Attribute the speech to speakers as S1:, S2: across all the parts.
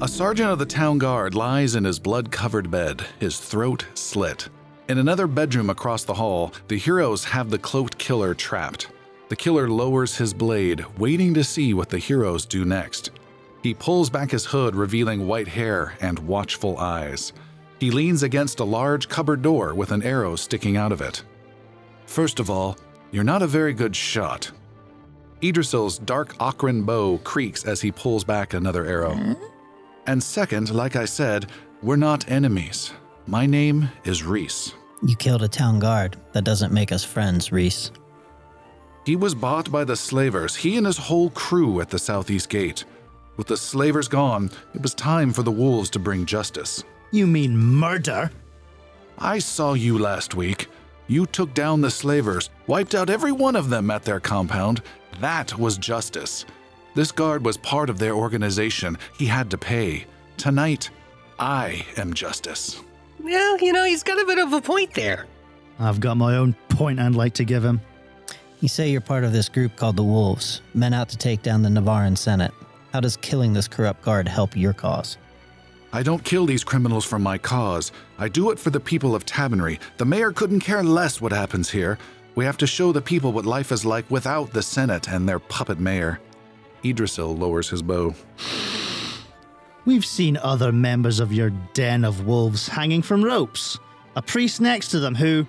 S1: A sergeant of the town guard lies in his blood covered bed, his throat slit. In another bedroom across the hall, the heroes have the cloaked killer trapped. The killer lowers his blade, waiting to see what the heroes do next. He pulls back his hood, revealing white hair and watchful eyes. He leans against a large cupboard door with an arrow sticking out of it. First of all, you're not a very good shot. Idrisil's dark ochran bow creaks as he pulls back another arrow. And second, like I said, we're not enemies. My name is Reese.
S2: You killed a town guard. That doesn't make us friends, Reese.
S1: He was bought by the slavers, he and his whole crew at the southeast gate. With the slavers gone, it was time for the wolves to bring justice.
S3: You mean murder?
S1: I saw you last week. You took down the slavers, wiped out every one of them at their compound. That was justice. This guard was part of their organization. He had to pay. Tonight, I am justice.
S4: Well, you know, he's got a bit of a point there.
S3: I've got my own point I'd like to give him.
S2: You say you're part of this group called the Wolves, men out to take down the Navarran Senate. How does killing this corrupt guard help your cause?
S1: I don't kill these criminals for my cause. I do it for the people of Tabernary. The mayor couldn't care less what happens here. We have to show the people what life is like without the Senate and their puppet mayor. Idrisil lowers his bow.
S3: We've seen other members of your den of wolves hanging from ropes. A priest next to them who,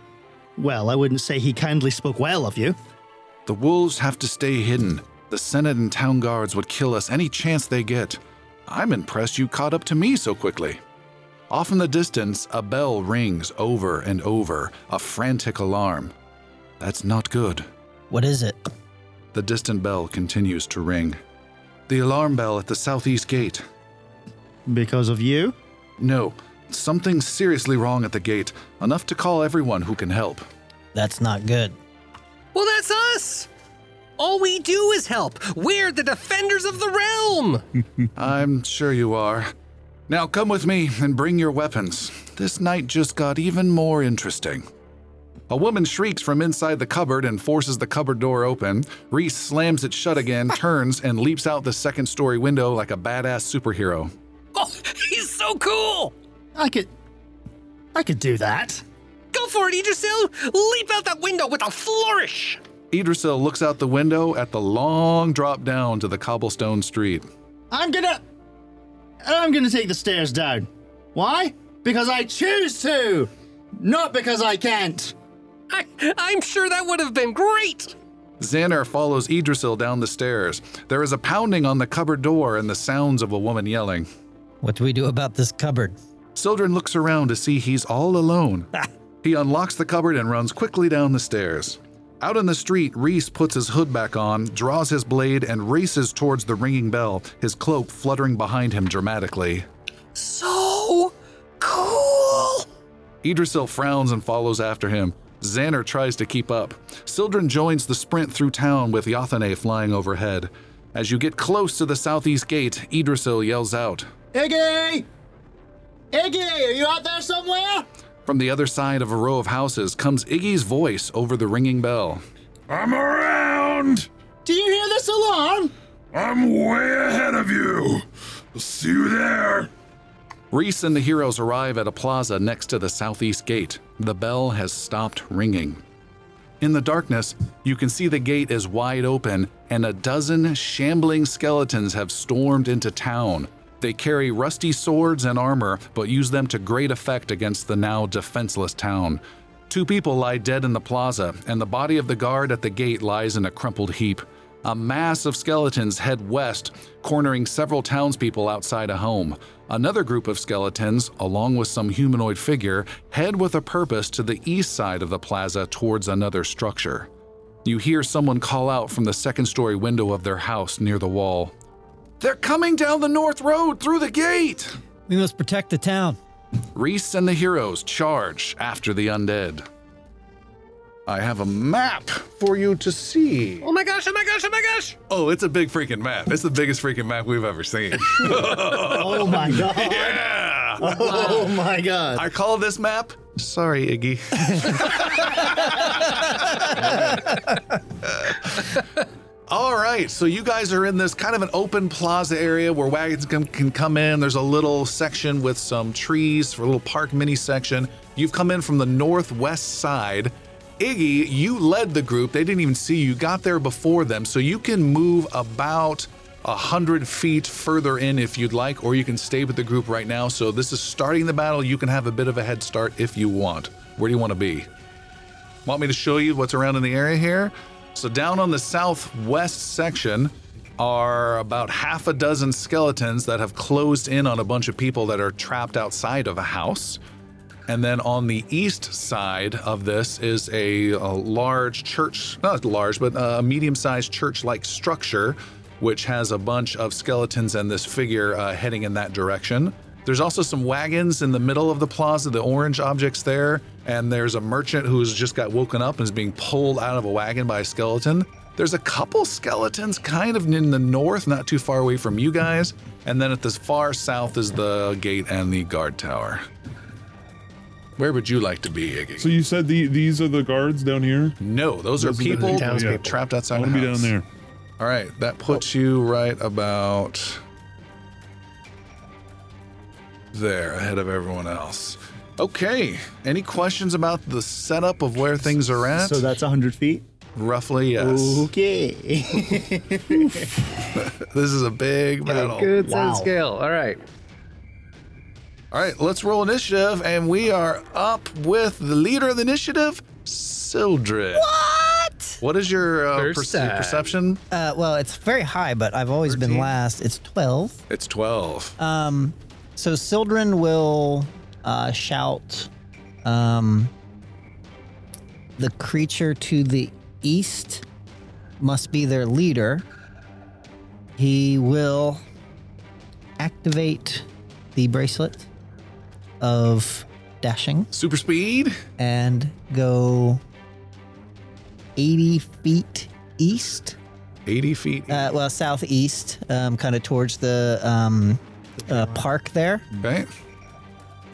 S3: well, I wouldn't say he kindly spoke well of you.
S1: The wolves have to stay hidden. The Senate and town guards would kill us any chance they get. I'm impressed you caught up to me so quickly. Off in the distance, a bell rings over and over, a frantic alarm. That's not good.
S2: What is it?
S1: The distant bell continues to ring. The alarm bell at the southeast gate.
S3: Because of you?
S1: No, something's seriously wrong at the gate, enough to call everyone who can help.
S2: That's not good.
S4: Well, that's us. All we do is help. We're the defenders of the realm.
S1: I'm sure you are. Now come with me and bring your weapons. This night just got even more interesting. A woman shrieks from inside the cupboard and forces the cupboard door open. Reese slams it shut again, turns, and leaps out the second story window like a badass superhero.
S4: Oh, he's so cool.
S3: I could. I could do that.
S4: Go for it, Idrisil. Leap out that window with a flourish.
S1: Idrisil looks out the window at the long drop down to the cobblestone street.
S3: I'm gonna. I'm gonna take the stairs down. Why? Because I choose to! Not because I can't!
S4: I, I'm sure that would have been great.
S1: Xanar follows Idrisil down the stairs. There is a pounding on the cupboard door and the sounds of a woman yelling.
S2: What do we do about this cupboard?
S1: Sildren looks around to see he's all alone. he unlocks the cupboard and runs quickly down the stairs. Out in the street, Reese puts his hood back on, draws his blade, and races towards the ringing bell, his cloak fluttering behind him dramatically.
S4: So cool.
S1: Idrisil frowns and follows after him. Xanar tries to keep up. Sildren joins the sprint through town with Yathane flying overhead. As you get close to the southeast gate, Idrisil yells out.
S3: Iggy! Iggy, are you out there somewhere?
S1: From the other side of a row of houses comes Iggy's voice over the ringing bell.
S5: I'm around!
S3: Do you hear this alarm?
S5: I'm way ahead of you! See you there!
S1: Reese and the heroes arrive at a plaza next to the southeast gate. The bell has stopped ringing. In the darkness, you can see the gate is wide open, and a dozen shambling skeletons have stormed into town. They carry rusty swords and armor, but use them to great effect against the now defenseless town. Two people lie dead in the plaza, and the body of the guard at the gate lies in a crumpled heap. A mass of skeletons head west, cornering several townspeople outside a home. Another group of skeletons, along with some humanoid figure, head with a purpose to the east side of the plaza towards another structure. You hear someone call out from the second story window of their house near the wall They're coming down the north road through the gate!
S2: We must protect the town.
S1: Reese and the heroes charge after the undead. I have a map for you to see.
S4: Oh my gosh! Oh my gosh! Oh my gosh!
S5: Oh, it's a big freaking map. It's the biggest freaking map we've ever seen.
S3: Oh my god.
S5: yeah!
S3: Oh my god.
S5: I call this map. Sorry, Iggy.
S1: All right, so you guys are in this kind of an open plaza area where wagons can, can come in. There's a little section with some trees for a little park mini section. You've come in from the northwest side. Iggy, you led the group. They didn't even see you. Got there before them, so you can move about a hundred feet further in if you'd like, or you can stay with the group right now. So this is starting the battle. You can have a bit of a head start if you want. Where do you want to be? Want me to show you what's around in the area here? So, down on the southwest section are about half a dozen skeletons that have closed in on a bunch of people that are trapped outside of a house. And then on the east side of this is a, a large church, not large, but a medium sized church like structure, which has a bunch of skeletons and this figure uh, heading in that direction. There's also some wagons in the middle of the plaza, the orange objects there, and there's a merchant who's just got woken up and is being pulled out of a wagon by a skeleton. There's a couple skeletons kind of in the north, not too far away from you guys, and then at the far south is the gate and the guard tower. Where would you like to be, Iggy?
S6: So you said the, these are the guards down here?
S1: no, those are
S6: Those are the
S1: people
S6: townspeople.
S1: trapped outside.
S6: I want
S1: the
S6: to be down
S1: house.
S6: there.
S1: All right, that puts you right about there ahead of everyone else. Okay, any questions about the setup of where things are at?
S7: So that's 100 feet?
S1: Roughly, yes.
S7: Okay.
S1: This is a big battle.
S4: Good sense scale. All right.
S1: All right, let's roll initiative, and we are up with the leader of the initiative, Sildred. What? What is your uh,
S4: First
S1: perce-
S4: time.
S1: perception?
S2: Uh, well, it's very high, but I've always been last. It's 12.
S1: It's 12.
S2: Um, So Sildren will uh, shout um, the creature to the east must be their leader. He will activate the bracelet of dashing
S1: Super speed.
S2: and go 80 feet east.
S1: 80 feet.
S2: Uh, well, southeast, um, kind of towards the um, uh, park there.
S1: okay.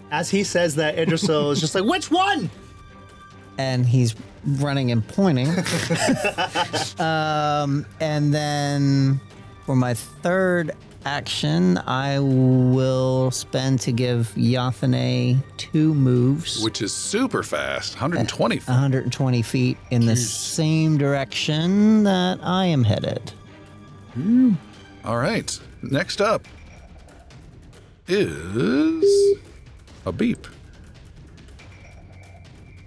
S7: As he says that, Idrisil is just like, which one?
S2: and he's running and pointing. um, and then for my third action, I will spend to give Yathane two moves,
S1: Which is super fast. 120
S2: uh-huh.
S1: feet.
S2: 120 feet in the same direction that I am headed.
S1: All right. Next up is a beep.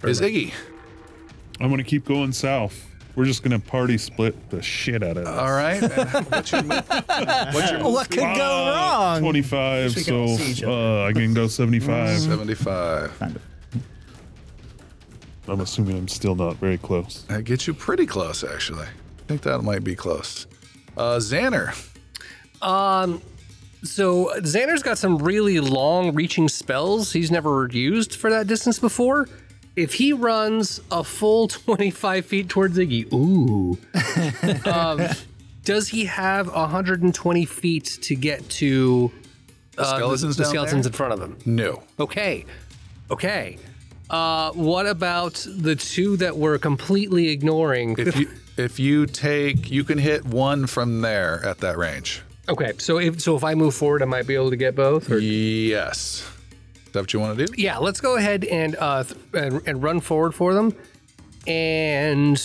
S1: Is Iggy.
S6: I'm going to keep going south. We're just going to party split the shit out of this.
S1: All right. What's your move? What's your move?
S2: What could go
S6: Uh,
S2: wrong?
S6: 25,
S7: We can
S6: so
S7: all see each other.
S6: uh, I can go 75.
S1: 75.
S6: I'm assuming I'm still not very close.
S1: That gets you pretty close, actually. I think that might be close. Uh, Xander.
S4: So Xander's got some really long reaching spells he's never used for that distance before. If he runs a full 25 feet towards Iggy, ooh. um, does he have 120 feet to get to uh,
S1: skeletons
S4: the, the
S1: down
S4: skeletons
S1: there?
S4: in front of him?
S1: No.
S4: Okay. Okay. Uh, what about the two that we're completely ignoring?
S1: If you if you take, you can hit one from there at that range.
S4: Okay, so if so, if I move forward, I might be able to get both. Or?
S1: Yes. Is that what you want to do?
S4: Yeah, let's go ahead and uh th- and, and run forward for them. And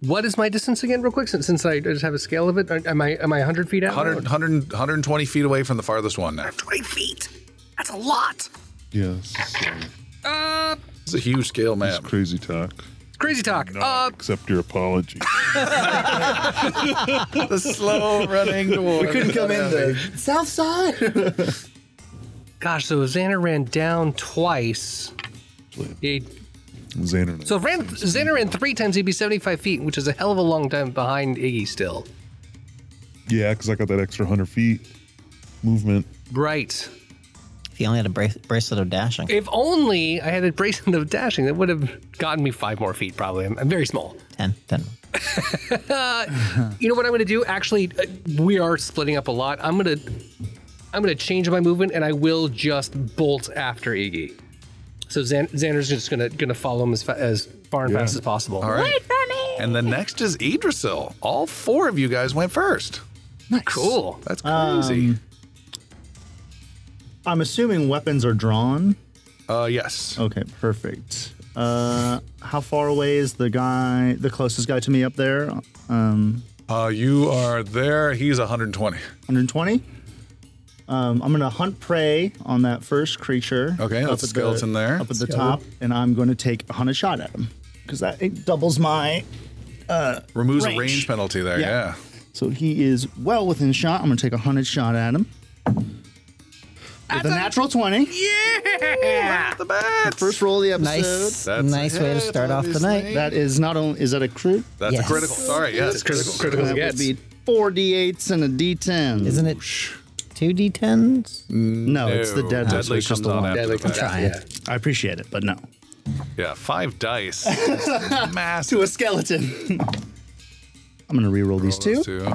S4: what is my distance again, real quick? Since, since I just have a scale of it, Are- am I am I 100 feet out?
S1: 100, 100, 120 feet away from the farthest one now.
S4: 120 feet. That's a lot.
S6: Yes.
S4: Uh,
S1: It's a huge scale map.
S6: crazy talk.
S4: crazy talk.
S6: No,
S4: Uh,
S6: accept your apology.
S1: the slow running dwarf. We couldn't
S7: Come in the south side.
S4: gosh, so Xander ran down twice. He-
S6: Xander.
S4: so if ran, Xander ran three times, he'd be 75 feet, which is a hell of a long time behind Iggy still.
S6: yeah, because I got that extra 100 feet movement.
S4: Right.
S2: If you only had a brace- bracelet of dashing.
S4: If only I had a bracelet of dashing, that would have gotten me five more feet, probably. I'm, I'm very small.
S2: 10, 10.
S4: You know what I'm going to do? Actually, uh, we are splitting up a lot. I'm going to. I'm gonna change my movement, and I will just bolt after Iggy. So Xan- Xander's just gonna gonna follow him as, fa- as far and fast as possible.
S1: All right. And the next is Idrisil. All four of you guys went first.
S4: Cool.
S1: That's crazy.
S7: I'm assuming weapons are drawn.
S1: uh, yes.
S7: Okay, perfect. Uh, how far away is the guy, the closest guy to me up there? Um,
S1: Uh, you are there. He's 120.
S7: 120. Um, I'm gonna hunt prey on that first creature.
S1: Okay,
S7: up
S1: that's a
S7: at
S1: skeleton
S7: the,
S1: there.
S7: Up at the top, and I'm going to take a hunted shot at him because that it doubles my.
S1: Removes a
S7: Range.
S1: range penalty there. Yeah.
S7: Yeah. So he is well within shot. I'm going to take a hunted shot at him. With a natural 20.
S1: Right off the bat.
S7: First roll of the episode.
S2: Nice,
S1: That's a
S2: nice way to
S1: hit,
S2: start off the
S1: obviously.
S2: night.
S7: That is not only is that a crit?
S1: That's
S2: Yes.
S1: a critical. Sorry. Yeah, it's critical.
S4: Critical
S7: That would
S4: gets.
S7: be four d8s and a d10.
S2: Isn't it two d10s?
S7: No, it's the
S1: No,
S7: dead.
S1: deadly
S7: it's just
S1: comes
S7: the
S1: on
S7: one.
S1: after the fact.
S4: Yeah.
S7: I appreciate it, but no.
S1: Yeah, five dice. Massive.
S7: To a skeleton. I'm gonna reroll these two.
S1: Those two.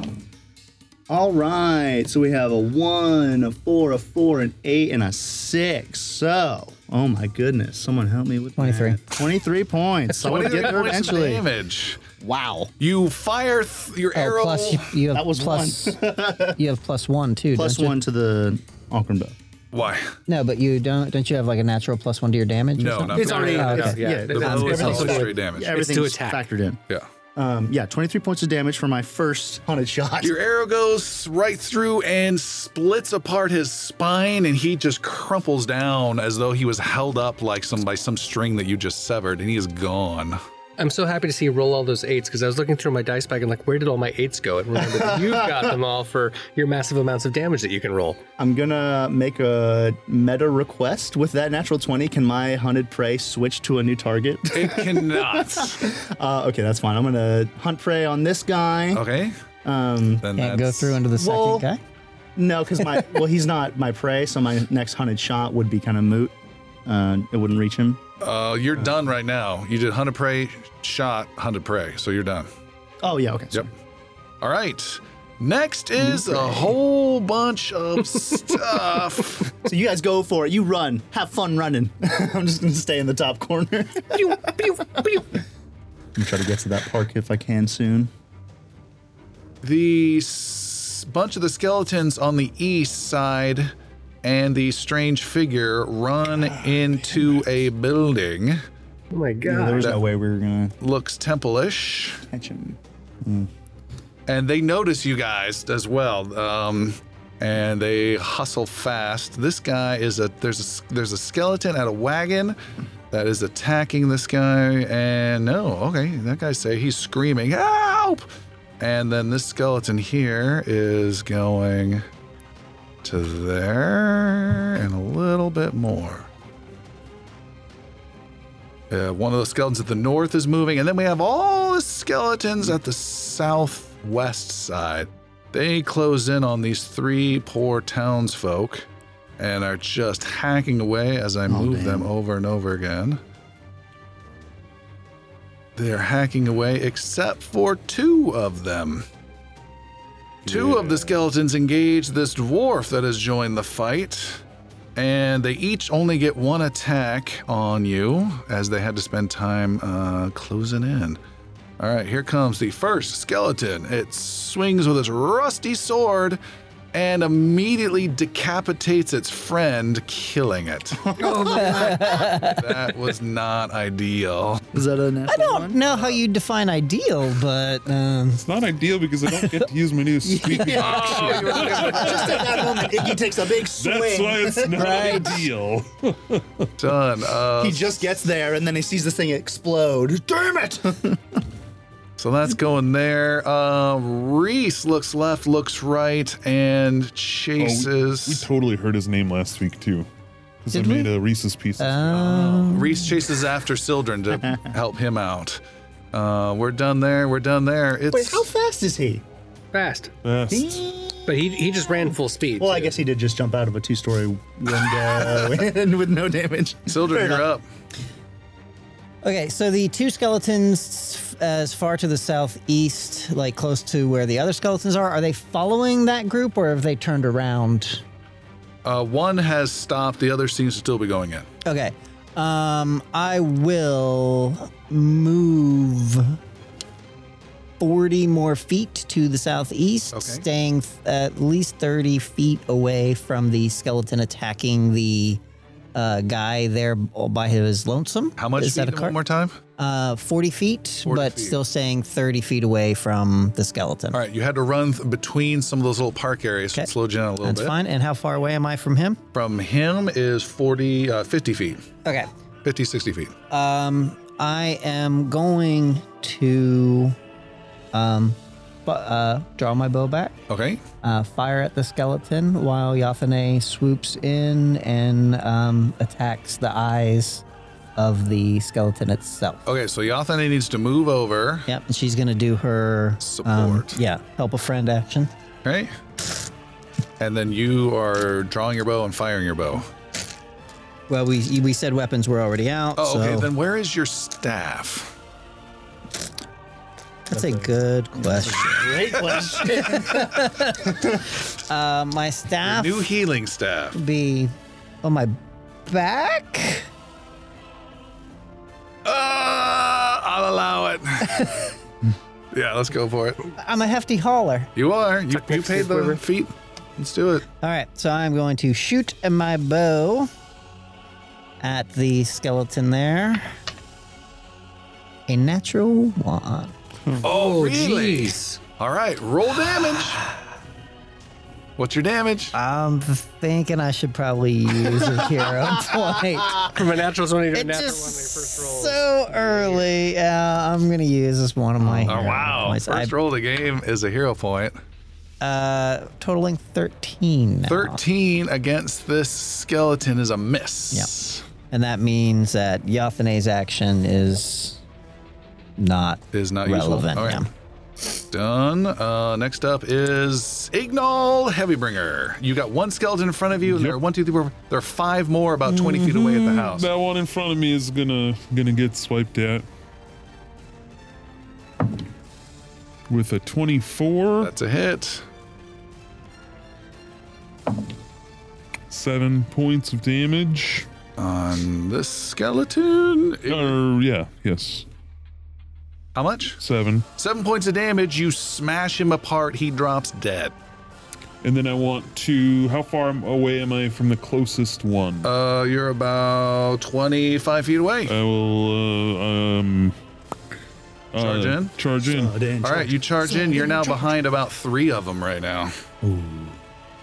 S7: All right, so we have a one, a four, a four, an eight, and a six. So, oh my goodness, someone help me with
S2: 23.
S7: that. Twenty-three points. Someone get
S1: 23
S7: there
S1: points of
S7: eventually.
S1: Damage.
S7: Wow.
S1: You fire th- your
S2: Oh,
S1: arrow.
S2: plus you, you have
S7: That was
S2: plus- you have plus one too.
S7: Plus
S2: don't you?
S7: one to the Alcrum bow.
S1: Why?
S2: No, but you don't. Don't you have like a natural plus one to your damage? or
S1: No,
S2: something?
S1: not
S4: It's
S1: the
S4: already-
S1: arrow.
S4: it's-
S1: yeah.
S4: yeah,
S1: The
S4: it's-
S1: bow is
S4: everything's
S1: also
S4: sort of-
S1: straight damage.
S7: Everything's
S4: attack.
S7: factored in.
S1: Yeah.
S7: Um, yeah, twenty-three points of damage for my first haunted shot.
S1: Your arrow goes right through and splits apart his spine, and he just crumples down as though he was held up like some by some string that you just severed, and he is gone.
S4: I'm so happy to see you roll all those eights because I was looking through my dice bag and like, where did all my eights go? And remember that you got them all for your massive amounts of damage that you can roll.
S7: I'm gonna make a meta request with that natural 20. Can my hunted prey switch to a new target?
S1: It cannot.
S7: uh, okay, that's fine. I'm gonna hunt prey on this guy.
S1: okay.
S7: Um,
S1: Then
S2: Can't go
S1: that's-
S2: through into the second
S7: Well-
S2: guy.
S7: no, because my well, he's not my prey, so my next hunted shot would be kind of moot. Uh, it wouldn't reach him.
S1: Uh, you're done right now. You did hunt a prey, shot hunt a prey, so you're done.
S7: Oh yeah, okay.
S1: Yep. All right. Next is a whole bunch of stuff.
S7: So you guys go for it. You run. Have fun running. I'm just gonna stay in the top corner. I'm gonna try to get to that park if I can soon.
S1: the s- bunch of the skeletons on the east side and the strange figure run into a building.
S4: Oh my
S7: Yeah, there
S4: god.
S7: was no way we were gonna
S1: Looks temple-ish,
S7: catch him.
S1: and they notice you guys as well. Um, and they hustle fast. This guy is a there's a s- there's a skeleton at a wagon that is attacking this guy. And no, okay, that guy say he's screaming help. And then this skeleton here is going to there and a little bit more. Uh, one of the skeletons at the north is moving, and then we have all the skeletons at the southwest side. They close in on these three poor townsfolk and are just hacking away as I move them over and over again. They're hacking away, except for two of them. Two of the skeletons engage this dwarf that has joined the fight and they each only get one attack on you as they had to spend time uh, closing in. All right, here comes the first skeleton. It swings with its rusty sword and immediately decapitates its friend, killing it. that was not ideal.
S7: Is that a natural
S2: I don't know how you define ideal, but um,
S6: It's not ideal because I don't get to use my new sweeping action.
S7: Just at that moment, Iggy takes a big swing.
S6: That's why it's not
S2: Right.
S6: ideal.
S1: Done. Uh,
S7: He just gets there and then he sees this thing explode. Damn it!
S1: So that's going there. Uh, Reese looks left, looks right, and
S6: Oh, we-
S1: chases.
S6: we, totally heard his name last week too. Because I
S2: Did we?
S6: made a Reese's Pieces.
S1: Reese chases after Sildren to help him out. Uh, we're done there. We're done there. It's
S7: Wait, how fast is he?
S4: Fast.
S6: Best.
S4: But he, he just ran full speed.
S7: Well, I
S4: too.
S7: guess he did just jump out of a two-story window and with no damage.
S1: Sildren, you're up.
S2: okay. So the two skeletons as far to the southeast, like close to where the other skeletons are, are they following that group or have they turned around?
S1: Uh, one has stopped. The other seems to still be going in.
S2: Okay. Um, I will move 40 more feet to the southeast, staying th- at least 30 feet away from the skeleton attacking the uh, guy there by his lonesome.
S1: How much
S2: Is that a
S1: feet
S2: card?
S1: one more time?
S2: Uh, 40 feet,
S1: 40
S2: but
S1: feet.
S2: still staying 30 feet away from the skeleton.
S1: All right, you had to run th- between some of those little park areas. so it
S2: Okay.
S1: Slowed you down a little
S2: That's
S1: bit.
S2: fine. And how far away am I from him?
S1: From him is 40, uh, 50 feet,
S2: Okay.
S1: 50, 60 feet.
S2: Um, I am going to um, bu- uh, draw my bow back,
S1: Okay.
S2: uh, fire at the skeleton while Yathane swoops in and um, attacks the eyes of the skeleton itself.
S1: Okay, so Yathane needs to move over.
S2: Yep, and she's gonna do her um,
S1: Support.
S2: yeah, help a friend action.
S1: Right? And then you are drawing your bow and firing your bow.
S2: Well, we we said weapons were already out,
S1: Oh,
S2: so
S1: okay. Then where is your staff?
S2: that's a good question.
S8: Great question.
S2: Uh, my staff
S1: New healing staff.
S2: be on my back.
S1: Uh, I'll allow it. yeah, let's go for it.
S2: I'm a hefty hauler.
S1: You are. You, you paid the feet. Let's do it.
S2: All right, so I'm going to shoot my bow at the skeleton there. A natural one.
S1: Oh, really?
S4: Jeez.
S1: All right, roll damage. What's your damage?
S2: I'm thinking I should probably use a hero point.
S4: From a natural 20 to a
S2: It's
S4: natural
S2: just
S4: 1, my first roll.
S2: so early. Yeah, I'm gonna use this one of my.
S1: Oh,
S2: hero
S1: wow.
S2: points.
S1: First
S2: I-
S1: roll of the game is a hero point.
S2: uh, totaling thirteen. now.
S1: 13 against this skeleton is a miss.
S2: and that means that Yathene's action is not
S1: Is not useful.
S2: relevant.
S1: All right.
S2: yeah.
S1: Done. Uh, next up is Ignal Heavybringer. You got one skeleton in front of you, and there are one, two, three, four. There are five more about 20 feet away at the house.
S6: That one in front of me is gonna gonna get swiped at. With a 24,
S1: That's a hit.
S6: seven points of damage.
S1: On this skeleton, it-
S6: Or yeah, yes,
S1: how much?
S6: seven.
S1: Seven points of damage. You smash him apart. He drops dead.
S6: And then I want to. How far am- away am I from the closest one?
S1: Uh, you're about 25 feet away.
S6: I will uh, um. uh,
S1: Charge in?
S6: Charge in.
S7: Oh, dang.
S1: All right, you charge in. You're now behind about three of them right now.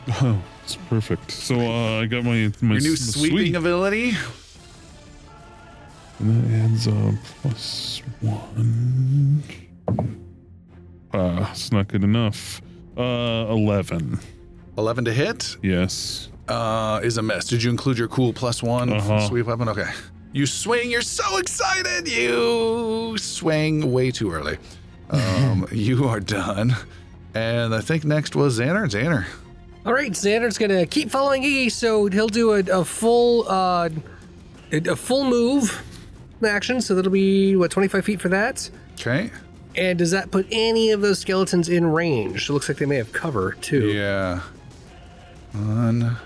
S6: Oh, it's perfect. So uh, I got my my
S1: Your new
S6: s- my
S1: sweeping
S6: sweep.
S1: ability.
S6: And that adds a plus one. Uh, it's not good enough. Uh, 11.
S1: 11 to hit
S6: Yes.
S1: uh, is a miss. Did you include your cool plus one
S6: Uh-huh.
S1: sweep weapon? Okay. You swing. You're so excited. You swing way too early. Um, you are done. And I think next was Xander. Xander.
S4: All right, Xander's gonna keep following Iggy, so he'll do a, a full uh, a, a full move action. So that'll be what 25 feet for that.
S1: Okay.
S4: And does that put any of those skeletons in range? It looks like they may have cover too.
S1: Yeah. One.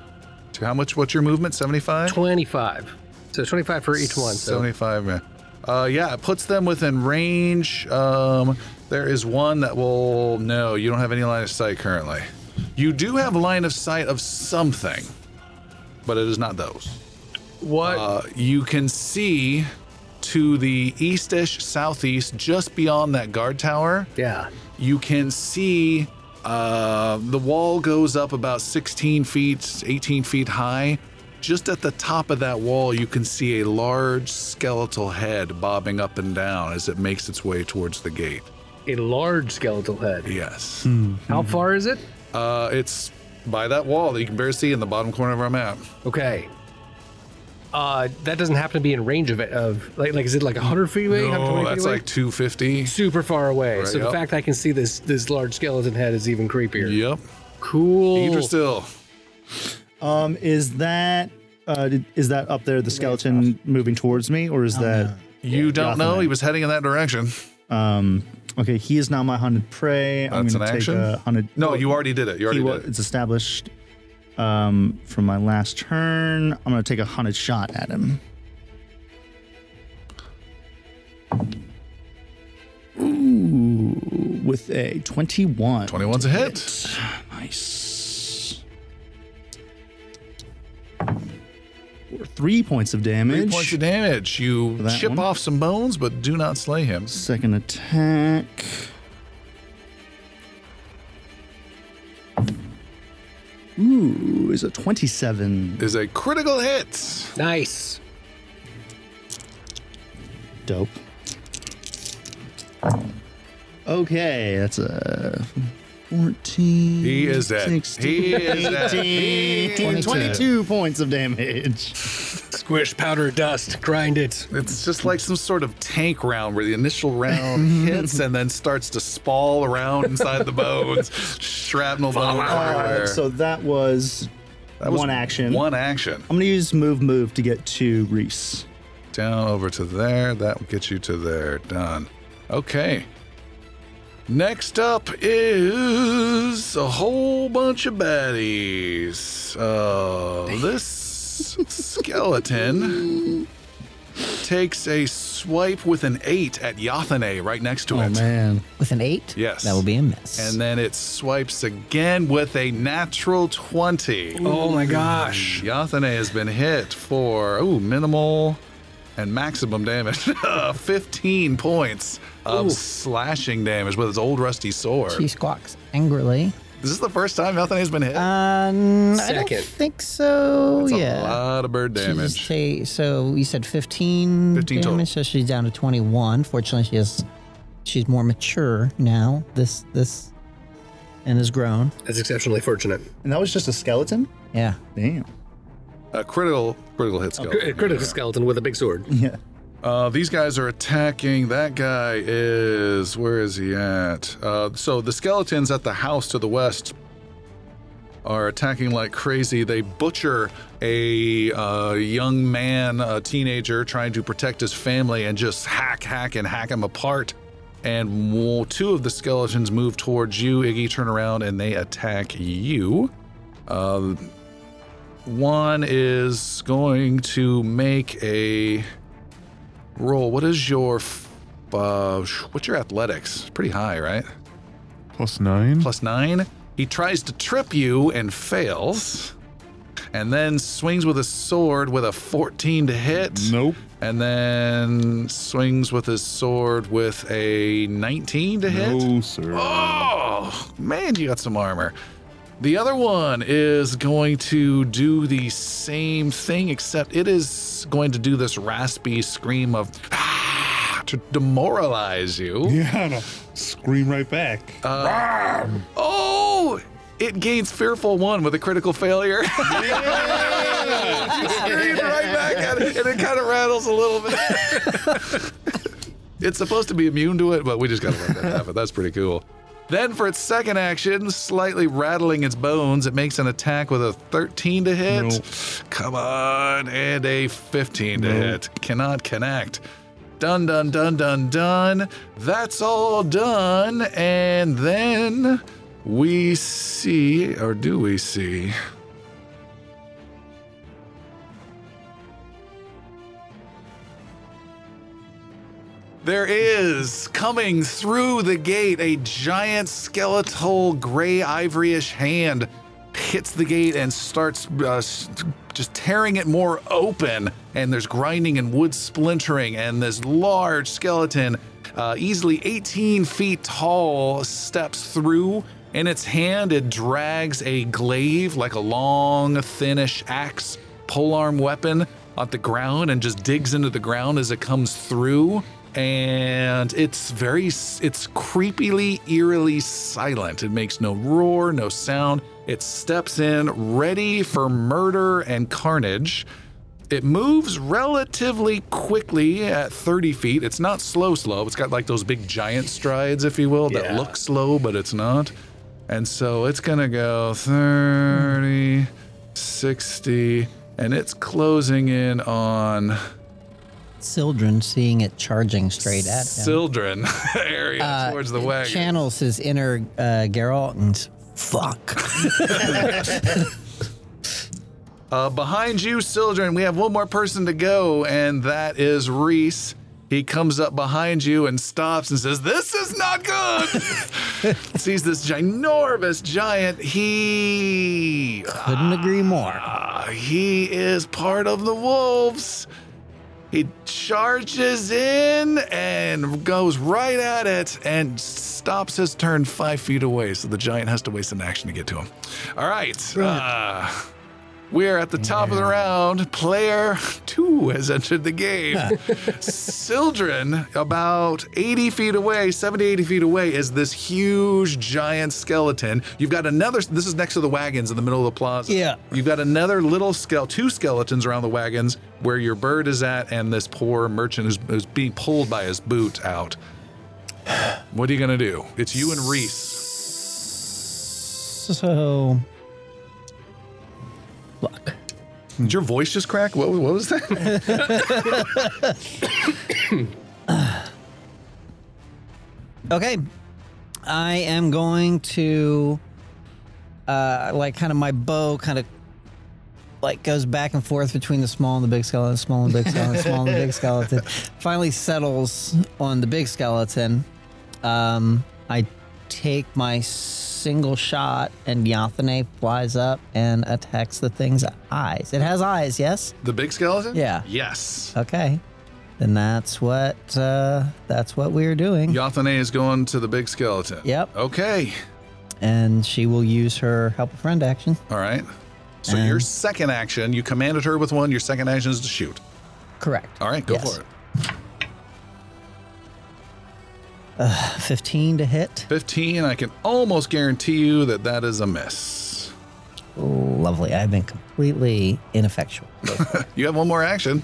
S1: Two. How much? What's your movement? 75?
S4: 25. So 25 for each one. So
S1: 75 man. Uh, yeah, it puts them within range. Um, there is one that will. No, you don't have any line of sight currently. You do have line of sight of something, but it is not those.
S4: what?
S1: Uh, you can see to the eastish, southeast, just beyond that guard tower.
S4: yeah.
S1: You can see uh, the wall goes up about 16 feet, 18 feet high. Just at the top of that wall, you can see a large skeletal head bobbing up and down as it makes its way towards the gate.
S4: A large skeletal head.
S1: Yes.
S4: How
S1: Mm-hmm.
S4: far is it?
S1: Uh, it's by that wall that you can barely see in the bottom corner of our map.
S4: Okay. Uh, that doesn't happen to be in range of it. Of like, like is it like 100 feet away? 120
S1: Oh,
S4: feet
S1: that's
S4: away?
S1: like 250.
S4: super far away. so
S1: yep.
S4: the fact I can see this this large skeleton head is even creepier.
S1: Yep.
S4: Cool.
S1: Either still.
S7: Um, is that uh, did- is that up there the skeleton moving towards me, or is that
S1: You don't know.
S7: Gotham.
S1: He was heading in that direction.
S7: um? Okay, he is now my hunted prey. I'm
S1: That's
S7: gonna
S1: an
S7: take
S1: action?
S7: a hunted.
S1: No, you already did it. You already
S7: He wa-
S1: did it.
S7: it's established um, from my last turn. I'm gonna take a hunted shot at him. Ooh, with a 21.
S1: 21's a hit.
S7: Nice. For three points of damage.
S1: Three points of damage. You
S7: that
S1: chip
S7: one.
S1: off some bones, but do not slay him.
S7: Second attack. Ooh, is a 27.
S1: Is a critical hit.
S4: Nice.
S7: Dope. Okay, that's a 14.
S1: He is dead.
S7: 16,
S1: He is dead.
S7: 18, 22 points of damage.
S4: Squish powder dust. Grind it.
S1: It's just like some sort of tank round where the initial round hits and then starts to spall around inside the bones. Shrapnel bone everywhere.
S7: Alright, so that was,
S1: That was
S7: one action.
S1: One action.
S7: I'm going to use move move to get to Reese.
S1: Down over to there. That will get you to there. Done. Okay. Next up is a whole bunch of baddies. Uh, this skeleton takes a swipe with an eight at Yathane right next to it.
S7: Oh, man.
S2: With an eight?
S1: Yes.
S2: That will be a miss.
S1: And then it swipes again with a natural 20.
S4: Oh my gosh.
S1: Yathane has been hit for ooh, minimal and maximum damage. 15 points of slashing damage with his old rusty sword.
S2: she squawks angrily.
S1: This is the first time Yathane has been hit.
S2: Um, I don't
S4: Second.
S2: think so.
S1: That's a
S2: yeah.
S1: lot of bird
S2: She just
S1: damage.
S2: say- so you said 15,
S1: 15 total.
S2: damage, so she's down to 21. Fortunately, she is she's more mature now. This this and is grown.
S4: That's exceptionally fortunate.
S7: And that was just a skeleton?
S2: Yeah.
S7: Damn.
S1: A critical critical hit skill.
S4: Cri- critical skeleton with a big sword.
S7: Yeah.
S1: Uh, these guys are attacking. That guy is. Where is he at? Uh, so the skeletons at the house to the west are attacking like crazy. They butcher a uh, young man, a teenager, trying to protect his family and just hack, hack, and hack him apart. And wo- two of the skeletons move towards you. Iggy, turn around and they attack you. Uh, one is going to make a roll. What is your f- uh, sh- what's your athletics? Pretty high, right?
S6: Plus nine.
S1: Plus nine. He tries to trip you and fails, and then swings with his sword with a 14 to hit,
S6: Nope.
S1: and then swings with his sword with a 19 to hit.
S6: No, sir.
S1: Oh, man, you got some armor. The other one is going to do the same thing, except it is going to do this raspy scream of "Ah," to demoralize you.
S6: Yeah, no. scream right back.
S1: Uh, Oh, it gains fearful one with a critical failure. You scream right back at it, and it kind of rattles a little bit. it's supposed to be immune to it, but we just gotta let that happen. That's pretty cool. Then for its second action, slightly rattling its bones, it makes an attack with a 13 to hit.
S6: No.
S1: Come on, and a 15 to hit. Cannot connect. Done, done, done, done, done. That's all done. And then we see, or do we see? There is coming through the gate a giant skeletal gray ivoryish hand hits the gate and starts uh, s- just tearing it more open. And there's grinding and wood splintering, and this large skeleton, uh, easily 18 feet tall, steps through. In its hand, it drags a glaive like a long, thinnish axe, polearm weapon on the ground and just digs into the ground as it comes through and it's very it's creepily eerily silent it makes no roar no sound it steps in ready for murder and carnage it moves relatively quickly at 30 feet it's not slow slow it's got like those big giant strides if you will that look slow but it's not and so it's gonna go 30 60 and it's closing in on
S2: Sildren seeing it charging straight at him.
S1: Sildren area
S2: Uh,
S1: towards the
S2: it
S1: wagon.
S2: Channels his inner uh, Geralt and fuck.
S1: Uh, behind you, Sildren, we have one more person to go, and that is Reese. He comes up behind you and stops and says, This is not good. Sees this ginormous giant. He.
S2: Couldn't agree more.
S1: Ah, he is part of the wolves. He charges in and goes right at it and stops his turn five feet away. So the giant has to waste an action to get to him. All right. Uh, we're at the top of the round. Player two has entered the game. Sildren, about 80 feet away, 70, 80 feet away, is this huge giant skeleton. You've got another, this is next to the wagons in the middle of the plaza.
S2: Yeah.
S1: You've got another little skeleton, two skeletons around the wagons where your bird is at, and this poor merchant is, is being pulled by his boot out. What are you going to do? It's you and Reese.
S2: So. Fuck.
S1: Did your voice just crack? What, what was that?
S2: Okay. I am going to uh like kind of my bow kind of like goes back and forth between the small and the big skeleton, small and big skeleton, small and the big skeleton. Finally settles on the big skeleton. Um I take my single shot and Yanthane flies up and attacks the thing's eyes. It has eyes, yes?
S1: The big skeleton?
S2: Yeah.
S1: Yes.
S2: Okay. Then that's what uh that's what we're doing.
S1: Yathane is going to the big skeleton.
S2: Yep.
S1: Okay.
S2: and she will use her help a friend action.
S1: All right. So
S2: And-
S1: your second action, you commanded her with one. Your second action is to shoot.
S2: Correct.
S1: All right, go
S2: Yes.
S1: for it.
S2: 15 to hit.
S1: 15, I can almost guarantee you that that is a miss.
S2: Lovely. I've been completely ineffectual.
S1: You have one more action.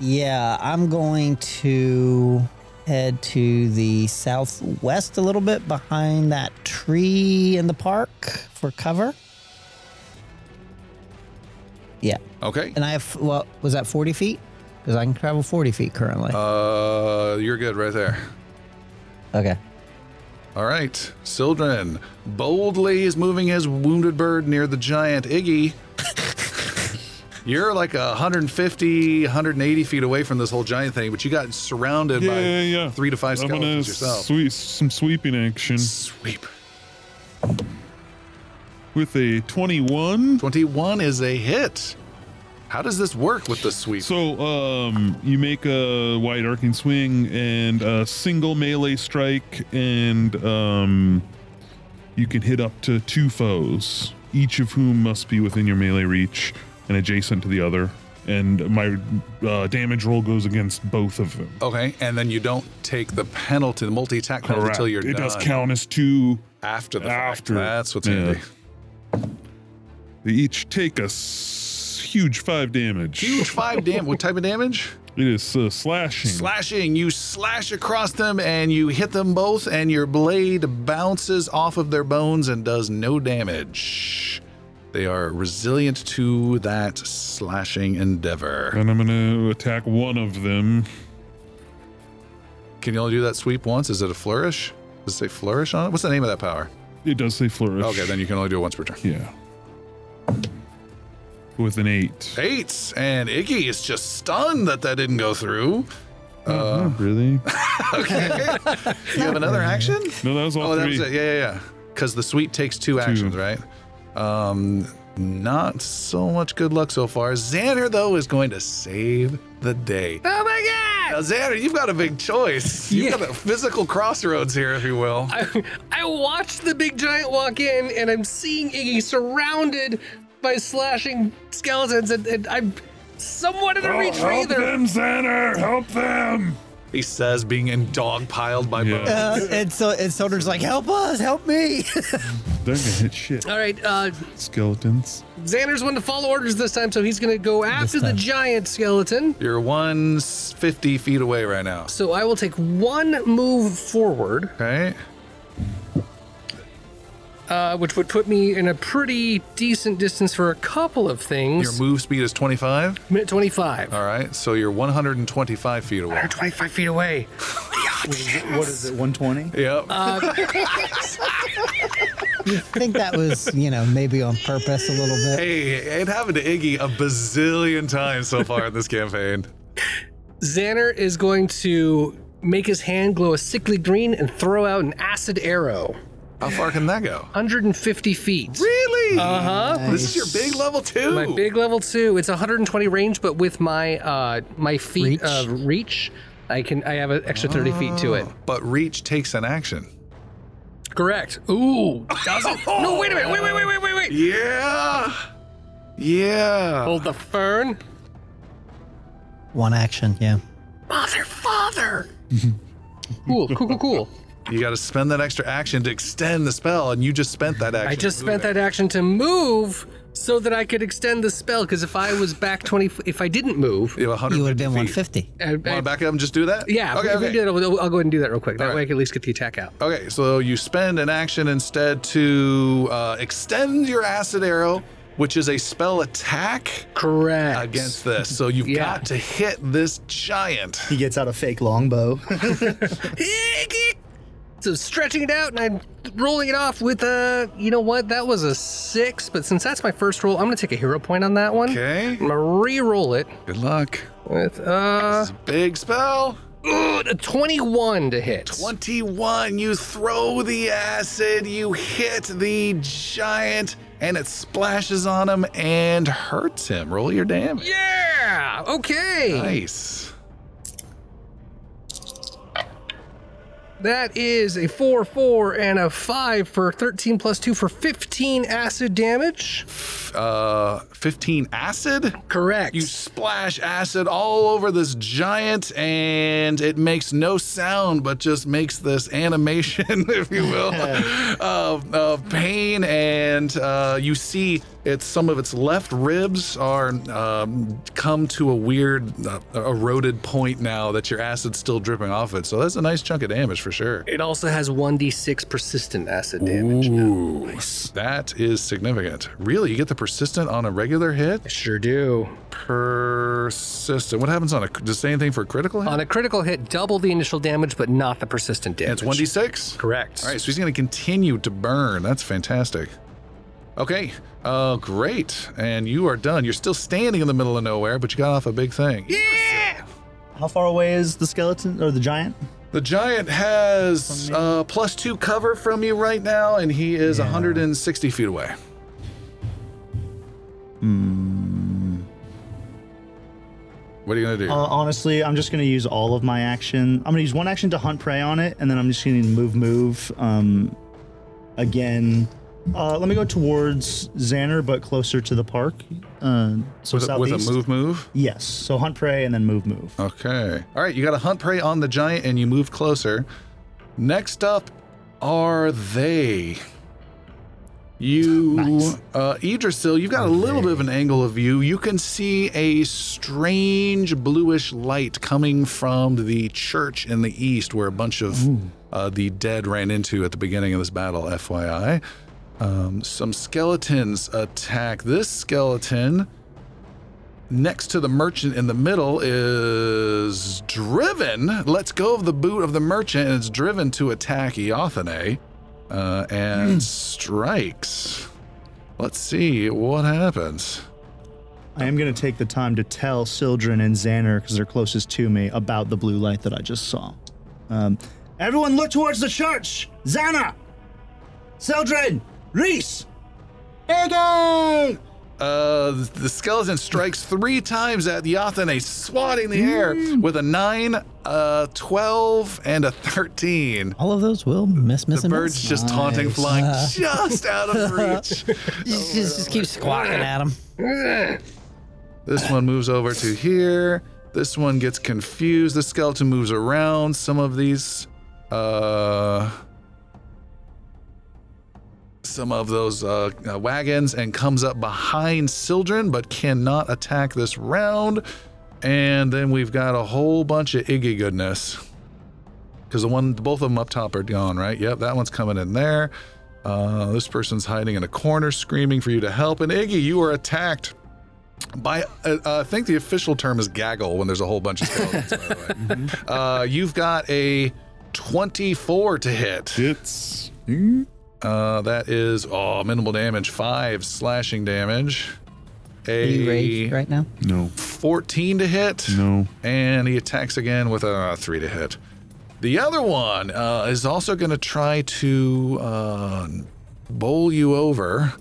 S2: yeah, I'm going to head to the southwest a little bit behind that tree in the park for cover. Yeah.
S1: Okay.
S2: And I have, well, was that 40 feet? Because I can travel 40 feet currently.
S1: Uh, you're good right there.
S2: okay.
S1: All right. Sildren boldly is moving his wounded bird near the giant Iggy. You're like 150, 180 feet away from this whole giant thing, but you got surrounded
S6: Yeah,
S1: by
S6: yeah, yeah.
S1: three to five
S6: I'm gonna
S1: skeletons yourself.
S6: sweep some sweeping action
S1: Sweep.
S6: with a 21.
S1: 21 is a hit. How does this work with the sweep?
S6: So, um, you make a wide arcing swing and a single melee strike, and um, you can hit up to two foes, each of whom must be within your melee reach and adjacent to the other. And my uh, damage roll goes against both of them.
S1: okay, and then you don't take the penalty, the multi attack penalty, until you're
S6: it
S1: done.
S6: does count as two.
S1: after the
S6: after.
S1: fact. That's what's
S6: Yeah.
S1: handy.
S6: They each take a s- huge five damage.
S1: Huge five damage. What type of damage?
S6: It is uh, slashing.
S1: Slashing. You slash across them and you hit them both, and your blade bounces off of their bones and does no damage. They are resilient to that slashing endeavor.
S6: and I'm gonna attack one of them.
S1: Can you only do that sweep once? Is it a flourish? Does it say flourish on it? What's the name of that power?
S6: It does say flourish.
S1: Okay, then you can only do it once per turn.
S6: Yeah. With an eight.
S1: Eight, and Iggy is just stunned that that didn't go through.
S6: Oh,
S1: uh,
S6: Not really?
S1: You have another action?
S6: No, that was all
S1: Oh, that
S6: three.
S1: was it. Yeah, yeah, yeah. Because the suite takes two, actions, right? Um, not so much good luck so far. Xander, though, is going to save the day.
S4: Oh my
S1: Now, Xander, you've got a big choice. You've
S4: Yeah.
S1: got a physical crossroads here, if you will.
S4: I, I watched the big giant walk in, and I'm seeing Iggy surrounded by slashing skeletons, and, and I'm somewhat in a reach for
S6: help
S4: either.
S6: them, Xander! Help them!
S1: He says, being in dog piled by
S6: Yeah.
S1: bones.
S2: Uh, and so, and Soldier's like, help us, help me.
S6: They're gonna hit shit.
S4: All right, uh,
S6: Skeletons.
S4: Xander's one to follow orders this time, so he's gonna go after the giant skeleton.
S1: You're 150 feet away right now.
S4: So I will take one move forward,
S1: Okay.
S4: uh, which would put me in a pretty decent distance for a couple of
S1: Your
S4: things.
S1: move speed is 25.
S4: Minute 25.
S1: All right. So you're 125 feet away.
S4: They're 25 feet away.
S7: What is it, 120?
S1: Yep.
S4: Uh.
S2: I think that was, you know, maybe on purpose a little bit.
S1: Hey, it happened to Iggy a bazillion times so far in this campaign.
S4: Xander is going to make his hand glow a sickly green and throw out an acid arrow.
S1: How far can that go?
S4: 150 feet.
S1: Really?
S4: Uh huh.
S1: This is your big level two.
S4: My big level two. It's 120 range, but with my uh my
S2: Reach?
S4: feet uh, reach, I can I have an extra 30 feet to it.
S1: But reach takes an action.
S4: Correct. Ooh. Doesn't. no. Wait a minute. Wait. Wait. Wait. Wait. Wait. Wait.
S1: Yeah. Yeah.
S4: Hold the fern.
S2: One action, yeah.
S4: Mother. Father. cool. Cool. Cool. Cool.
S1: You got to spend that extra action to extend the spell, and you just spent that action.
S4: I just
S1: to
S4: spent
S1: move
S4: that action to move so that I could extend the spell. Because if I was back 20, f- if I didn't move,
S1: it. You have 100.
S2: You would have been 150.
S4: I- I-
S1: Want to back up and just do that?
S4: yeah.
S1: Okay.
S4: if we
S1: okay.
S4: did, I'll, I'll go ahead and do that real quick. That
S1: All
S4: way I
S1: right.
S4: can at least get the attack out.
S1: Okay, so you spend an action instead to uh, extend your acid arrow, which is a spell attack
S4: Correct.
S1: against this. So you've
S4: Yeah.
S1: got to hit this giant.
S7: He gets out a fake longbow.
S4: So stretching it out and I'm rolling it off with a, you know what? That was a six, but since that's my first roll, I'm gonna take a hero point on that one.
S1: Okay.
S4: I'm gonna re-roll it
S1: Good luck.
S4: with uh
S1: It's a big spell.
S4: ooh, a 21 to hit.
S1: 21. You throw the acid, you hit the giant, and it splashes on him and hurts him. Roll your damage.
S4: Yeah. Okay.
S1: Nice.
S4: That is a four, four, and a five for 13 plus two for 15 acid damage.
S1: Uh, 15 acid?
S4: Correct.
S1: You splash acid all over this giant, and it makes no sound, but just makes this animation, if you will, of, of pain. And uh, you see, it's some of its left ribs are um, come to a weird uh, eroded point now that your acid's still dripping off it. So that's a nice chunk of damage for sure.
S4: it also has 1d6 persistent acid damage.
S1: Ooh, that is significant. Really, you get the persistent on a regular hit.
S4: Sure do.
S1: persistent. What happens on a does it say anything for a critical hit?
S4: On a critical hit, double the initial damage, but not the persistent
S1: And
S4: damage.
S1: it's one d six.
S4: Correct.
S1: All right, so he's going to continue to burn. That's fantastic. Okay, uh, great. And you are done. You're still standing in the middle of nowhere, but you got off a big thing.
S7: How far away is the skeleton or the giant?
S1: The giant has uh, plus two cover from you right now, and he is 160 feet away. Hmm. What are you going to do?
S7: Uh, honestly, I'm just gonna use all of my action. I'm gonna use one action to hunt prey on it, and then I'm just gonna move, move. Um, again, uh, let me go towards Xander, but closer to the park. Uh, so
S1: with, a, with a move,
S7: southeast.
S1: move?
S7: Yes. So hunt prey and then move, move.
S1: Okay. All right, you got to hunt prey on the giant and you move closer. Next up are they. You, uh, Idrisil, you've got a little bit of an angle of view. You can see a strange bluish light coming from the church in the east where a bunch of uh, the dead ran into at the beginning of this battle, FYI. Um, some skeletons attack this skeleton. Next to the merchant in the middle is driven. Let's go of the boot of the merchant, and it's driven to attack Eothane uh, and strikes. Let's see what happens.
S7: I am gonna take the time to tell Sildren and Xander, because they're closest to me, about the blue light that I just saw. Um, everyone, look towards the church. Xana, Sildren, Reese. Ego!
S1: Uh, the skeleton strikes three times at Eothane, swatting the air with a 9, a 12, and a 13.
S2: All of those will miss, miss,
S1: The
S2: and
S1: bird's
S2: miss.
S1: just taunting, flying just out of reach.
S2: Just, just, just keep squawking at him.
S1: This one moves over to here. This one gets confused. The skeleton moves around. Some of these, uh, some of those uh, uh, wagons and comes up behind Sildren, but cannot attack this round. And then we've got a whole bunch of Iggy goodness. Because the one, both of them up top are gone, right? Yep, that one's coming in there. Uh, this person's hiding in a corner, screaming for you to help. And Iggy, you are attacked by uh, uh, I think the official term is gaggle when there's a whole bunch of skeletons. by the way, uh, you've got a 24 to hit.
S6: It's
S1: Uh, that is oh minimal damage, five slashing damage.
S2: Are you
S1: A
S2: raged right now?
S6: no.
S1: 14 to hit.
S6: No.
S1: And he attacks again with a 3 to hit. The other one uh, is also going to try to uh, bowl you over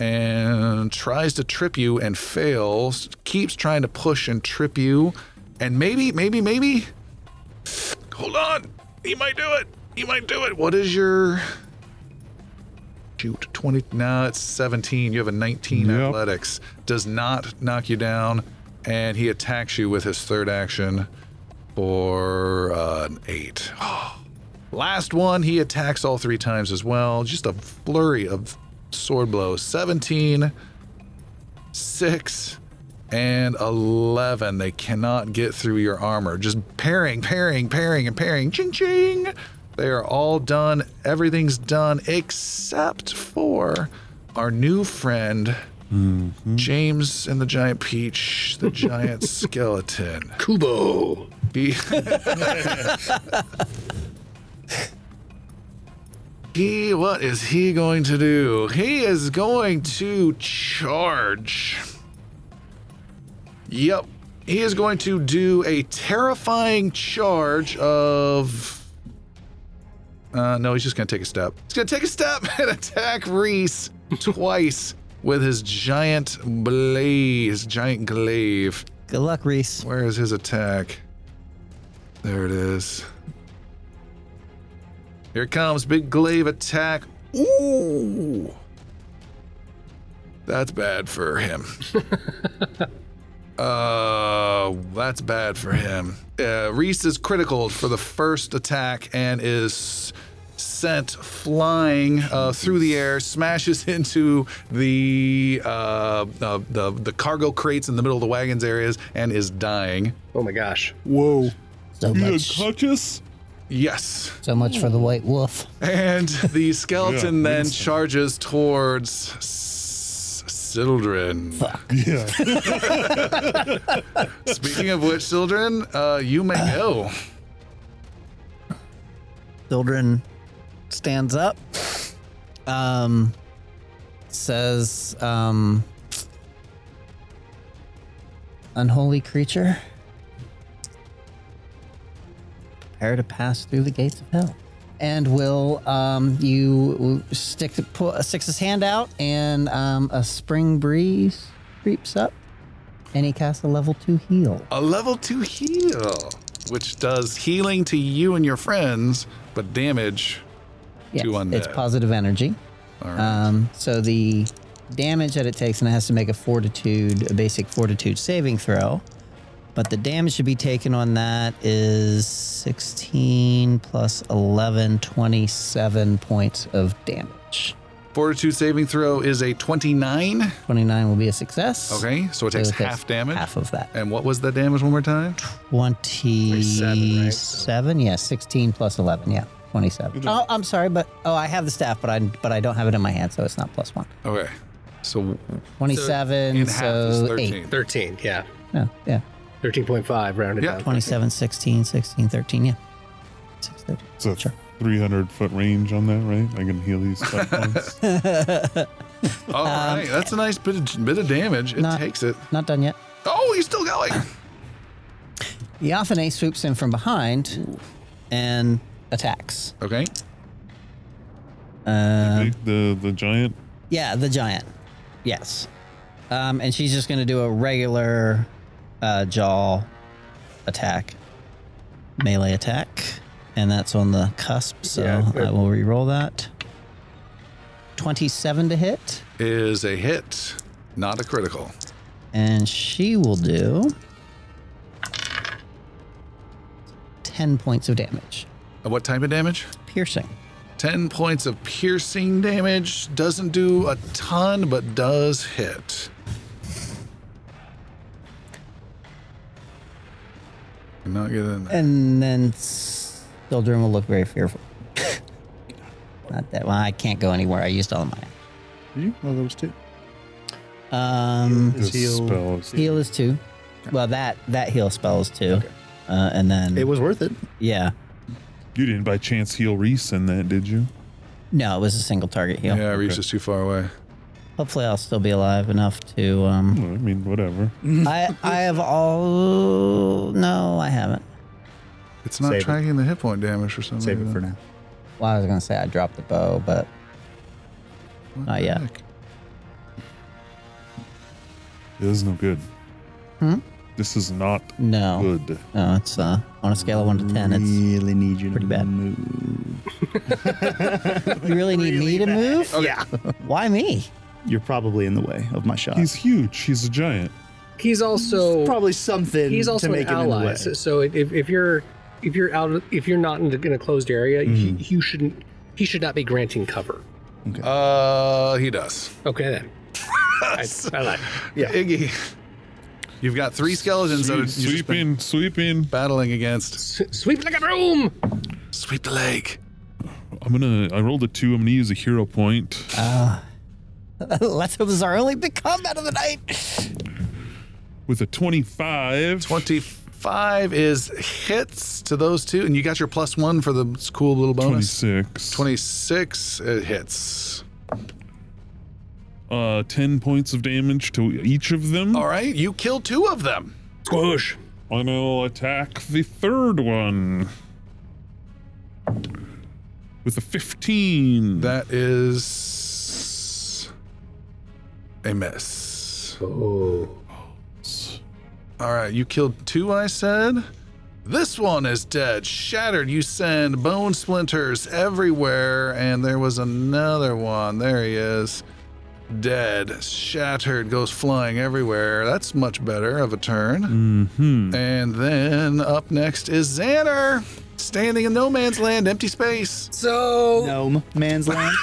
S1: and tries to trip you and fails, keeps trying to push and trip you. And maybe, maybe, maybe. Hold on. He might do it. He might do it. What is your. Shoot, 20. No, it's 17. You have a 19
S6: Yep.
S1: athletics. Does not knock you down. And he attacks you with his third action for uh, an eight. Last one, he attacks all three times as well. Just a flurry of sword blows 17, 6, and 11. They cannot get through your armor. Just pairing, pairing, pairing, and pairing. Ching, ching. They are all done. Everything's done except for our new friend, James and the Giant Peach, the Giant Skeleton.
S4: Kubo.
S1: He He what is he going to do? He is going to charge. Yep. He is going to do a terrifying charge of uh, no, he's just going to take a step. He's going to take a step and attack Reese twice with his giant blaze, giant glaive.
S2: Good luck, Reese.
S1: Where is his attack? There it is. Here it comes, big glaive attack. Ooh. That's bad for him. uh, that's bad for him. Uh, Reese is critical for the first attack and is sent flying uh, through the air, smashes into the, uh, uh, the the cargo crates in the middle of the wagons areas, and is dying.
S4: Oh my gosh.
S6: Whoa.
S2: So
S6: You
S2: much,
S6: unconscious?
S1: Yes.
S2: so much for the white wolf.
S1: And the skeleton then
S6: Yeah, Winston.
S1: charges towards S- Sildren.
S6: Yeah.
S1: Speaking of which, Sildren, uh, you may go.
S2: Children stands up, um, says, um, "Unholy creature, prepare to pass through the gates of hell." And will um, you stick pu- sticks his hand out, and um, a spring breeze creeps up, and he casts a level two heal.
S1: A level two heal, which does healing to you and your friends, but damage.
S2: Yes,
S1: Two undead.
S2: it's positive energy. Um, so the damage that it takes, and it has to make a fortitude, a basic fortitude saving throw. But the damage to be taken on that is 16 plus 11, 27 points of damage.
S1: Fortitude saving throw is a 29.
S2: 29 will be a success.
S1: Okay, so it takes
S2: So it takes
S1: half damage.
S2: Half of that.
S1: And what was the damage one more time?
S2: 27, yeah, 16 plus 11, yeah, 27. Oh, I'm sorry, but, oh, I have the staff, but I, but I don't have it in my hand, so it's not plus one.
S1: Okay. So
S2: 27,
S1: in
S2: so,
S1: half is
S2: 8.
S1: 13.
S4: 13, yeah.
S2: No, yeah.
S4: 13.5 rounded
S1: Yeah.
S4: down.
S2: 27, 16, 16, 13, yeah. 6, 13.
S6: It's a 300 foot range on that, right? I can heal these five points.
S1: All right, that's a nice bit of, bit of damage. It
S2: Um, Not-
S1: takes it.
S2: Not done yet.
S1: Oh, he's still going.
S2: Yafane swoops in from behind and attacks.
S1: Okay.
S2: Um,
S6: Big- the, the giant.
S2: yeah, the giant. Yes. Um, and she's just going to do a regular uh, jaw attack, melee attack. And that's on the cusp, so
S4: Yeah,
S2: I will re-roll that. 27 to hit.
S1: is a hit, not a critical.
S2: And she will do 10 points of damage.
S1: And what type of damage?
S2: Piercing.
S1: 10 points of piercing damage. Doesn't do a ton, but does hit. Not good in
S7: Eh.
S1: that.
S2: And then Sildren will look very fearful. Not that well, I can't go anywhere. I used all of mine.
S7: You? Well, those two. Mm-hmm.
S2: Um
S6: This spell is-
S2: heal is two. Well that that heal spell is two. Uh, and then
S7: It was worth it.
S2: yeah.
S6: You didn't by chance heal Reese in that, did you?
S2: No, it was a single target heal.
S1: Yeah, reaches too far away.
S2: Hopefully, I'll still be alive enough to. Um,
S6: I mean, whatever.
S2: I I have all. No, I haven't.
S1: It's not
S7: Save it.
S1: tracking the hit point damage for some
S7: Save it
S1: reason.
S7: for now.
S2: Well, I was gonna say I dropped the bow, but
S1: What
S2: Not
S1: the
S2: yet.
S1: heck?
S6: This is no good. Hmm? This is not
S2: no,
S6: good.
S2: no, it's uh on a scale of one to ten, it's
S7: really need you
S2: pretty
S7: to
S2: bad.
S7: move.
S2: you really need me to move.
S7: Yeah.
S2: Why me?
S7: You're probably in the way of my shot.
S6: He's huge. He's a giant.
S4: He's also
S7: probably something
S4: he's also
S7: to
S4: an
S7: make him in the
S4: ally.
S7: way.
S4: So, so if, if you're if you're out if you're not in, the, in a closed area, he, you shouldn't he should not be granting cover.
S1: Uh, he does.
S4: Okay then. I, I lied.
S1: Iggy, you've got three skeletons that are you've just been
S6: Sweeping, sweeping.
S1: battling against.
S4: S- Sweep like a broom.
S1: Sweep the leg.
S6: I'm gonna. I rolled a two. I'm gonna use a hero point.
S1: Uh,
S2: Let's hope this is our only big combat of the night.
S6: with a 25.
S1: 25 is hits to those two, and you got your plus one for the cool little bonus.
S6: 26.
S1: 26 it hits.
S6: Uh, 10 points of damage to each of them.
S1: All right, you kill two of them.
S4: Squish.
S6: And I'll attack the third one. With a 15.
S1: That is a miss.
S4: Oh.
S1: All right, you killed two, I said. This one is dead, shattered. You send bone splinters everywhere. And there was another one. There he is. Dead, shattered, goes flying everywhere. That's much better of a turn. Mm-hmm. And then up next is Xander, standing in no man's land, empty space.
S4: So
S7: Gnome man's land.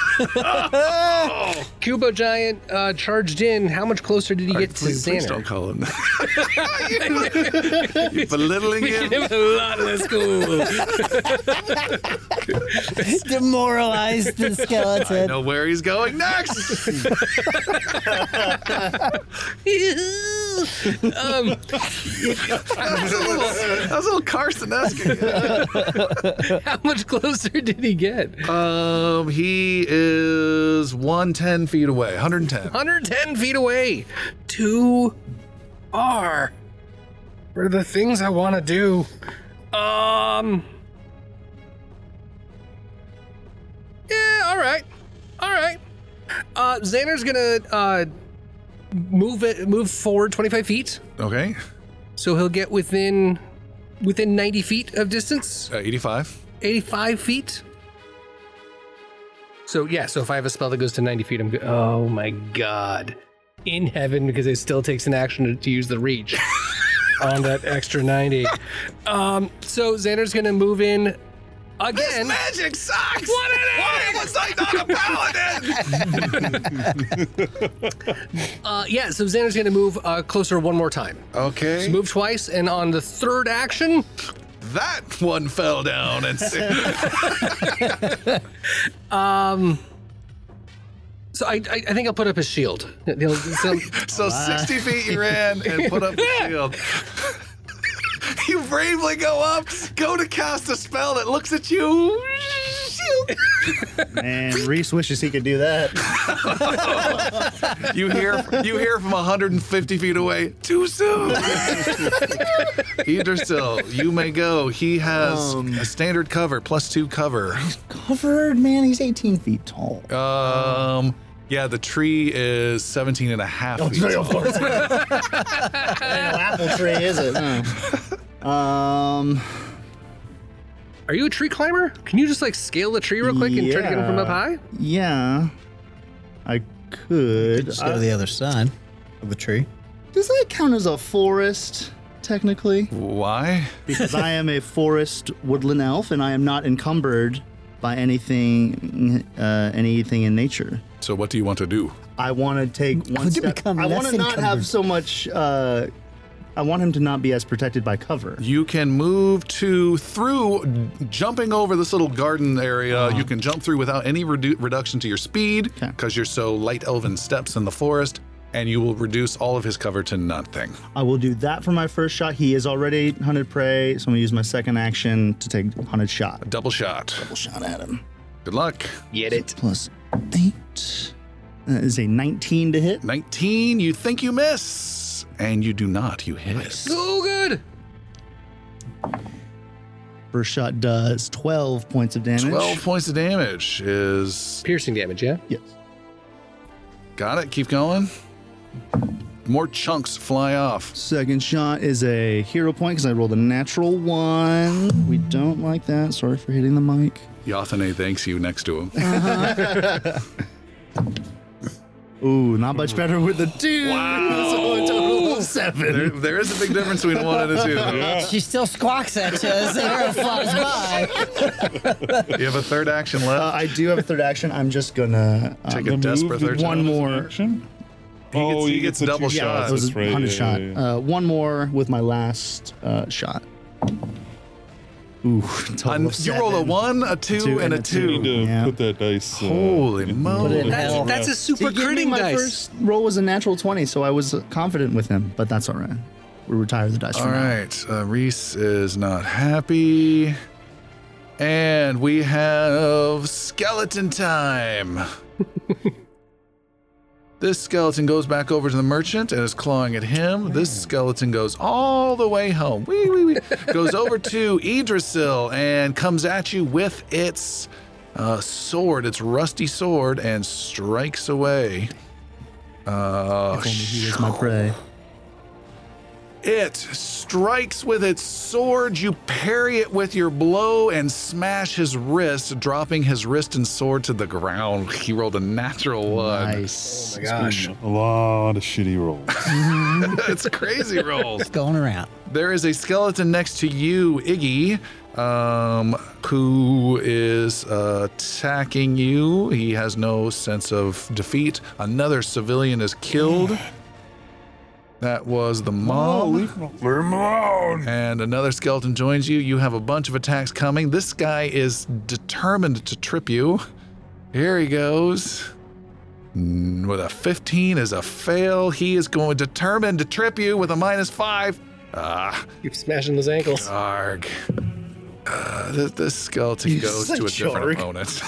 S4: Cubo Giant uh, charged in. How much closer did he get to
S1: Please, please don't
S4: Xander?
S1: call him. You're belittling him.
S4: It was a lot less cool.
S2: Demoralize the
S1: I
S2: skeleton.
S1: know where he's going next.
S4: um,
S1: That's a little, that's a little Carson-esque.
S4: how much closer did he get?
S1: Um, he is 110 feet away, 110.
S4: 110 feet away. Two are for the things I want to do. Um. Yeah, all right, all right. Uh, Xander's gonna uh move it, move forward 25 feet,
S1: Okay,
S4: so he'll get within within 90 feet of distance,
S1: uh, 85.
S4: 85 feet. So yeah, so if I have a spell that goes to 90 feet, I'm go- oh my god, in heaven because it still takes an action to, to use the reach on that extra 90. Um, so Xander's gonna move in again.
S1: Magic sucks. What Why was I not a paladin?
S4: Uh, yeah, so Xander's gonna move uh, closer one more time.
S1: Okay,
S4: Move twice, and on the third action,
S1: that one fell down and s-
S4: so I, I, I think I'll put up his shield. He'll- so-
S1: so 60 feet you ran and put up the shield. you bravely go up, go to cast a spell that looks at you. Shield.
S7: Man, Reese wishes he could do that.
S1: You hear you hear from 150 feet away. Too soon. Yggdrasil, you may go. He has a standard cover plus two cover.
S7: Covered, man. He's 18 feet tall.
S1: Um, yeah, the tree is 17 and a half feet. tall.
S7: apple tree, is it? Um,
S4: are you a tree climber? Can you just like scale the tree real quick and try to get him from up
S7: Yeah.
S4: high?
S7: yeah, I could.
S2: Just go
S7: Uh,
S2: to the other side of the tree.
S7: does that count as a forest, technically?
S1: Why?
S7: Because I am a forest woodland elf, and I am not encumbered by anything, uh, anything in nature.
S1: So what do you want to do?
S7: I want to take one
S2: to
S7: step.
S2: become
S7: I want
S2: less
S7: to not
S2: encumbered.
S7: have so much. Uh, I want him to not be as protected by cover.
S1: You can move to through jumping over this little garden area. You can jump through without any redu- reduction to your speed because you're so light elven steps in the forest, and you will reduce all of his cover to nothing.
S7: I will do that for my first shot. He is already hunted prey, so I'm gonna use my second action to take hunted shot.
S1: Double shot.
S7: Double shot at him.
S1: Good luck.
S4: Get it.
S7: Plus eight. That is a 19 to hit.
S1: 19, you think you miss, and you do not. You hit.
S4: So good.
S7: First shot does 12 points of damage.
S1: 12 points of damage is.
S4: Piercing damage, yeah?
S7: Yes.
S1: Got it. Keep going. More chunks fly off.
S7: Second shot is a hero point because I rolled a natural one. We don't like that. Sorry for hitting the mic.
S1: Yathane thanks you next to him.
S7: Ooh, not much better with the two. Wow. so a total of
S1: there,
S7: seven.
S1: there is a big difference between one and a two.
S2: She still squawks at you as the arrow flies by.
S1: You have a third action left.
S7: Uh, I do have a third action. I'm just gonna uh,
S1: Take
S6: The
S1: a
S6: move
S1: desperate
S6: is
S1: third
S7: one
S1: shot.
S7: more.
S6: Action?
S1: gets- he gets
S6: a
S1: double
S6: two
S1: shot. That
S7: uh,
S6: shots,
S7: That was
S6: that's
S7: a
S6: right,
S7: hundred
S6: yeah,
S7: shot.
S6: yeah, yeah.
S7: Uh, one more with my last uh, shot. Ooh, total
S1: An-
S7: of
S1: you roll a
S7: seven.
S1: one, a two,
S7: Two
S1: and a
S7: and a
S6: You
S1: two.
S6: need to
S7: Yeah.
S6: put that dice. uh,
S1: Holy
S6: in-
S1: moly.
S7: Put it in
S4: That's,
S7: hell.
S4: that's a
S7: See,
S4: super
S7: he gave me
S4: critting
S7: my
S4: dice.
S7: first roll was a natural twenty, so I was confident with him. But that's all right. We retire the dice.
S1: All
S7: for now.
S1: right. Uh, Reese is not happy. And we have skeleton time. this skeleton goes back over to the merchant and is clawing at him. This skeleton goes all the way home. Wee, wee, wee. goes over to Idrisil and comes at you with its uh, sword, its rusty sword, and strikes away. Uh,
S7: If only he was my prey.
S1: it strikes with its sword. You parry it with your blow and smash his wrist, dropping his wrist and sword to the ground. He rolled a natural one. Oh,
S7: Nice.
S4: Gosh.
S6: A lot of shitty rolls.
S1: it's crazy rolls.
S2: Going around.
S1: There is a skeleton next to you, Iggy, um, who is attacking you. He has no sense of defeat. Another civilian is killed. That was the
S6: Oh,
S1: mob.
S5: Leave him alone.
S1: Oh, and another skeleton joins you. You have a bunch of attacks coming. This guy is determined to trip you. Here he goes. Mm, With a 15 is a fail. He is going determined to trip you with a minus five. Ah,
S4: Keep smashing those ankles.
S1: arg. Uh, this, this skeleton goes
S7: said
S1: to a different
S7: jarg.
S1: opponent.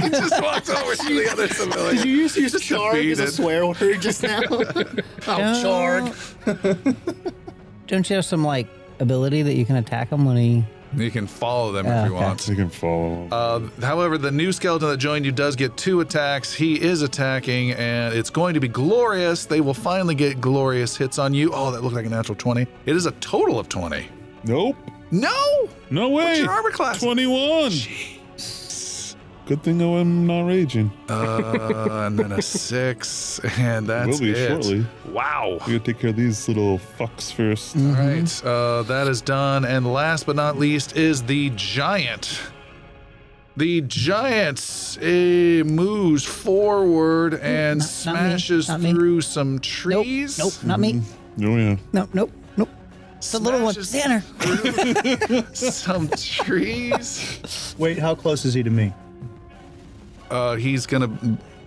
S1: he just walks over to the other civilian.
S7: Did you use, use charg as a
S1: defeated.
S7: swear word just now? oh, charg.
S2: Don't you have some like ability that you can attack him when he?
S1: You can follow them
S2: Yeah,
S1: if you
S2: okay.
S1: want.
S6: you can follow.
S1: Uh, however, the new skeleton that joined you does get two attacks. He is attacking, and it's going to be glorious. They will finally get glorious hits on you. Oh, that looked like a natural 20. It is a total of 20.
S6: nope.
S1: No!
S6: No way.
S1: your armor class?
S6: 21. Good thing I'm not raging.
S1: Uh, and then a six, and that's
S6: Will be
S1: it.
S6: shortly.
S1: Wow.
S6: We gotta take care of these little fucks first.
S1: All right, uh, that is done. And last but not least is the giant. The giant eh, moves forward and
S2: Mm, not me,
S1: smashes
S2: not me.
S1: through some
S2: Nope.
S1: trees.
S2: Nope. Not me.
S1: Hmm.
S6: Oh yeah.
S2: Nope. Nope. Nope. The little one.
S1: Smashes through
S2: Xander.
S1: some trees.
S7: Wait, how close is he to me?
S1: Uh, he's gonna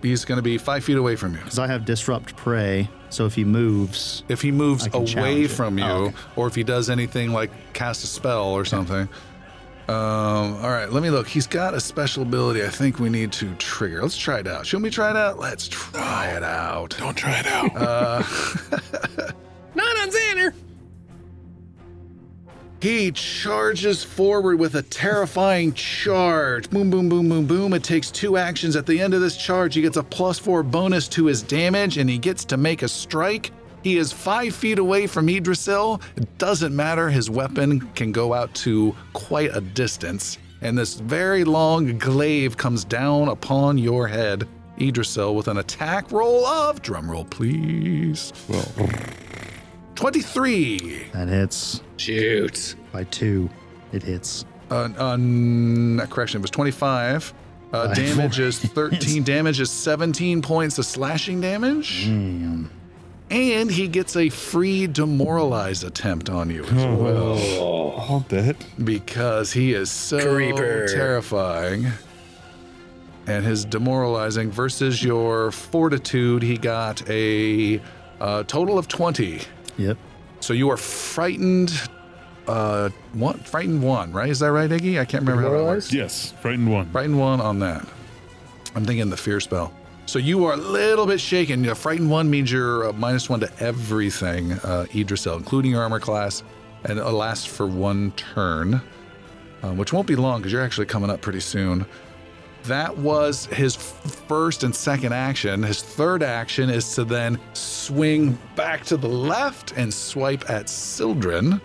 S1: he's gonna be five feet away from you.
S7: Because I have disrupt prey, so if he moves,
S1: If he moves
S7: I can
S1: away
S7: challenge it.
S1: from you,
S7: Oh, okay.
S1: or if he does anything like cast a spell or something. Um, all right, let me look. He's got a special ability I think we need to trigger. Let's try it out. Shouldn't we try it out? Let's try it out.
S5: Don't try it out.
S4: Not on Xander.
S1: He charges forward with a terrifying charge. Boom, boom, boom, boom, boom. It takes two actions. At the end of this charge, he gets a plus four bonus to his damage and he gets to make a strike. He is five feet away from Idrisil. It doesn't matter. His weapon can go out to quite a distance. And this very long glaive comes down upon your head. Idrisil with an attack roll of, drumroll please,
S6: Well,
S1: 23.
S7: that hits
S4: Shoot.
S7: by two. It hits.
S1: Uh, uh, n- correction, it was 25. Uh,
S7: By
S1: damage
S7: four.
S1: is 13. damage is 17 points of slashing damage. And he gets a free demoralize attempt on you as well
S6: all that.
S1: because he is so
S4: Creeper.
S1: terrifying. And his demoralizing versus your fortitude, he got a uh, total of 20.
S7: Yep.
S1: So you are frightened. Uh, one frightened one, right? Is that right, Oh, Iggy? I can't remember how that works.
S4: Demoralized?
S6: Yes, frightened one.
S1: Brighten one on that. I'm thinking the fear spell. So you are a little bit shaken. A frightened one means you're uh, minus one to everything, uh, Idrisil, including your armor class, and it lasts for one turn, um, which won't be long because you're actually coming up pretty soon. That was his f- first and second action. His third action is to then swing back to the left and swipe at Sildren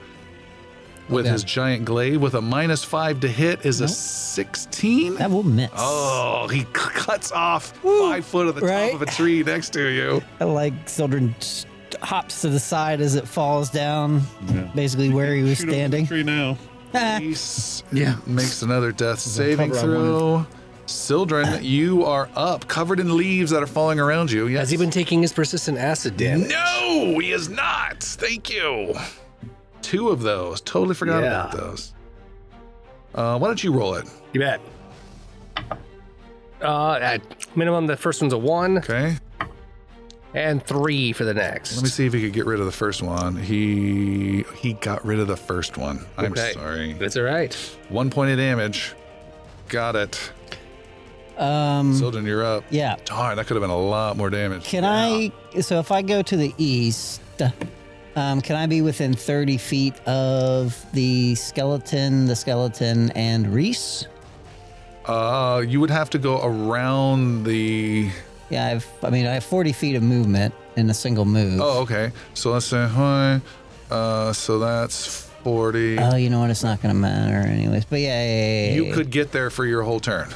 S1: with
S2: Okay.
S1: his giant glaive with a minus five to hit is a 16.
S2: That will miss.
S1: Oh, he c- cuts off five foot of the
S2: right?
S1: top of a tree next to you.
S2: I like Sildren just hops to the side as it falls down, basically where he was
S6: Shoot up the
S2: standing.
S6: Tree now.
S2: Ah,
S1: He s-
S7: Yeah.
S1: makes another death saving
S7: cover I wanted.
S1: throw. Sildren, you are up, covered in leaves that are falling around you. Yes.
S4: Has he been taking his persistent acid damage?
S1: No, he is not. Thank you. Two of those. Totally forgot
S4: Yeah.
S1: about those. Uh, why don't you roll it?
S4: You bet. Uh, at minimum, the first one's a one
S1: Okay.
S4: and three for the
S1: Let me
S4: next.
S1: see if he could get rid of the first one. He he got rid of the first one. I'm
S4: Okay.
S1: sorry.
S4: That's all right.
S1: One point of damage. Got it.
S2: um,
S1: Sildren, you're up.
S2: yeah.
S1: Darn, that could have been a lot more damage.
S2: Can I? So if I go to the east, um, can I be within thirty feet of the skeleton, the skeleton, and Reese?
S1: Uh, you would have to go around the.
S2: Yeah, I've. I mean, I have forty feet of movement in a single move.
S1: Oh, okay. So let's say hi. Uh, so that's forty.
S2: Oh, you know what? It's not gonna matter anyways. But yeah, yeah, yeah, yeah,
S1: you
S2: yeah.
S1: could get there for your whole turn.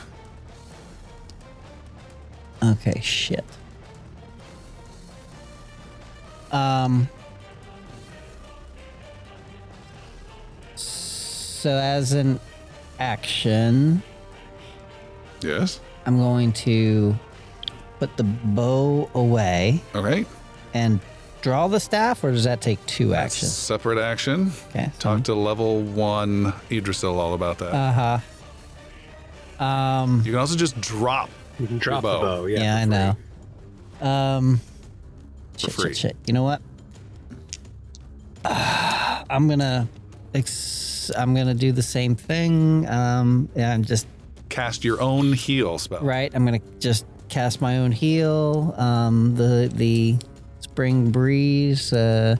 S2: Okay, shit. Um. So as an action,
S1: Yes.
S2: I'm going to put the bow away
S1: Okay.
S2: and draw the staff, or does that take two actions?
S1: Separate action.
S2: Okay.
S1: Talk to level one Idrisil all about that.
S2: Uh huh. Um.
S1: you can also just drop.
S4: You can drop
S1: bow.
S4: the bow. Yeah,
S2: Yeah, I know. Um. Shit,
S1: free.
S2: shit, shit. You know what? Ah, I'm gonna. Ex- I'm gonna do the same thing. Um. Yeah, I'm just
S1: Cast your own heal spell.
S2: right. I'm gonna just cast my own heal. Um. The the spring breeze. Uh.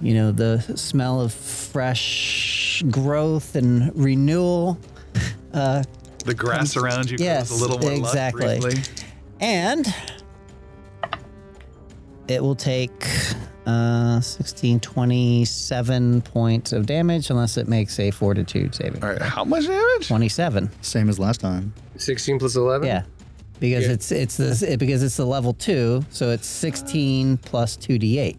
S2: You know the smell of fresh growth and renewal.
S1: The grass around you
S2: Yes,
S1: grows a little more lush
S2: exactly.
S1: briefly.
S2: And it will take uh, 16, 27 points of damage unless it makes a fortitude saving.
S1: All right. How much damage?
S2: 27.
S7: Same as last time.
S4: Sixteen plus eleven.
S2: Yeah. Because it's it's this it, because it's the level 2, so it's 16 plus 2d8.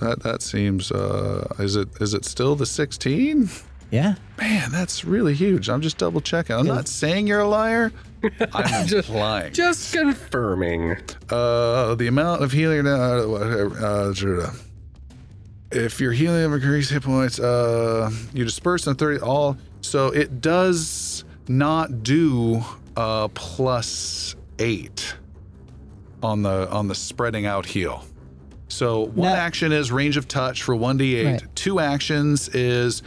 S1: That that seems. Uh, is it is it still the sixteen?
S2: Yeah.
S1: Man, that's really huge. I'm just double checking. I'm not saying you're a liar. I'm just lying.
S4: Just confirming.
S1: Uh, the amount of healing. Uh, uh, uh, if your healing increases hit points, uh, you disperse on 30 all. So it does not do uh, plus eight on the on the spreading out heal. So one
S2: No.
S1: action is range of touch for 1d8.
S2: Right.
S1: Two actions is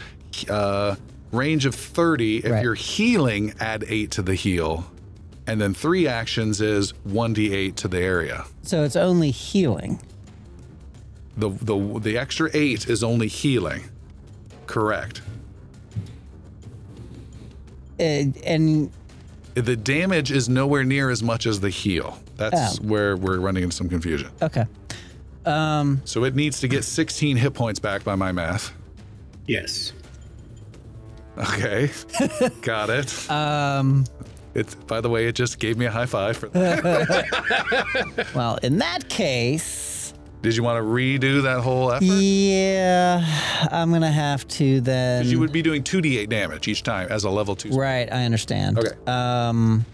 S1: uh, range of 30 if
S2: Right.
S1: you're healing, add 8 to the heal. And then three actions is 1d8 to the area.
S2: So it's only healing.
S1: The the the extra 8 is only healing. Correct.
S2: And- and
S1: The damage is nowhere near as much as the heal. That's
S2: Oh.
S1: where we're running into some confusion.
S2: okay. Um
S1: So it needs to get 16 hit points back by my math.
S4: Yes.
S1: Okay. Got it.
S2: um
S1: It's by the way, it just gave me a high five for that.
S2: well, in that case,
S1: Did you want to redo that whole effort?
S2: yeah, I'm going to have to then
S1: You would be doing 2d8 damage each time as a level 2.
S2: Mm-hmm. Right, I understand.
S1: Okay.
S2: Um,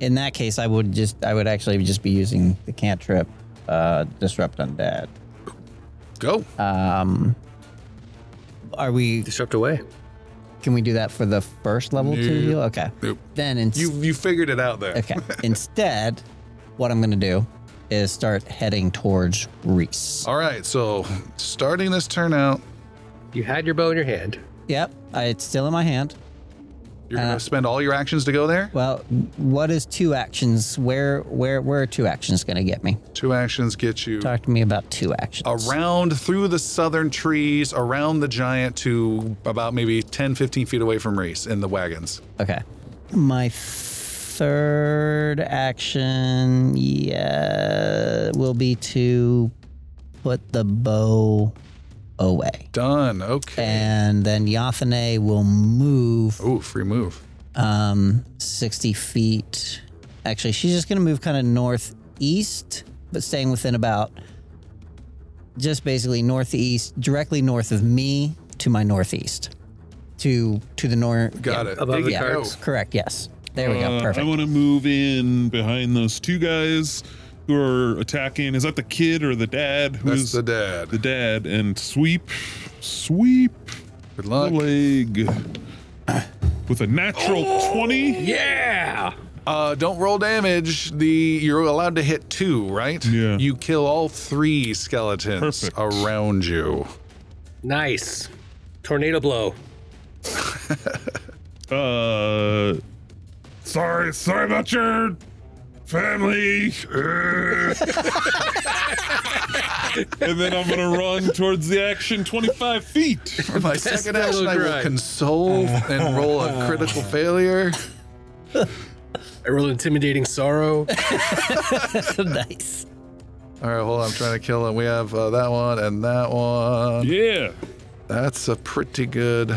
S2: in that case, I would just, I would actually just be using the cantrip, uh, disrupt undead.
S1: Go.
S2: Um, are we?
S4: Disrupt away.
S2: Can we do that for the first level two
S1: Nope.
S2: heal? Okay.
S1: Nope.
S2: Then in,
S1: You you figured it out there.
S2: okay. Instead, what I'm gonna do is start heading towards Reese.
S1: All right, so starting this turn out,
S4: You had your bow in your hand.
S2: Yep, I, it's still in my hand.
S1: You're going to spend all your actions to go there?
S2: Well, what is two actions? Where where where are two actions going to get me?
S1: Two actions get you
S2: Talk to me about two actions.
S1: around through the southern trees, around the giant to about maybe 10, 15 feet away from Reese in the wagons.
S2: Okay. My third action, yeah, will be to put the bow away.
S1: Done. Okay.
S2: And then Yathane will move
S1: Ooh, free move.
S2: um, 60 feet. Actually, she's just going to move kind of northeast, but staying within about just basically northeast, directly north of me to my northeast. To to the north.
S1: Got it. Above
S4: the carts.
S2: Correct. Yes. There we go.
S6: Uh, I
S2: Perfect.
S6: want to move in behind those two guys who are attacking. Is that the kid or the dad?
S1: That's
S6: Who's
S1: the dad.
S6: the dad? And sweep, sweep
S1: Good
S6: the
S1: luck.
S6: leg with a natural twenty.
S4: Yeah.
S1: Uh, don't roll damage. The you're allowed to hit two, right?
S6: Yeah.
S1: You kill all three skeletons
S6: Perfect.
S1: around you.
S4: Nice. Tornado blow.
S6: Uh,
S5: Sorry, sorry about your family. Uh,
S6: and then I'm gonna run towards the action twenty-five feet.
S1: For my second
S4: fellow
S1: action, I will
S4: grind.
S1: console and roll a critical failure.
S4: I roll intimidating sorrow.
S2: nice.
S1: All right, hold on. I'm trying to kill him. We have uh, that one and that one.
S6: Yeah.
S1: That's a pretty good,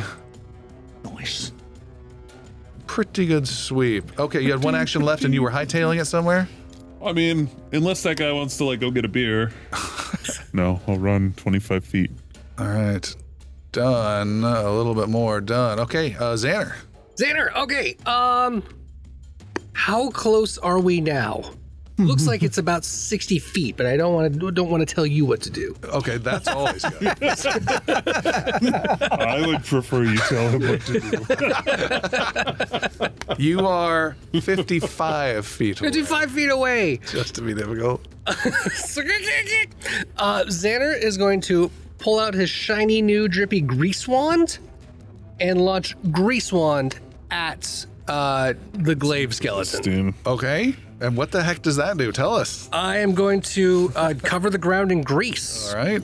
S7: Nice.
S1: pretty good sweep. Okay, you had one action left, and you were hightailing it somewhere.
S6: I mean, unless that guy wants to like go get a beer. no, I'll run 25 feet.
S1: All right, done. A little bit more done. Okay, uh, Xander.
S4: Xander, okay. Um how close are we now? Looks like it's about 60 feet, but I don't want to don't want to tell you what to do.
S1: Okay, that's always good.
S6: I would prefer you tell him what to do.
S1: You are 55 feet. away,
S4: 55 feet away.
S1: Just to be difficult.
S4: Uh, Xander is going to pull out his shiny new drippy grease wand and launch grease wand at uh, the glaive skeleton.
S6: Damn.
S1: Okay. And what the heck does that do? Tell us.
S4: I am going to uh, cover the ground in grease.
S1: All right.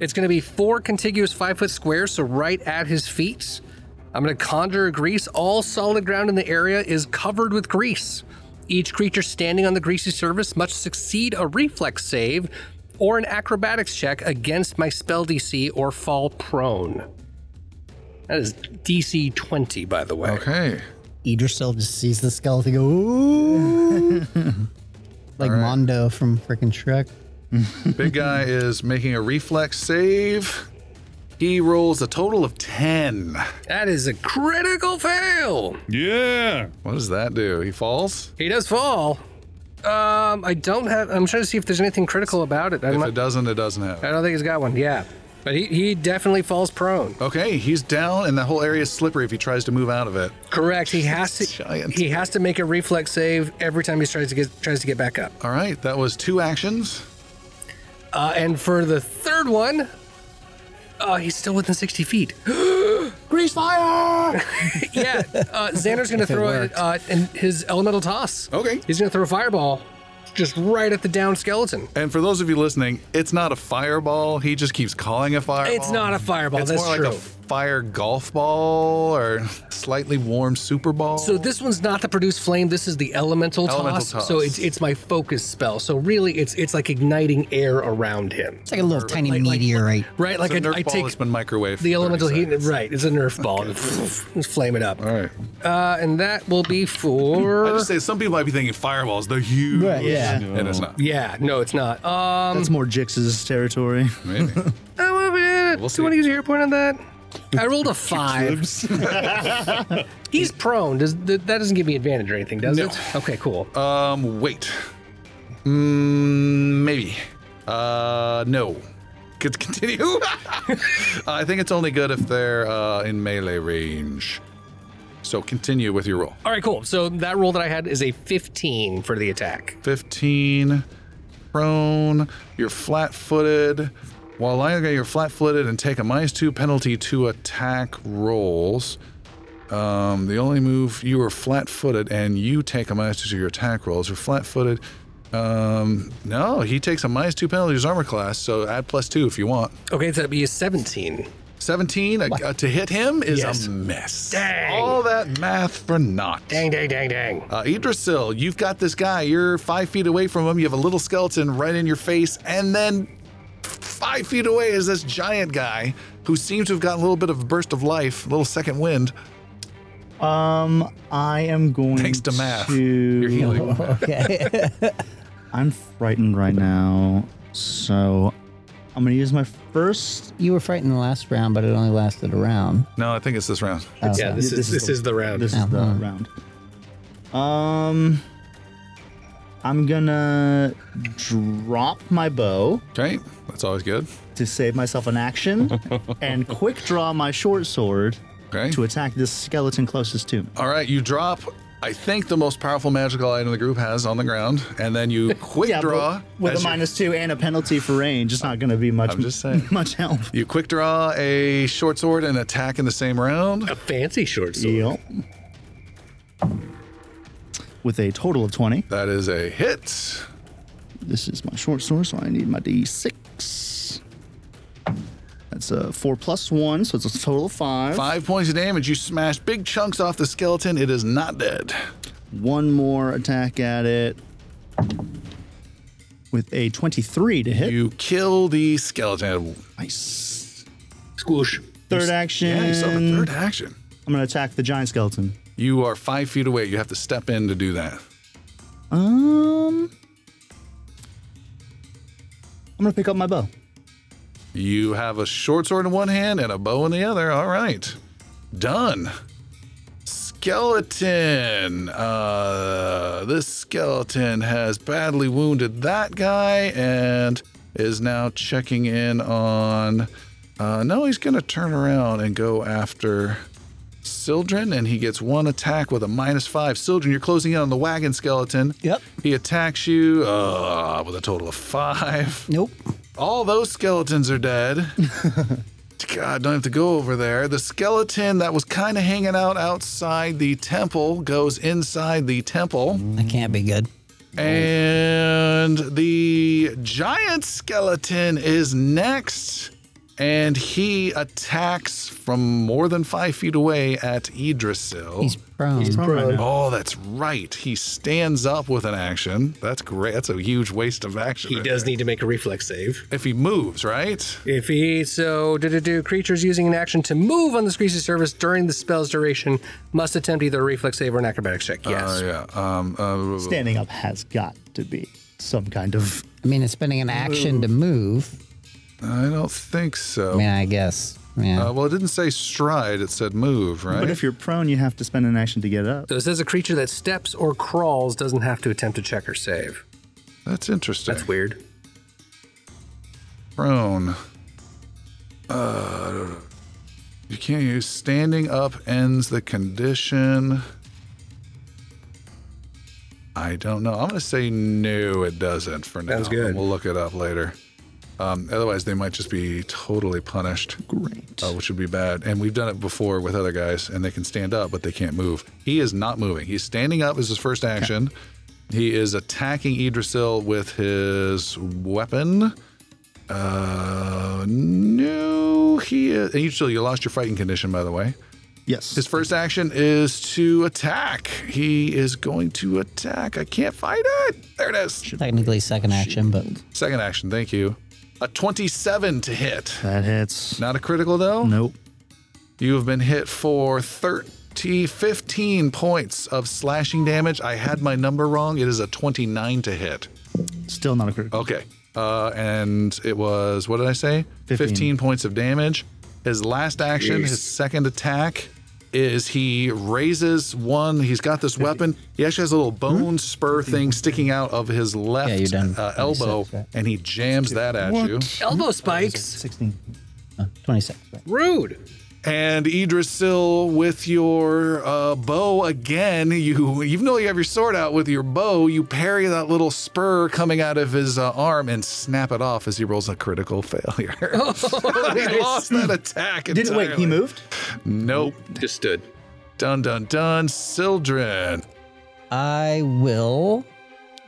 S4: It's going to be four contiguous five foot squares, so right at his feet. I'm going to conjure grease. All solid ground in the area is covered with grease. Each creature standing on the greasy surface must succeed a reflex save or an acrobatics check against my spell DC or fall prone. That is DC 20, by the way.
S1: Okay.
S9: Eat yourself just sees the skeleton go, ooh. like Mondo from freaking Shrek.
S1: Big guy is making a reflex save. He rolls a total of 10.
S4: That is a critical fail.
S6: Yeah.
S1: What does that do? He falls?
S4: He does fall. Um, I don't have. I'm trying to see if there's anything critical about it. I'm
S1: If
S4: not-
S1: it doesn't, it doesn't
S4: I
S1: happen.
S4: don't think he's got one. Yeah, but he, he definitely falls prone.
S1: Okay, he's down, and the whole area is slippery if he tries to move out of it.
S4: Correct. He has to
S1: Giant.
S4: he has to make a reflex save every time he tries to get tries to get back up.
S1: All right, that was two actions.
S4: Uh, and for the third one, uh, he's still within sixty feet.
S1: Grease fire!
S4: yeah, uh, Xander's gonna throw it uh, in his elemental toss.
S1: Okay.
S4: He's gonna throw a fireball, just right at the down skeleton.
S1: And for those of you listening, it's not a fireball. He just keeps calling a fireball.
S4: It's not a fireball.
S1: It's
S4: that's
S1: more
S4: true.
S1: like a fire golf ball or slightly warm super ball.
S4: So this one's not the produce flame. This is the elemental,
S1: Elemental
S4: toss,
S1: toss.
S4: So it's it's my focus spell. So really, it's it's like igniting air around him,
S9: It's like a little tiny meteorite.
S4: right? Like
S1: It's a
S4: I,
S1: Nerf
S4: I
S1: ball
S4: take
S1: that's been microwaved.
S4: the
S1: for 30
S4: elemental heat.
S1: seconds.
S4: Right, it's a Nerf ball. Just flame it up,
S1: All right.
S4: uh, and that will be for.
S1: I just say some people might be thinking fireballs. They're huge.
S9: Right, yeah.
S1: And it's not.
S4: yeah, no, it's not. Um,
S3: That's more Jix's territory.
S1: Maybe.
S4: I want to. do
S1: see.
S4: you want to use your hero point on that? I rolled a five. He's prone. Does that that doesn't give me advantage or anything, does it? Okay, cool.
S1: Um, wait. Mm, maybe. Uh, no. Could continue. Uh, I think it's only good if they're uh, in melee range. So continue with your roll.
S4: All right, cool. So that roll that I had is a fifteen for the attack.
S1: 15 prone you're flat-footed while lying you're flat-footed and take a minus two penalty to attack rolls Um, the only move you are flat-footed, and you take a minus two to your attack rolls. You're flat-footed. Um, no, he takes a minus two penalty to his armor class, so add plus two if you want.
S4: Okay, so that'd be a 17.
S1: 17 uh, uh, to hit him is
S4: Yes.
S1: a mess.
S4: Dang.
S1: All that math for naught.
S4: Dang, dang, dang, dang.
S1: Uh, Yggdrasil, you've got this guy. You're five feet away from him. You have a little skeleton right in your face. And then five feet away is this giant guy who seems to have gotten a little bit of a burst of life, a little second wind.
S7: Um, I am going
S1: Thanks to math. You're
S7: to-
S1: healing.
S2: Okay.
S7: I'm frightened right now, so I'm gonna use my first.
S2: you were frightened the last round, but it only lasted a round.
S1: no, I think it's this round.
S4: yeah, this, is, this is the round.
S7: This is the
S2: Uh-huh.
S7: round. Um, I'm gonna drop my bow
S1: Okay, that's always good.
S7: to save myself an action, and quick draw my short sword
S1: Okay.
S7: to attack this skeleton closest to me.
S1: All right, you drop, I think, the most powerful magical item the group has on the ground. And then you quick
S7: Yeah, but
S1: draw.
S7: with
S1: as
S7: a
S1: you-
S7: minus two and a penalty for range, it's not gonna be much.
S1: I'm just saying.
S7: much help.
S1: You quick draw a short sword and attack in the same round.
S4: a fancy short sword.
S7: Yep. With a total of 20.
S1: That is a hit.
S7: This is my short sword, so I need my d6. That's a 4 plus 1, so it's a total of 5.
S1: Five points of damage. You smash big chunks off the skeleton. It is not dead.
S7: One more attack at it. With a 23 to hit.
S1: You kill the skeleton.
S7: nice.
S4: Squish.
S7: Third action.
S1: Yeah, you still have a third action.
S7: I'm going to attack the giant skeleton.
S1: You are five feet away. You have to step in to do that.
S7: Um. I'm going to pick up my bow.
S1: You have a short sword in one hand and a bow in the other. All right. Done. Skeleton. Uh, this skeleton has badly wounded that guy and is now checking in on. Uh, no, he's going to turn around and go after Sildren, and he gets one attack with a minus five. Sildren, you're closing in on the wagon skeleton.
S2: Yep.
S1: He attacks you uh, with a total of five.
S2: Nope.
S1: All those skeletons are dead. God, don't have to go over there. The skeleton that was kind of hanging out outside the temple goes inside the temple.
S2: That can't be good.
S1: And the giant skeleton is next. And he attacks from more than five feet away at Yggdrasil.
S2: He's prone.
S1: oh, that's right. He stands up with an action. That's great. That's a huge waste of action.
S4: He
S1: right
S4: does
S1: there.
S4: need to make a reflex save.
S1: If he moves, right?
S4: If he so do do do creatures using an action to move on this greasy surface during the spell's duration must attempt either a reflex save or an acrobatics check. Yes.
S1: Oh, yeah. Um, uh,
S7: Standing up has got to be some kind of
S2: I mean, it's spending an action to move.
S1: I don't think
S2: I
S1: so.
S2: mean, I guess. Yeah.
S1: Uh, well, it didn't say stride; it said move, right?
S7: But if you're prone, you have to spend an action to get up.
S4: So it says a creature that steps or crawls doesn't have to attempt a check or save.
S1: That's interesting.
S4: That's weird.
S1: Prone. Uh, you can't use standing up ends the condition. I don't know. I'm gonna say no. It doesn't for now.
S4: Sounds good.
S1: We'll look it up later. Um, otherwise, they might just be totally punished. Great. Uh, which would be bad. And we've done it before with other guys, and they can stand up, but they can't move. He is not moving. He's standing up as his first action. He is attacking Yggdrasil with his weapon. Uh, no, he is. And Yggdrasil, you lost your fighting condition, by the way.
S7: Yes.
S1: His first action is to attack. He is going to attack. I can't find it. There it is.
S2: Technically, second action, but
S1: Second action, thank you. A 27 to hit.
S7: that hits.
S1: Not a critical though.
S7: Nope.
S1: You have been hit for 30, 15 points of slashing damage. I had my number wrong. It is a 29 to hit.
S7: Still not a critical.
S1: Okay. Uh, and it was, what did I say? 15,
S7: 15.
S1: points of damage. His last action, his second attack, is he raises one. He's got this weapon. He actually has a little bone spur thing sticking out of his left
S2: Hmm? you're done.
S1: uh, elbow, and he jams that at you.
S4: Elbow spikes.
S9: 16.
S2: uh, 26. right.
S4: Rude.
S1: And Idrisil, with your uh, bow again, you even though you have your sword out with your bow, you parry that little spur coming out of his uh, arm and snap it off as he rolls a critical failure. he lost that attack.
S7: Didn't wait. He
S1: entirely.
S7: moved.
S1: Nope.
S4: Just stood.
S1: Dun dun dun, Sildren.
S2: I will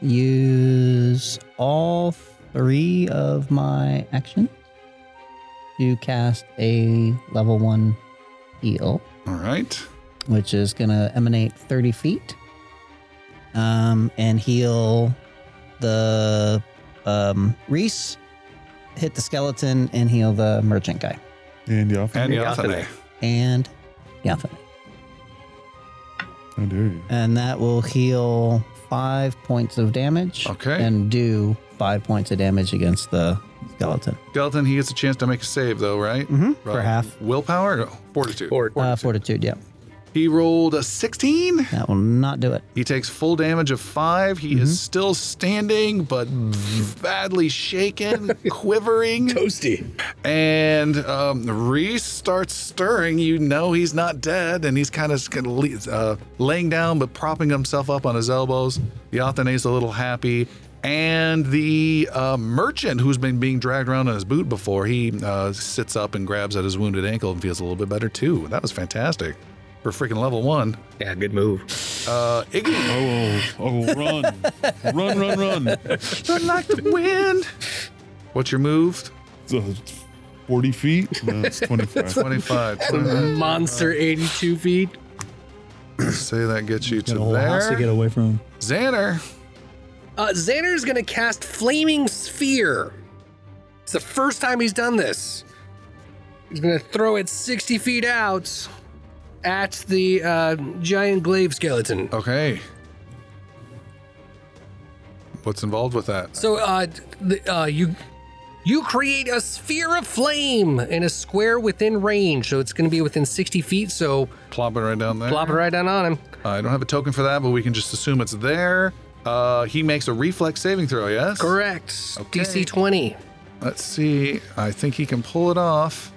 S2: use all three of my actions to cast a level one heal,
S1: All right.
S2: which is going to emanate 30 feet um, and heal the um, Reese, hit the skeleton, and heal the merchant guy.
S6: And yeah,
S1: And
S4: Yathane.
S1: Yathane.
S2: And Yathan.
S6: how dare you?
S2: and that will heal five points of damage.
S1: Okay.
S2: And do five points of damage against the skeleton.
S1: Skeleton, he gets a chance to make a save though, right?
S2: Mm-hmm.
S1: Right.
S2: For half.
S1: Willpower? No, fortitude.
S4: Fort.
S2: Uh, fortitude, yeah.
S1: He rolled a 16.
S2: That will not do it.
S1: He takes full damage of five. He is still standing, but badly shaken, quivering.
S4: Toasty.
S1: And um, Reese starts stirring. You know he's not dead, and he's kind of uh, laying down but propping himself up on his elbows. Yathane's a little happy. And the uh, merchant who's been being dragged around on his boot before, he uh, sits up and grabs at his wounded ankle and feels a little bit better too. That was fantastic. For freaking level one.
S4: Yeah, good move.
S1: Uh, Iggy.
S6: Oh, oh, run, run, run, run!
S1: Run like the wind. What's your move?
S6: So, Forty feet? No, it's twenty-five.
S1: 25.
S4: Monster 82 feet.
S1: Say that gets you to
S7: Got a whole house to get
S1: there.
S7: away from. him.
S1: Xander.
S4: Uh, Xander's gonna cast Flaming Sphere. It's the first time he's done this. He's gonna throw it 60 feet out at the uh, giant glaive skeleton.
S1: Okay. What's involved with that?
S4: So uh, the, uh, you you create a sphere of flame in a square within range. So it's gonna be within 60 feet. So
S1: Plopping right down there. Uh,
S4: plop it right down on him.
S1: I don't have a token for that, but we can just assume it's there. Uh, he makes a reflex saving throw, yes?
S4: Correct.
S1: Okay.
S4: DC 20.
S1: Let's see. I think he can pull it off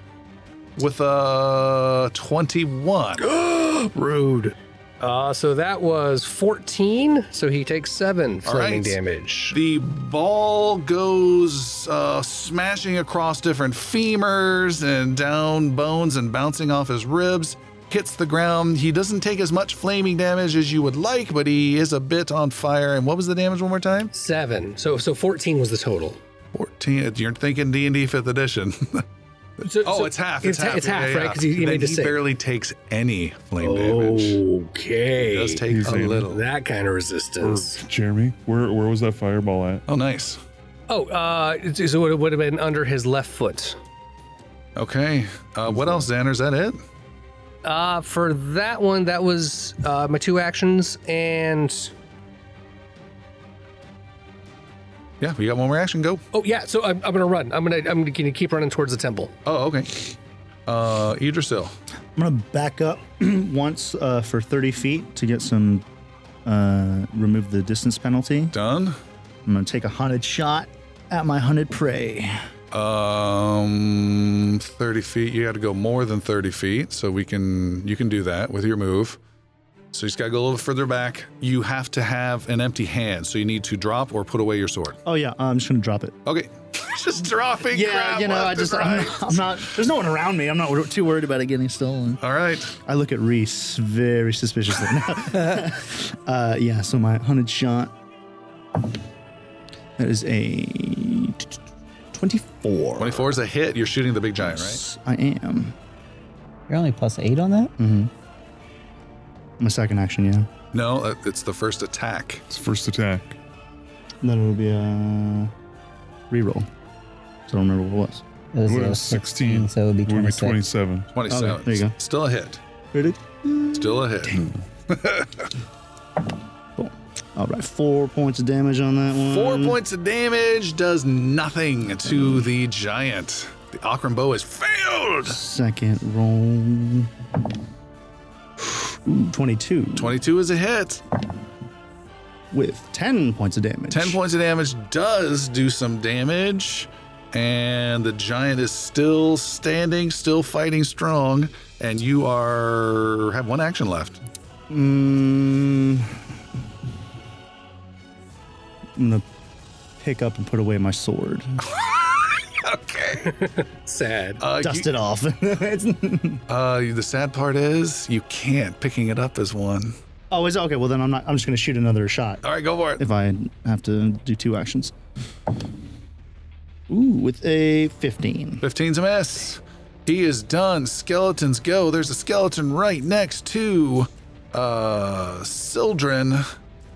S1: with uh, a 21.
S4: Rude. Uh, so that was 14. So he takes seven flaming
S1: right.
S4: damage.
S1: The ball goes uh, smashing across different femurs and down bones and bouncing off his ribs, hits the ground. He doesn't take as much flaming damage as you would like, but he is a bit on fire. And what was the damage one more time?
S4: Seven. So so 14 was the total.
S1: 14. You're thinking D&D 5th edition.
S4: So,
S1: oh,
S4: so
S1: it's half. It's,
S4: It's, ha-
S1: half.
S4: it's half,
S1: Yeah,
S4: right?
S1: yeah.
S4: Because you, you
S1: Then
S4: made the
S1: he
S4: save.
S1: barely takes any flame damage.
S4: okay.
S1: He does take
S6: He's
S1: a
S6: in.
S1: little.
S4: that kind of resistance.
S6: Jeremy, where where was that fireball at?
S1: Oh, nice.
S4: Oh, uh, it's- so it would have been under his left foot.
S1: Okay. Uh, what else, Xander? Is that it?
S4: Uh, for that one, that was uh, my two actions, and
S1: Yeah, we got one more action. Go.
S4: oh yeah, so I'm, I'm gonna run. I'm gonna I'm gonna keep running towards the temple.
S1: Oh, okay. Uh, Idrisil.
S7: I'm gonna back up once uh, for 30 feet to get some uh, remove the distance penalty.
S1: Done.
S7: I'm gonna take a hunted shot at my hunted prey.
S1: Um, thirty feet. You got to go more than thirty feet, so we can you can do that with your move. So you just got to go a little further back. You have to have an empty hand, so you need to drop or put away your sword.
S7: Oh yeah, I'm just gonna drop it.
S1: Okay, just dropping. crap left and
S7: I'm
S1: right.
S7: not, I'm not. There's no one around me. I'm not wor- too worried about it getting stolen.
S1: All right.
S7: I look at Reese very suspiciously. uh, yeah, so my hunted shot. That is a 24.
S1: Twenty-four is a hit. You're shooting the big giant, right?
S7: I am.
S2: You're only plus eight on that?
S6: Mm.
S7: My second action, yeah.
S1: No, uh, it's the first attack.
S6: It's first attack.
S7: Then it'll be a reroll. So I don't remember what it was.
S2: It was
S6: It
S2: a
S6: was 16,
S2: so it would be
S6: We're
S2: 26.
S6: at twenty-seven.
S1: Twenty-seven.
S7: there you go.
S1: Still a hit.
S7: Ready?
S1: Still a hit.
S7: Cool. All right, four points of damage on that one.
S1: Four points of damage does nothing to the giant. The Akram bow is failed.
S7: Second roll. Ooh, 22
S1: Twenty-two is a hit.
S7: with 10 points of damage.
S1: 10 points of damage does do some damage. And the giant is still standing, still fighting strong. And you are have one action left.
S7: Mm, I'm gonna pick up and put away my sword.
S1: Okay.
S4: Sad.
S1: Uh,
S3: Dust
S1: you-
S3: it off. It's-
S1: uh, the sad part is you can't. Picking it up is one.
S3: oh, is it? okay. Well, then I'm not. I'm just gonna shoot another shot
S1: All right, go for it.
S3: if I have to do two actions. Ooh, with a 15.
S1: 15's a miss. He is done. Skeletons go. There's a skeleton right next to uh Sildren.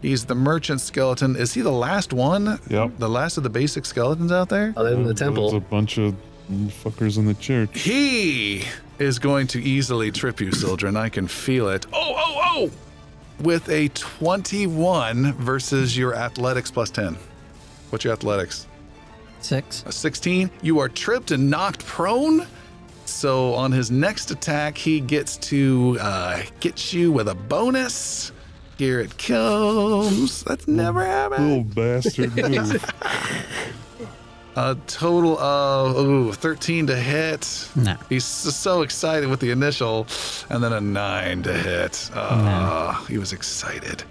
S1: He's the merchant skeleton. Is he the last one?
S6: Yep.
S1: The last of the basic skeletons out there?
S4: Other than the
S6: There's a
S1: Mm-hmm.
S4: temple.
S6: bunch of fuckers in the church.
S1: He is going to easily trip you, Sildren. I can feel it. Oh, oh, oh! With a 21 versus your athletics plus 10. What's your athletics?
S2: Six.
S1: A 16. You are tripped and knocked prone. So on his next attack, he gets to uh, get you with a bonus. Here it comes. That's never happened.
S6: Little bastard move.
S1: A total of ooh, 13 to hit.
S2: Nah.
S1: He's s- so excited with the initial, and then a nine to hit. Ah, he was excited.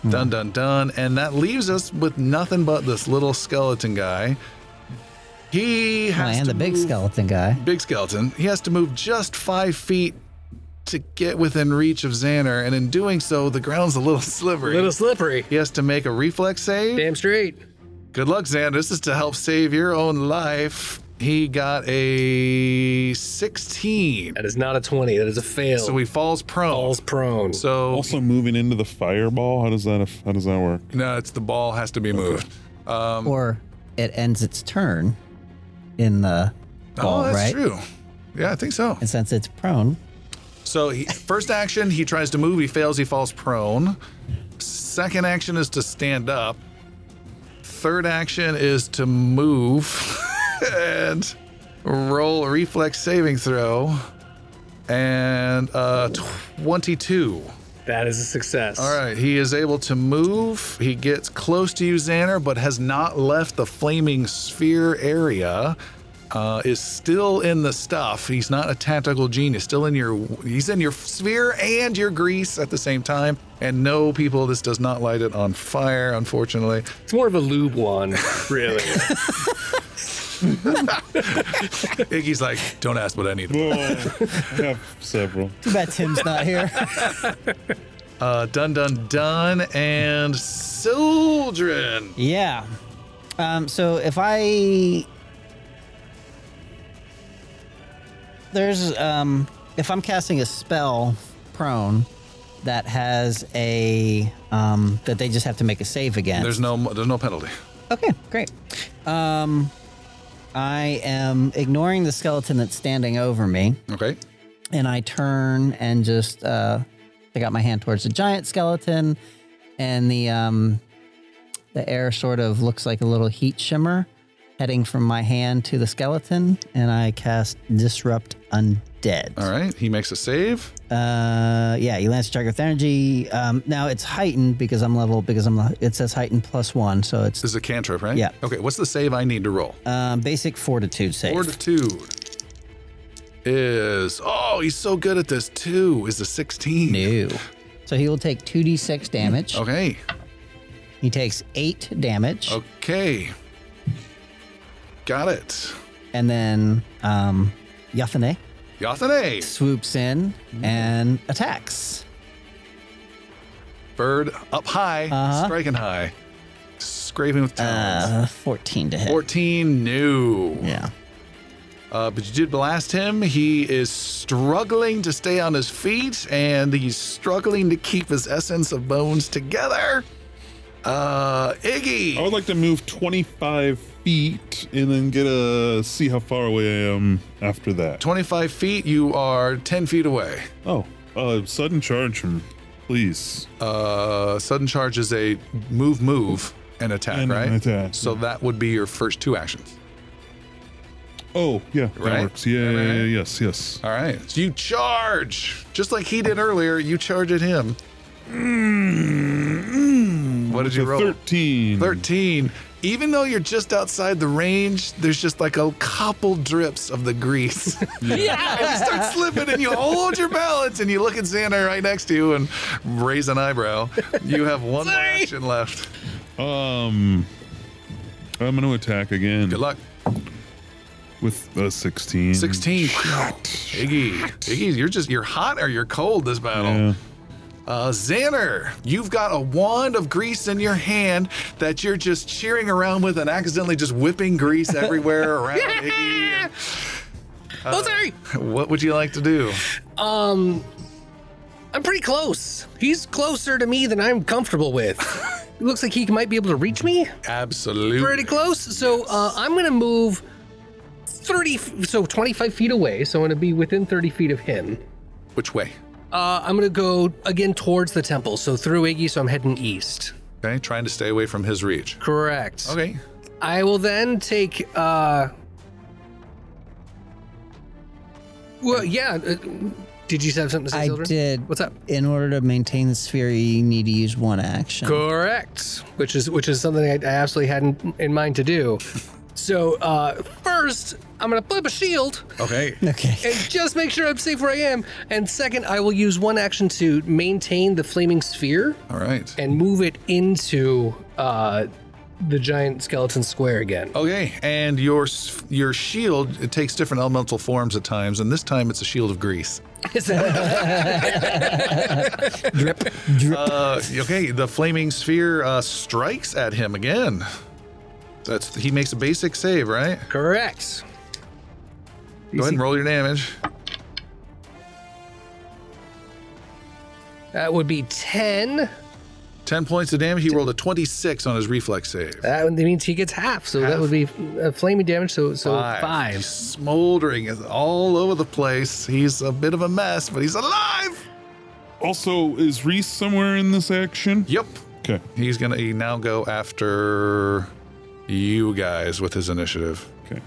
S2: Hmm.
S1: Dun dun dun, and that leaves us with nothing but this little skeleton guy. He
S2: Oh,
S1: has
S2: and
S1: to
S2: the big
S1: move-
S2: skeleton guy.
S1: big skeleton. He has to move just five feet to get within reach of Xander, and in doing so, the ground's a little slippery.
S4: Little slippery.
S1: he has to make a reflex save.
S4: Damn straight.
S1: Good luck, Xander. This is to help save your own life. He got a 16.
S4: That is not a 20. That is a fail.
S1: So he falls prone.
S4: falls prone.
S1: So
S6: also moving into the fireball. How does that? How does that work?
S1: no, it's the ball has to be moved. Um,
S2: or it ends its turn in the ball,
S1: oh, that's
S2: right?
S1: true. Yeah, I think so.
S2: And since it's prone,
S1: So he, first action, he tries to move, he fails, he falls prone. Second action is to stand up. Third action is to move and roll a reflex saving throw. And uh, 22.
S4: that is a success.
S1: All right, he is able to move. He gets close to you, Xander, but has not left the flaming sphere area. Uh, is still in the stuff. He's not a tactical genius. Still in your, he's in your sphere and your grease at the same time. And no, people, this does not light it on fire, unfortunately.
S4: It's more of a lube one, really.
S1: Iggy's like, don't ask what I need.
S6: Whoa, I have several.
S9: Too bad Tim's not here.
S1: Uh, dun dun dun, and Sildren.
S2: yeah. Um, so if I there's um, if I'm casting a spell prone that has a um, that they just have to make a save again.
S1: There's no, there's no penalty.
S2: Okay, great. Um, I am ignoring the skeleton that's standing over me,
S1: Okay.
S2: and I turn and just uh, stick out my hand towards the giant skeleton, and the um, the air sort of looks like a little heat shimmer heading from my hand to the skeleton, and I cast disrupt undead.
S1: All right. He makes a save.
S2: Uh, yeah, you lance a target with energy. Um, now it's heightened because I'm level because I'm it says heightened plus one, so it's
S1: This is a cantrip, right?
S2: Yeah.
S1: Okay. What's the save I need to roll?
S2: um, basic fortitude save.
S1: Fortitude is oh, he's so good at this too. Is a sixteen.
S2: No. So he will take 2d6 damage.
S1: Okay.
S2: He takes 8 damage.
S1: Okay. Got it.
S2: And then um, Yafane
S1: Yathane,
S2: swoops in and attacks.
S1: bird up high, striking high, scraping with talons.
S2: Uh-huh. Uh, 14 to hit.
S1: Fourteen, no.
S2: Yeah.
S1: Uh, but you did blast him. He is struggling to stay on his feet, and he's struggling to keep his essence of bones together. Uh, Iggy.
S6: I would like to move 25 feet and then get a see how far away I am after that.
S1: 25 feet, you are 10 feet away.
S6: Oh, uh, sudden charge from, please.
S1: Uh, sudden charge is a move, move, and attack,
S6: And an
S1: right?
S6: attack,
S1: So that would be your first two actions.
S6: Oh, yeah, that
S1: Right?
S6: works. Yeah, yeah, yeah, yes, yes.
S1: All right. So you charge, just like he did earlier. You charge at him. What did you
S6: Mm, So
S1: roll?
S6: 13.
S1: 13. Even though you're just outside the range, there's just like a couple drips of the grease. Yeah. and you start slipping and you hold your balance and you look at Xander right next to you and raise an eyebrow. You have one more action left.
S6: Um, I'm going to attack again.
S1: Good luck.
S6: with a 16.
S1: 16. Iggy, Iggy, you're just you're hot or you're cold this battle.
S6: Yeah.
S1: Uh, Xander, you've got a wand of grease in your hand that you're just cheering around with and accidentally just whipping grease everywhere around Iggy. Uh,
S4: oh, sorry.
S1: What would you like to do?
S4: Um, I'm pretty close. He's closer to me than I'm comfortable with. it looks like he might be able to reach me.
S1: Absolutely.
S4: Pretty close. So uh, I'm gonna move thirty, f- so 25 feet away. So I'm gonna be within 30 feet of him.
S1: Which way?
S4: Uh, I'm gonna go again towards the temple. So through Iggy. So I'm heading east.
S1: Okay, trying to stay away from his reach.
S4: Correct.
S1: Okay.
S4: I will then take. uh Well, yeah. uh, Did you have something to say?
S2: I
S4: Sildren?
S2: did.
S4: What's up?
S2: In order to maintain the sphere, you need to use one action.
S4: Correct. Which is which is something I, I absolutely hadn't in mind to do. So uh, first, I'm gonna flip a shield
S1: Okay.
S2: Okay.
S4: and just make sure I'm safe where I am. And second, I will use one action to maintain the flaming sphere
S1: All right.
S4: and move it into uh, the giant skeleton square again.
S1: Okay, and your s- your shield it takes different elemental forms at times, and this time it's a shield of grease.
S4: Oh, Is that-
S1: Uh, okay, the flaming sphere uh, strikes at him again. That's he makes a basic save, right?
S4: Correct.
S1: Go ahead and roll your damage.
S4: That would be ten.
S1: Ten points of damage. He rolled a twenty-six on his reflex save.
S4: That means he gets half. So that would be uh, flaming damage. So so
S1: He's
S4: five.
S1: smoldering is all over the place. He's a bit of a mess, but he's alive.
S6: Also, is Reese somewhere in this action?
S1: Yep.
S6: Okay.
S1: He's gonna he now go after you guys with his initiative.
S6: Okay.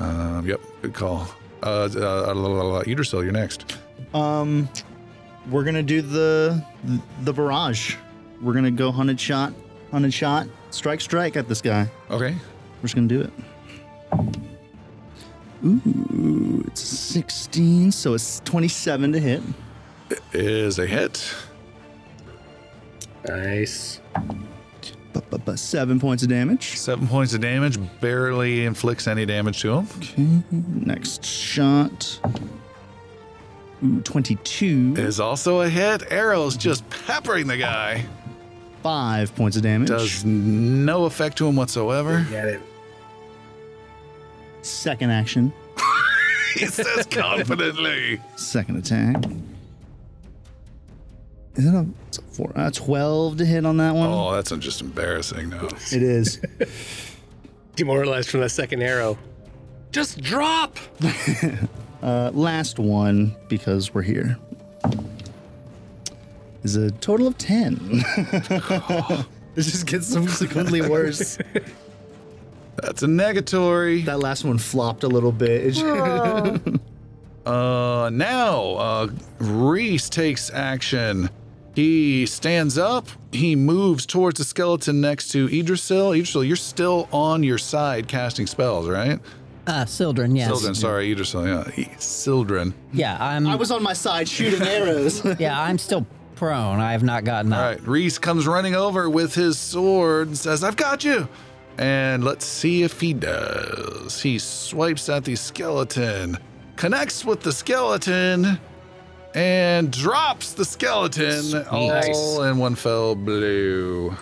S1: Um, yep, good call. Uh, uh, uh, Udersil, you're next.
S7: Um, we're gonna do the the barrage. We're gonna go hunted shot, hunted shot, strike, strike at this guy.
S1: Okay.
S7: We're just gonna do it. Ooh, it's 16, so it's 27 to hit.
S1: Is a hit.
S4: Nice.
S7: Ba-ba-ba, Seven points of damage.
S1: Seven points of damage, barely inflicts any damage to him.
S7: Next shot. Ooh, 22.
S1: Is also a hit. Arrows just peppering the guy.
S7: Five points of damage.
S1: Does no effect to him whatsoever.
S4: Get it.
S7: Second action.
S1: He says confidently.
S7: Second attack. Is it a, it's a four? Uh, 12 to hit on that one.
S1: Oh, that's just embarrassing now.
S7: It is.
S4: Demoralized from that second arrow. Just drop.
S7: Uh, last one, because we're here, is a total of 10. it just gets subsequently worse.
S1: That's a negatory.
S7: that last one flopped a little bit. It just-
S1: Uh, now, uh, Reese takes action. He stands up. He moves towards the skeleton next to Idrisil. Idrisil, you're still on your side casting spells, right?
S2: Ah, Sildren, yes.
S1: Sildren, sorry, Idrisil. Yeah, he- Sildren.
S2: Yeah, I'm.
S7: I was on my side shooting arrows.
S2: yeah, I'm still prone. I have not gotten up.
S1: All right, Reese comes running over with his sword and says, "I've got you." And let's see if he does. He swipes at the skeleton, connects with the skeleton, and drops the skeleton all in one fell blow.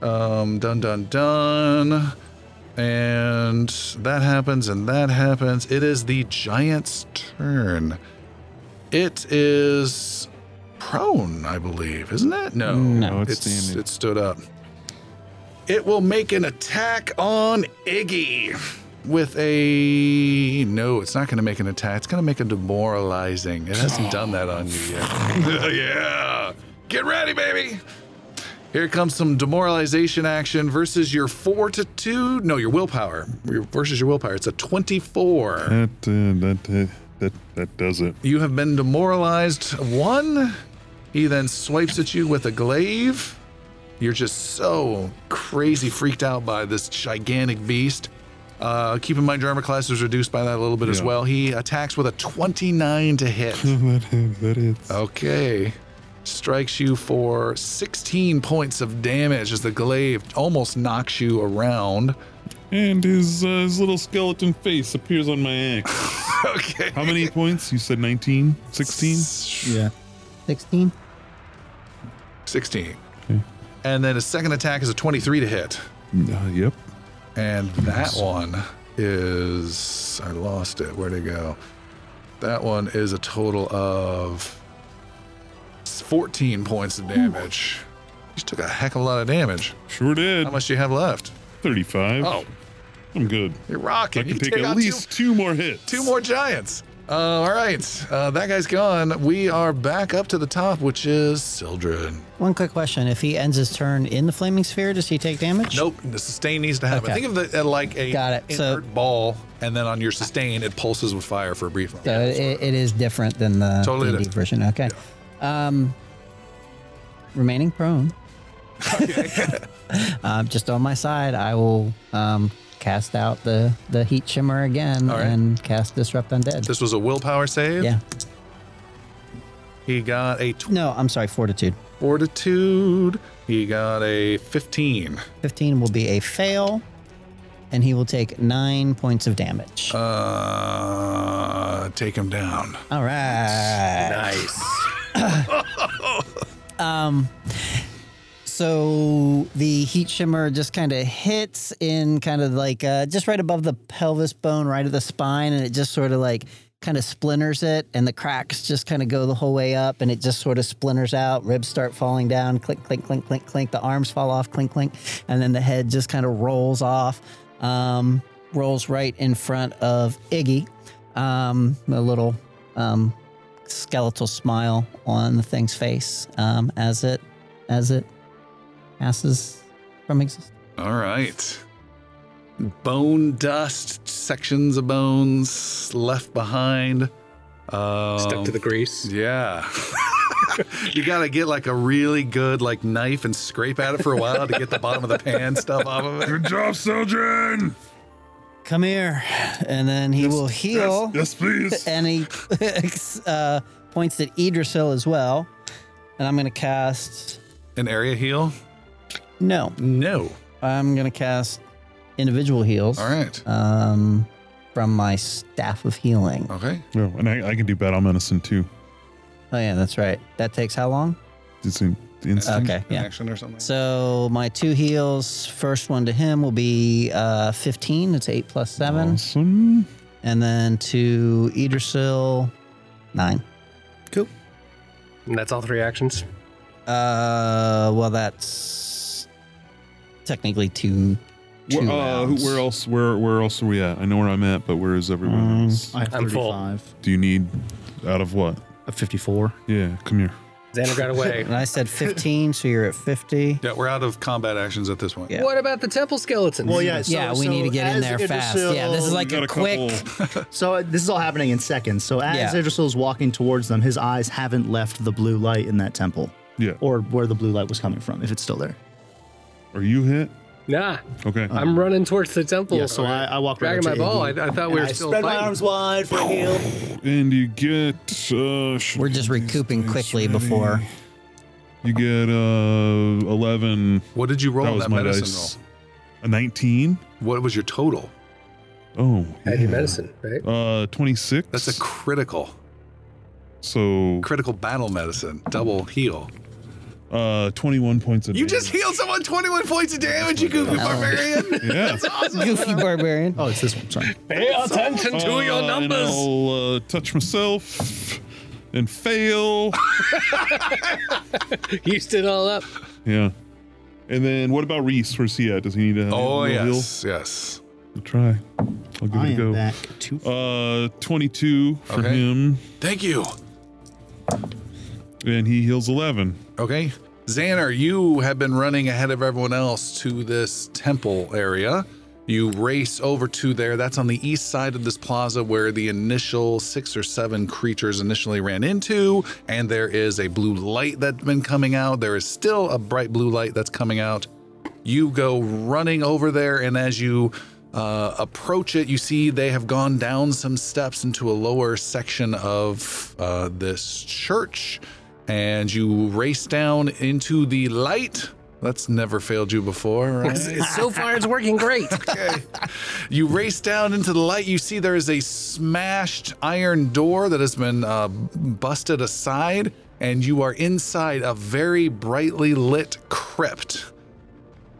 S1: Um, dun dun dun. And that happens, and that happens. It is the giant's turn. It is prone, I believe, isn't it? No,
S6: No, it's standing.
S1: it stood up. It will make an attack on Iggy with a no. It's not going to make an attack. It's going to make a demoralizing. It hasn't done that on you yet. yeah, get ready, baby. Here comes some demoralization action versus your fortitude. No, your willpower. Your- Versus your willpower. It's a 24.
S6: That, uh, that, uh, that, that does it.
S1: You have been demoralized. One. He then swipes at you with a glaive. You're just so crazy freaked out by this gigantic beast. Uh, keep in mind your armor class is reduced by that a little bit as
S6: Yeah.
S1: well. He attacks with a 29 to hit.
S6: that, that is.
S1: Oh. okay. Strikes you for 16 points of damage as the glaive almost knocks you around.
S6: And his uh, his little skeleton face appears on my axe.
S1: Okay.
S6: How many points? You said 19, 16?
S7: Yeah.
S10: 16.
S1: 16. And then his second attack is a 23 to hit.
S6: Uh, yep.
S1: And that one is. I lost it. Where'd it go? That one is a total of 14 points of damage. He's took a heck of a lot of damage.
S6: Sure did.
S1: How much do you have left?
S6: 35.
S1: Oh,
S6: I'm good.
S1: you're rocking.
S6: I can
S1: You
S6: take,
S1: take
S6: at
S1: out two-
S6: least two, more hits.
S1: two more giants. Uh, all right. Uh, that guy's gone. We are back up to the top, which is Sildren.
S2: One quick question: If he ends his turn in the flaming sphere, does he take damage?
S1: Nope, the sustain needs to happen.
S2: Okay.
S1: Think of it uh, like a
S2: Got it. So-
S1: inert ball, and then on your sustain, it pulses with fire for a brief moment.
S2: So it, it is different than the
S1: Totally
S2: D&D
S1: different.
S2: version. Okay. Um, remaining prone. um, just on my side, I will um, cast out the, the heat shimmer again
S1: All right.
S2: and cast disrupt undead.
S1: This was a willpower save.
S2: yeah.
S1: He got a tw-
S2: No, I'm sorry. Fortitude.
S1: fortitude. He got a 15.
S2: 15 will be a fail, and he will take nine points of damage.
S1: Uh, take him down.
S2: All right.
S4: Nice.
S2: So the heat shimmer just kind of hits in kind of like uh, just right above the pelvis bone, right at the spine, and it just sort of like kind of splinters it, and the cracks just kind of go the whole way up, and it just sort of splinters out. Ribs start falling down, clink, clink, clink, clink, clink. The arms fall off, clink, clink, and then the head just kind of rolls off, um, rolls right in front of Iggy. Um, a little um, skeletal smile on the thing's face um, as it as it passes from existence.
S1: All right. Bone dust, sections of bones left behind. Um,
S4: Stuck to the grease.
S1: Yeah. you gotta get like a really good like knife and scrape at it for a while to get the bottom of the pan stuff off of it.
S11: Good job, Sildren!
S2: Come here, and then he will heal,
S11: Yes, please.
S2: and he uh, points at Idrisil as well. And I'm gonna cast.
S1: An area heal?
S2: No,
S1: No.
S2: I'm gonna cast individual heals.
S1: All right.
S2: Um, from my staff of healing.
S1: Okay.
S6: Oh, and I, I can do battle medicine too.
S2: Oh yeah, that's right. That takes how long?
S6: It's in, instant.
S2: Okay,
S1: An
S2: yeah.
S1: action or something.
S2: So my two heals. First one to him will be uh, 15. It's eight plus seven,
S6: Awesome.
S2: and then to Idrisil, nine.
S4: And that's all three actions.
S2: Uh, well, that's technically two. two
S6: Where, uh,
S2: rounds.
S6: where else? Where where else are we at? I know where I'm at, but where is everyone else?
S7: I have
S4: I'm full.
S7: 35.
S6: Do you need out of what?
S7: I have 54.
S6: Yeah, come here.
S4: Xander got away.
S2: And I said 15, so you're at 50.
S1: Yeah, we're out of combat actions at this point.
S2: Yeah.
S4: What about the temple skeletons?
S7: Well, yeah. So,
S2: yeah, we
S7: so
S2: need to get in
S7: as
S2: there fast. Yeah, this is
S7: Idrisil-
S2: like
S6: got
S2: a,
S6: a
S2: quick.
S7: So uh, this is all happening in seconds. So as
S2: Yeah.
S7: Idrisil's walking towards them, his eyes haven't left the blue light in that temple
S6: Yeah.
S7: or where the blue light was coming from, if it's still there.
S6: Are you hit?
S4: Nah,
S6: Okay.
S4: I'm running towards the temple.
S7: Yeah, so I, I walk right
S4: dragging
S7: up
S4: my
S7: to
S4: ball. I,
S7: Iggy.
S4: I thought we were still
S12: Spread my
S4: fighting.
S12: arms wide for a heal.
S6: and you get. Uh, sh-
S2: We're just recouping quickly before.
S6: you get uh, 11.
S1: What did you roll
S6: that
S1: on
S6: was
S1: that
S6: my
S1: medicine
S6: dice. A 19.
S1: roll? What was your total?
S6: Oh.
S4: Had your
S6: yeah.
S4: medicine, right?
S6: Uh, 26.
S1: That's a critical,
S6: so
S1: critical battle medicine, double heal.
S6: uh, 21 points of
S1: You just
S6: damage.
S1: healed someone 21 points of damage, you goofy barbarian.
S6: Yeah.
S2: Goofy barbarian.
S7: Oh, it's this one. Sorry.
S4: Pay attention
S6: Uh, And I'll uh, touch myself and fail.
S4: Used it all up.
S6: yeah. And then what about Reese? Where's he at? Does he need a
S1: Oh,
S6: a heal?
S1: yes. Yes.
S6: I'll try. I'll give
S7: I
S6: it a
S7: am
S6: go.
S7: back to
S6: Uh, 22 for
S1: Okay.
S6: him,
S1: Thank you.
S6: and he heals 11.
S1: Okay. Xanar, you have been running ahead of everyone else to this temple area. You race over to there. That's on the east side of this plaza where the initial six or seven creatures initially ran into. And there is a blue light that's been coming out. There is still a bright blue light that's coming out. You go running over there, and as you uh, approach it, you see they have gone down some steps into a lower section of uh, this church. And you race down into the light, That's never failed you before, right?
S4: so far, it's working great.
S1: You race down into the light. You see there is a smashed iron door that has been uh, busted aside, and you are inside a very brightly lit crypt.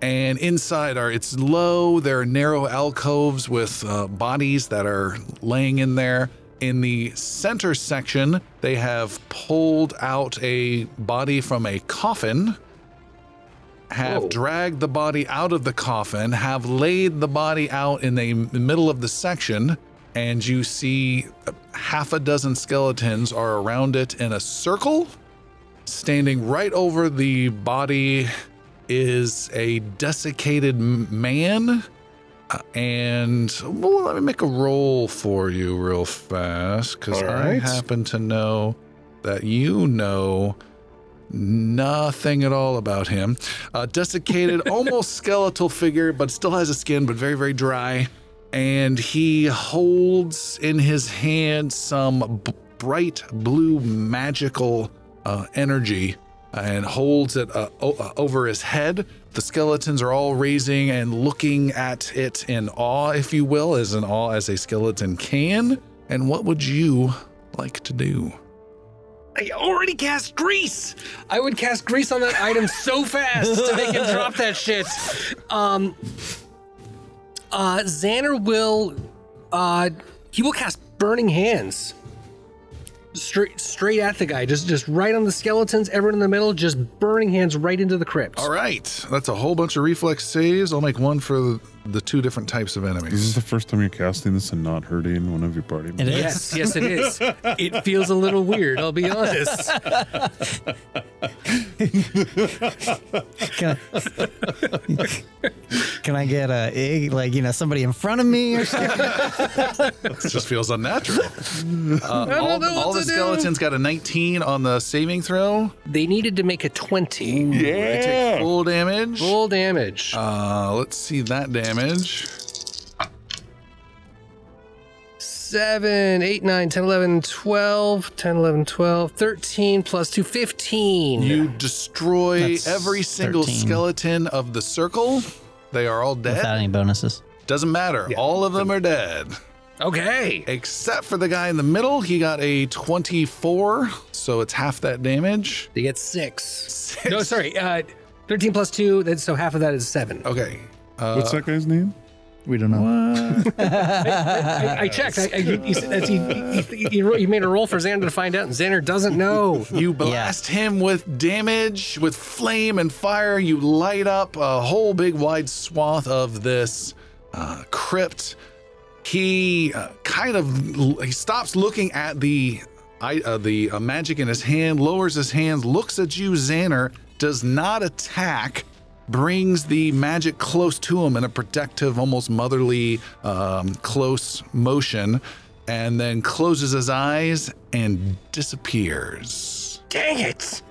S1: And inside are it's low. There are narrow alcoves with uh, bodies that are laying in there. In the center section, they have pulled out a body from a coffin have dragged the body out of the coffin, have laid the body out in the m- middle of the section, and you see half a dozen skeletons are around it in a circle. Standing right over the body is a desiccated m- man. Uh, And well, let me make a roll for you real fast because
S4: All
S1: I
S4: right.
S1: happen to know that you know nothing at all about him. Uh, desiccated, almost skeletal figure, but still has a skin, but very, very dry. And he holds in his hand some b- bright blue magical uh, energy and holds it uh, o- uh, over his head. The skeletons are all raising and looking at it in awe, if you will, as in awe as a skeleton can. And what would you like to do?
S4: I already cast grease. I would cast grease on that item so fast to make it drop that shit. Um, uh, Xander will, uh, he will cast burning hands straight straight at the guy, just just right on the skeletons, everyone in the middle, just burning hands right into the crypt.
S1: All right, that's a whole bunch of reflex saves. I'll make one for the two different types of
S6: This is
S1: enemies.
S6: the first time you're casting this and not hurting one of your party members.
S2: is.
S4: Yes, yes, it is. It feels a little weird. I'll be honest.
S2: Can I, can I get a ig- like you know somebody in front of me or something?
S1: It just feels unnatural. Uh, all
S4: know what
S1: all the
S4: to do.
S1: skeletons got a 19 on the saving throw.
S4: They needed to make a twenty.
S1: They
S2: Hmm.
S1: take full damage.
S4: Full damage.
S1: Uh, let's see that damage.
S4: Seven, eight, nine, ten, eleven, twelve, ten, eleven, twelve, thirteen plus 2, 15.
S1: You destroy
S2: That's
S1: every single
S2: 13.
S1: skeleton of the circle. They are all dead.
S2: Without any bonuses.
S1: Doesn't matter. All of them are dead.
S4: okay.
S1: Except for the guy in the middle. He got a 24, so it's half that damage.
S4: They get six. No, sorry. Uh, 13 plus 2, that's, so half of that is 7.
S1: Okay.
S6: What's that guy's name?
S7: We don't know.
S4: I, I checked. I, I, you, you, said- that's- you, you, you, you made a roll for Xander to find out, and Xander doesn't know.
S1: You blast him with damage, with flame and fire. You light up a whole big wide swath of this uh, crypt. He uh, kind of l- he stops looking at the I, uh, the uh, magic in his hand, lowers his hands, looks at you, Xander, does not attack, brings the magic close to him in a protective, almost motherly, um, close motion, and then closes his eyes and disappears.
S4: Dang it.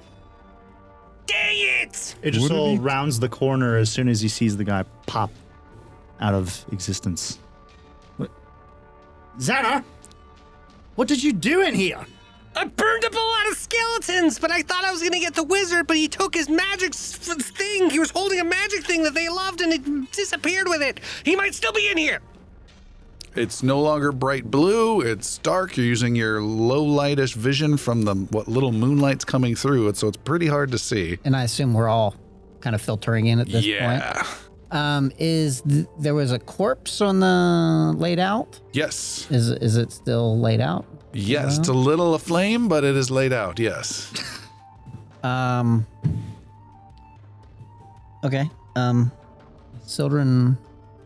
S4: Dang it.
S7: It
S6: What
S7: just
S6: did
S7: all
S6: he-
S7: rounds the corner as soon as he sees the guy pop out of existence. What? Xana, what did you do in here?
S4: I burned up a lot of skeletons, but I thought I was going to get the wizard, but he took his magic s- f- thing. He was holding a magic thing that they loved and it disappeared with it. He might still be in here.
S1: It's no longer bright blue. It's dark. You're using your low lightish vision from the what little moonlight's coming through, and so it's pretty hard to see.
S2: And I assume we're all kind of filtering in at this point. Um, is th- there was a corpse on the laid out?
S1: Yes.
S2: Is is it still laid out?
S1: Yes. It's a little aflame, but it is laid out. Yes.
S2: Um. Okay. Um. Sildren,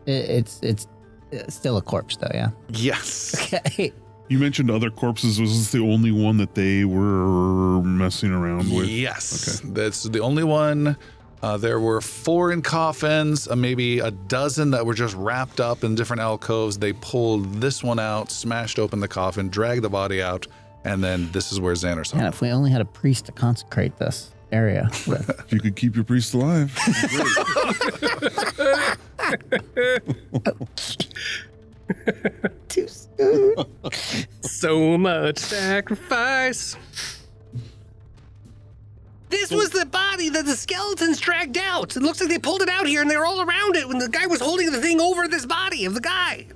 S2: i it's it's it's still a corpse though. Yeah.
S1: Yes.
S2: Okay.
S6: You mentioned other corpses. Was this the only one that they were messing around with?
S1: Yes. That's the only one. Uh, there were four in coffins, uh, maybe a dozen that were just wrapped up in different alcoves. They pulled this one out, smashed open the coffin, dragged the body out, and then this is where Xander saw.
S2: Man,
S1: it.
S2: if we only had a priest to consecrate this area with.
S6: If you could keep your priest alive.
S4: So much sacrifice. This was the body that the skeletons dragged out. It looks like they pulled it out here and they were all around it when the guy was holding the thing over this body of the guy.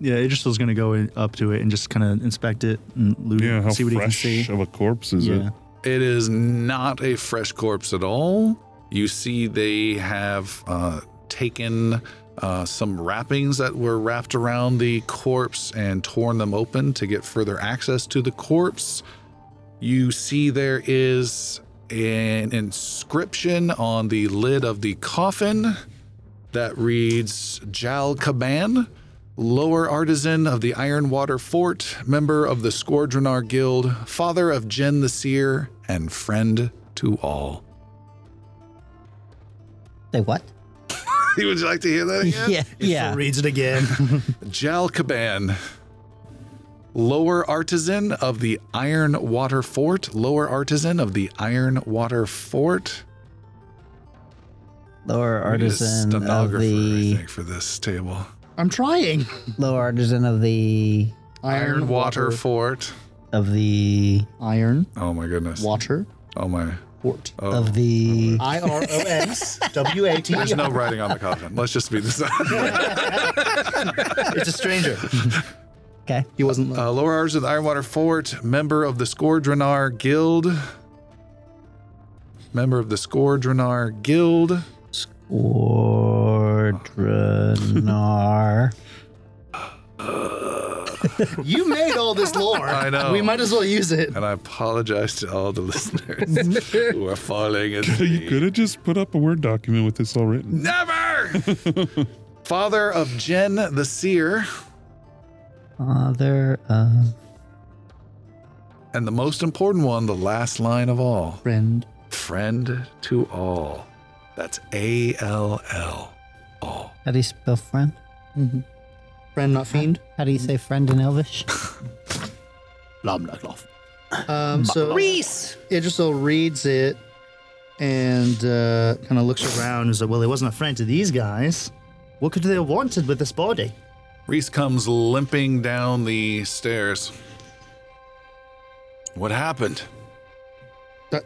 S13: Yeah, Idrisil's gonna go in, up to it and just kind of inspect it and loot,
S6: Yeah,
S13: it,
S6: how
S13: see what
S6: fresh
S13: he can see.
S6: of a corpse is
S13: Yeah.
S6: it?
S1: It is not a fresh corpse at all. You see, they have uh, taken uh, some wrappings that were wrapped around the corpse and torn them open to get further access to the corpse. You see, there is an inscription on the lid of the coffin that reads Jal Kaban, lower artisan of the Iron Water Fort, member of the Squadronar Guild, father of Jen the Seer, and friend to all.
S14: Say what?
S1: Would you like to hear that again?
S2: Yeah, yeah.
S13: Reads it again.
S1: Jal Kaban, lower artisan of the Iron Water Fort, lower artisan of the Iron Water Fort.
S2: Lower
S1: We need a
S2: artisan of
S1: stenographer, I
S2: the
S1: think, for this table.
S7: I'm trying.
S2: lower artisan of the
S1: Iron Water Fort.
S2: of the
S7: Iron
S1: Oh my goodness.
S7: water
S1: Oh my.
S7: fort.
S1: Oh.
S2: of the
S7: I R O X W A T. E.
S1: There's no writing on the coffin. Let's just be this.
S7: It's a stranger.
S2: okay.
S7: He wasn't.
S1: Uh, Lower Arch of the Ironwater Fort, member of the Skordrenar Guild. Member of the Skordrenar Guild.
S2: Ordrenar.
S7: you made all this lore.
S1: I know.
S7: We might as well use it.
S1: And I apologize to all the listeners who are falling into
S6: You could
S1: the-
S6: have just put up a Word document with this all written.
S1: Never! Father of Jen the Seer.
S2: Father of
S1: And the most important one, the last line of all
S7: Friend.
S1: friend to all. That's A L L. All.
S2: how do you spell friend?
S7: Friend, not fiend.
S14: How do you say friend in Elvish?
S7: Um, so
S4: Reese!
S7: Idrisil reads it and uh, kind of looks around and is like, well, he wasn't a friend to these guys. What could they have wanted with this body?
S1: Reese comes limping down the stairs. What happened?
S7: That-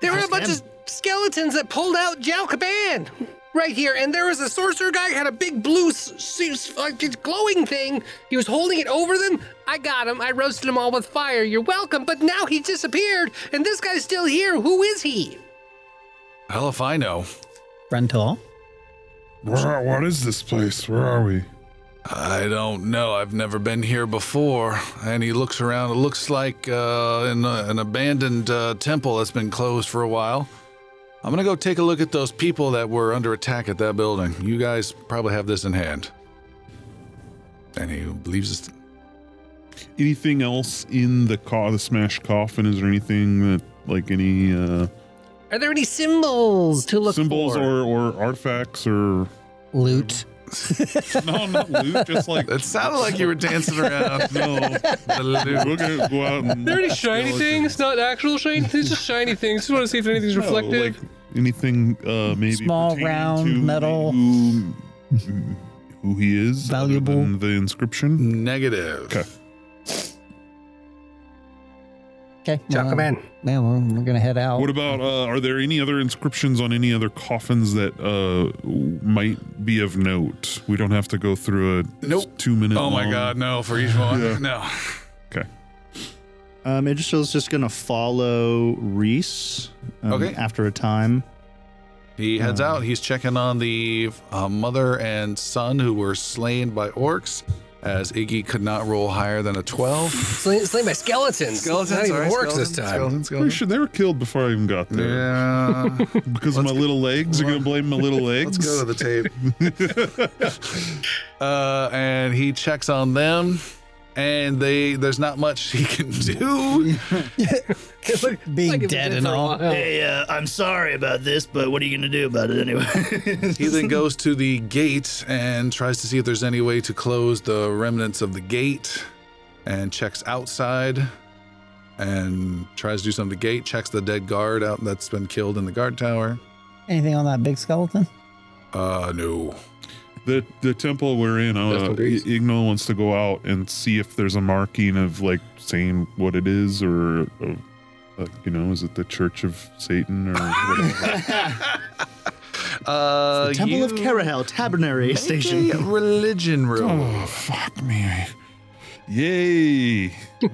S4: There were a
S7: ask
S4: bunch
S7: him.
S4: of skeletons that pulled out Jalcaban right here, and there was a sorcerer guy had a big blue, s- s- like this glowing thing. He was holding it over them. I got him. I roasted him all with fire. You're welcome. But now he disappeared, and this guy's still here. Who is he?
S1: Hell if I know.
S2: Brental.
S6: Where, what is this place? Where are we?
S1: I don't know. I've never been here before. And he looks around. It looks like uh, an, an abandoned uh, temple that's been closed for a while. I'm gonna go take a look at those people that were under attack at that building. You guys probably have this in hand. And he leaves us.
S6: Anything else in the co- the smashed coffin? Is there anything that like any uh,
S4: Are there any symbols to look
S6: symbols
S4: for?
S6: or, or artifacts or
S2: Loot.
S6: no, not loot, just like
S1: It sounded like you were dancing around.
S6: no.
S1: The loot.
S6: We're gonna go out and
S4: Are there any shiny things? Not actual shiny things, just shiny things. Just want to see if anything's
S6: No, Oh, like,
S4: reflective.
S6: anything uh maybe
S2: Small,
S6: pertaining
S2: round,
S6: to
S2: metal.
S6: who, who he is other
S2: Valuable.
S6: than the inscription
S1: Negative.
S6: okay
S2: Okay. Uh, Yeah, we're, we're gonna head out.
S6: what about uh are there any other inscriptions on any other coffins that uh might be of note we don't have to go through a
S1: Nope.
S6: two minute
S1: Oh my god, no, for each one. No.
S6: okay
S13: Um, Idrisil's just gonna follow Reese. um,
S1: Okay.
S13: After a time,
S1: He heads out. He's checking on the uh, mother and son who were slain by orcs, as Iggy could not roll higher than a 12.
S4: Slain, slain by skeletons. Not even orcs this time.
S6: pretty sure they were killed before I even got there
S1: Yeah.
S6: because of my little legs. You're gonna blame my little legs.
S1: Let's go to the tape. uh, and he checks on them, and they there's not much he can do.
S2: Being
S4: Like,
S2: dead
S4: for
S2: and
S4: a
S2: all.
S4: while.
S7: hey, uh, I'm sorry about this, but what are you gonna do about it anyway?
S1: He then goes to the gate and tries to see if there's any way to close the remnants of the gate and checks outside and tries to do something to the gate, checks the dead guard out that's been killed in the guard tower.
S2: Anything on that big skeleton?
S1: Uh, no.
S6: The the temple we're in, uh, I- Ignol wants to go out and see if there's a marking of like saying what it is or a, a Like, you know, is it the Church of Satan or whatever?
S1: Uh,
S3: Temple of
S1: you
S3: Kerahel Tabernary
S1: make
S3: Station.
S1: a religion room.
S6: oh, fuck me. Yay.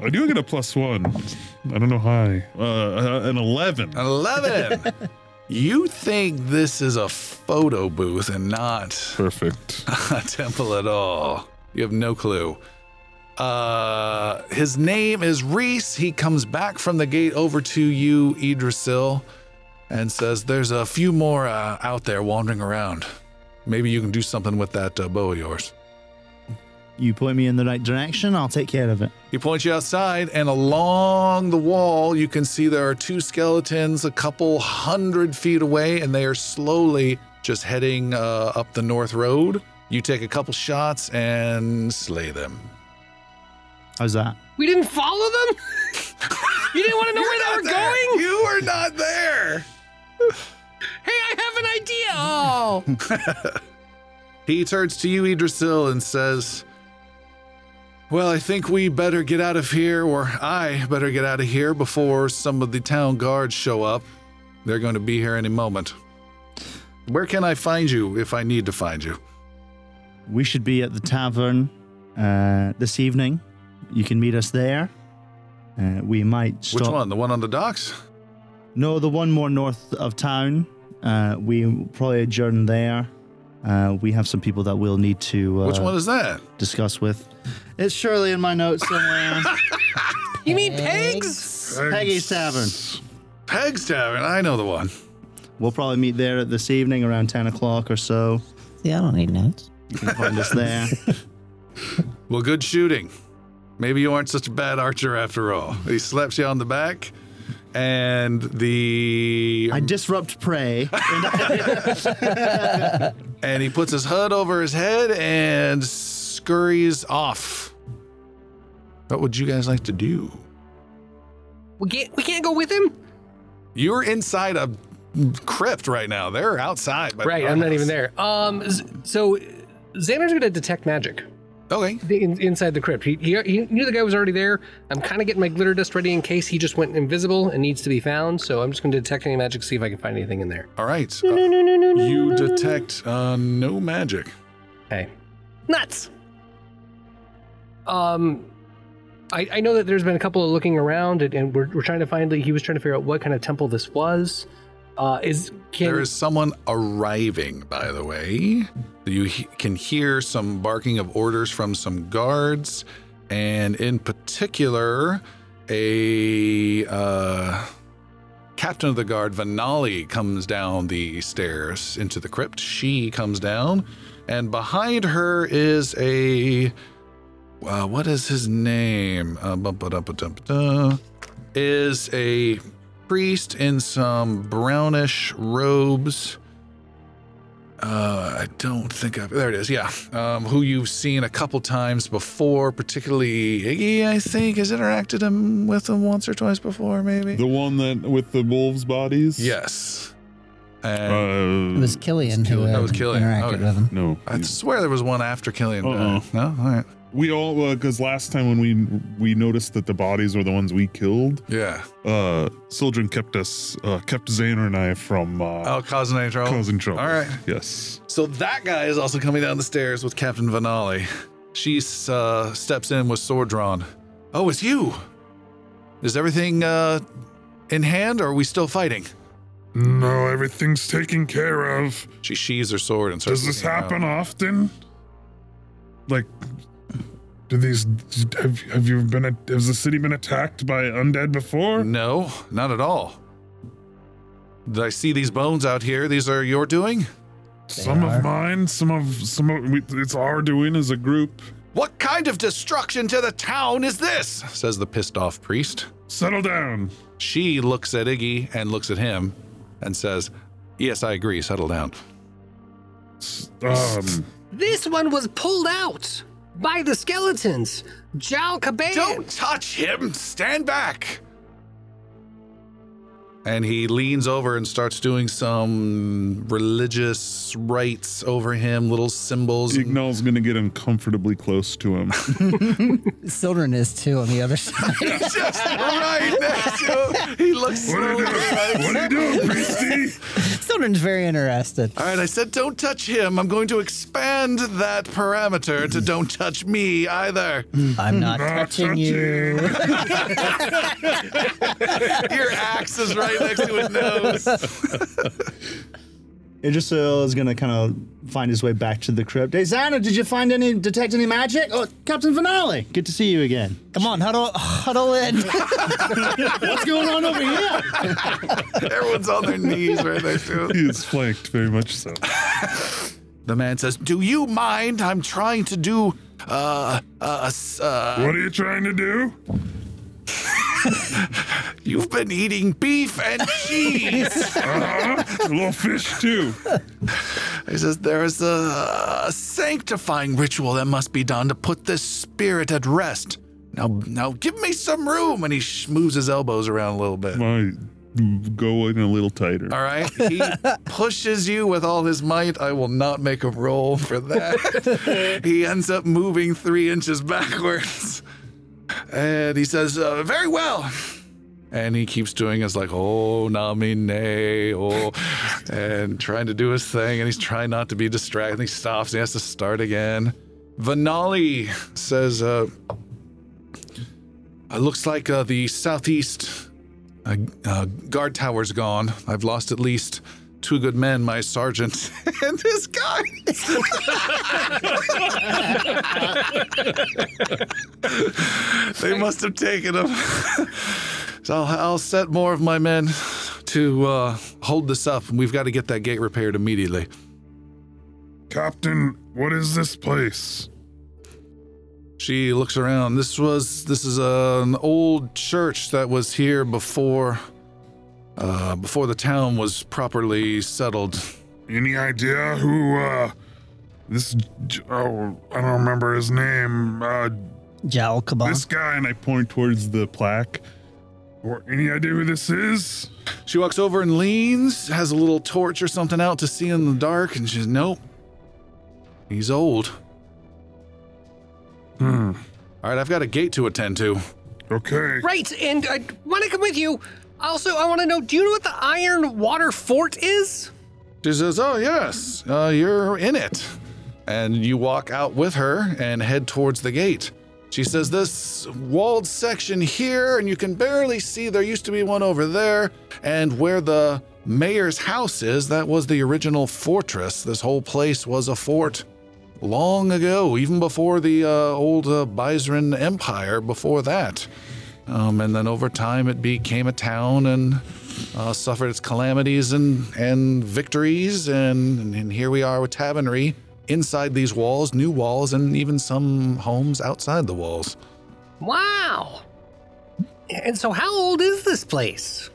S6: I do get a plus one. I don't know why. Uh, an 11.
S3: Oh.
S1: 11. you think this is a photo booth and not
S6: Perfect.
S1: a temple at all. You have no clue. Uh, his name is Reese. He comes back from the gate over to you, Idrisil, and says, There's a few more uh, out there wandering around. Maybe you can do something with that uh, bow of yours.
S3: You point me in the right direction, I'll take care of it.
S1: He points you outside, and along the wall, you can see there are two skeletons a couple hundred feet away, and they are slowly just heading uh, up the north road. You take a couple shots and slay them.
S3: How's that?
S4: We didn't follow them? you didn't want to know where they were going?
S1: You are not there.
S4: Hey, I have an idea. Oh,
S1: He turns to you, Idrisil, and says, Well, I think we better get out of here, or I better get out of here before some of the town guards show up. They're going to be here any moment. Where can I find you if I need to find you?
S3: We should be at the tavern uh, this evening. You can meet us there. Uh, we might stop.
S1: Which one? The one on the docks?
S3: No, the one more north of town. Uh, we will probably adjourn there. Uh, we have some people that we'll need to uh,
S1: Which one is that?
S3: discuss with. It's surely in my notes somewhere.
S4: Oh, you mean pigs?
S3: Peggy's Tavern.
S1: Peg's Tavern. I know the one.
S3: We'll probably meet there this evening around 10 o'clock or so.
S2: See, I don't need notes.
S3: You can find us there.
S1: Well, good shooting. Maybe you aren't such a bad archer after all. He slaps you on the back, and the
S3: I disrupt prey.
S1: and he puts his hood over his head and scurries off. What would you guys like to do?
S4: We can't, we can't go with him?
S1: You're inside a crypt right now. They're outside. by the
S4: Right, I'm not
S1: guards.
S4: even there. Um, s- So Xander's going to detect magic.
S1: Okay.
S4: the- in, inside the crypt. He, he, he knew the guy was already there. I'm kind of getting my glitter dust ready in case he just went invisible and needs to be found. So I'm just going to detect any magic, see if I can find anything in there.
S1: All right. Uh, you detect uh, no magic.
S4: Hey, nuts. Um, I, I know that there's been a couple of looking around, and, and we're, we're trying to find. He was trying to figure out what kind of temple this was. Uh, is can
S1: There is someone arriving, by the way. You he- can hear some barking of orders from some guards, and in particular, a uh, captain of the guard, Vanali, comes down the stairs into the crypt. She comes down, and behind her is a. Uh, what is his name? Uh, bum, ba, dum, ba, dum, ba, dum. is a priest in some brownish robes. Uh, I don't think I've. There it is. Yeah. Um, who you've seen a couple times before, particularly Iggy, I think, has interacted him with him once or twice before, maybe.
S6: The one that with the wolves' bodies?
S1: yes. And
S6: Uh,
S2: It
S3: Hmm.
S2: was Killian who
S1: Killian.
S2: uh,
S1: That was Killian.
S2: interacted
S1: Okay.
S2: with him.
S6: no.
S1: I swear there was one after Killian.
S6: Uh-uh.
S1: died. No? All right.
S6: We all, because last time when we we noticed that the bodies were the ones we killed,
S1: Yeah.
S6: uh, Sildren kept us, uh, kept Xander and I from uh,
S1: Oh, causing any trouble?
S6: causing trouble.
S1: All right.
S6: Yes.
S1: So that guy is also coming down the stairs with Captain Vanali. She uh, steps in with sword drawn. Oh, it's you. Is everything uh, in hand, or are we still fighting?
S5: No, everything's taken care of.
S1: She sheathes her sword and starts.
S5: Does this
S1: looking around.
S5: happen often? Like, do these have, have you been a- has the city been attacked by undead before?
S1: No, not at all. Did I see these bones out here? These are your doing?
S5: Some of mine, some of some of we, it's our doing as a group.
S1: What kind of destruction to the town is this? says the pissed off priest.
S5: Settle down.
S1: She looks at Iggy and looks at him and says, Yes, I agree. Settle down.
S5: Um,
S4: this one was pulled out by the skeletons? Jal Kaban.
S1: touch him! Stand back! and he leans over and starts doing some religious rites over him, little symbols. and-
S6: Ignal's gonna get uncomfortably close to him.
S2: Sildren is too on the other side.
S1: Just right next to him. He looks
S5: What are you doing?
S1: slowly.
S5: What are you doing, Priesty?
S2: Sildren's very interested.
S1: All right, I said don't touch him. I'm going to expand that parameter to don't touch me either.
S2: I'm not
S5: Not
S2: touching you.
S1: Your axe is right next to his nose.
S7: Idrisil is gonna kind of find his way back to the crypt. Hey, Xana, did you find any, detect any magic? Oh, Captain Finale, good to see you again.
S2: Come on, huddle, huddle in.
S7: What's going on over here?
S1: Everyone's on their knees right next to him.
S6: he is flanked very much so.
S1: The man says, "Do you mind? I'm trying to do uh uh, s- uh
S5: What are you trying to do?
S1: you've been eating beef and cheese."
S6: Uh-huh. A little fish too.
S1: he says, "There is a, a sanctifying ritual that must be done to put this spirit at rest." Now, now, give me some room, and he sh- moves his elbows around a little bit.
S6: My go in a little tighter.
S1: All right, he pushes you with all his might. I will not make a roll for that. he ends up moving three inches backwards, and he says, uh, "Very well." And he keeps doing his like, "Oh, namine, oh," and trying to do his thing. And he's trying not to be distracted. He stops. And he has to start again. Vanali says, uh, "It looks like uh, the southeast uh, uh, guard tower's gone. I've lost at least two good men, my sergeant and this guy. they must have taken him. so I'll, I'll set more of my men to uh, hold this up, and we've got to get that gate repaired immediately.
S5: Captain, what is this place?
S1: She looks around. This was this is uh, an old church that was here before uh, before the town was properly settled.
S5: Any idea who, uh, this, J- oh, I don't remember his name, uh,
S2: Jowl Kaban.
S5: this guy, and
S6: And I point towards the plaque.
S5: or any idea who this is?
S1: She walks over and leans, has a little torch or something out to see in the dark, and she's nope. He's old. Hmm. All right, I've got a gate to attend to.
S5: Okay.
S4: Right, and I want to come with you. Also, I want to know do you know what the Iron Water Fort is?
S1: She says, "Oh yes, uh, you're in it," and you walk out with her and head towards the gate. She says, "This walled section here, and you can barely see. There used to be one over there, and where the mayor's house is, that was the original fortress. This whole place was a fort." long ago, even before the uh, old uh, Byzantine Empire, before that. Um, and then over time, it became a town and uh, suffered its calamities and, and victories. And, and here we are with Tavernry inside these walls, new walls, and even some homes outside the walls.
S4: Wow. And so, how old is this place?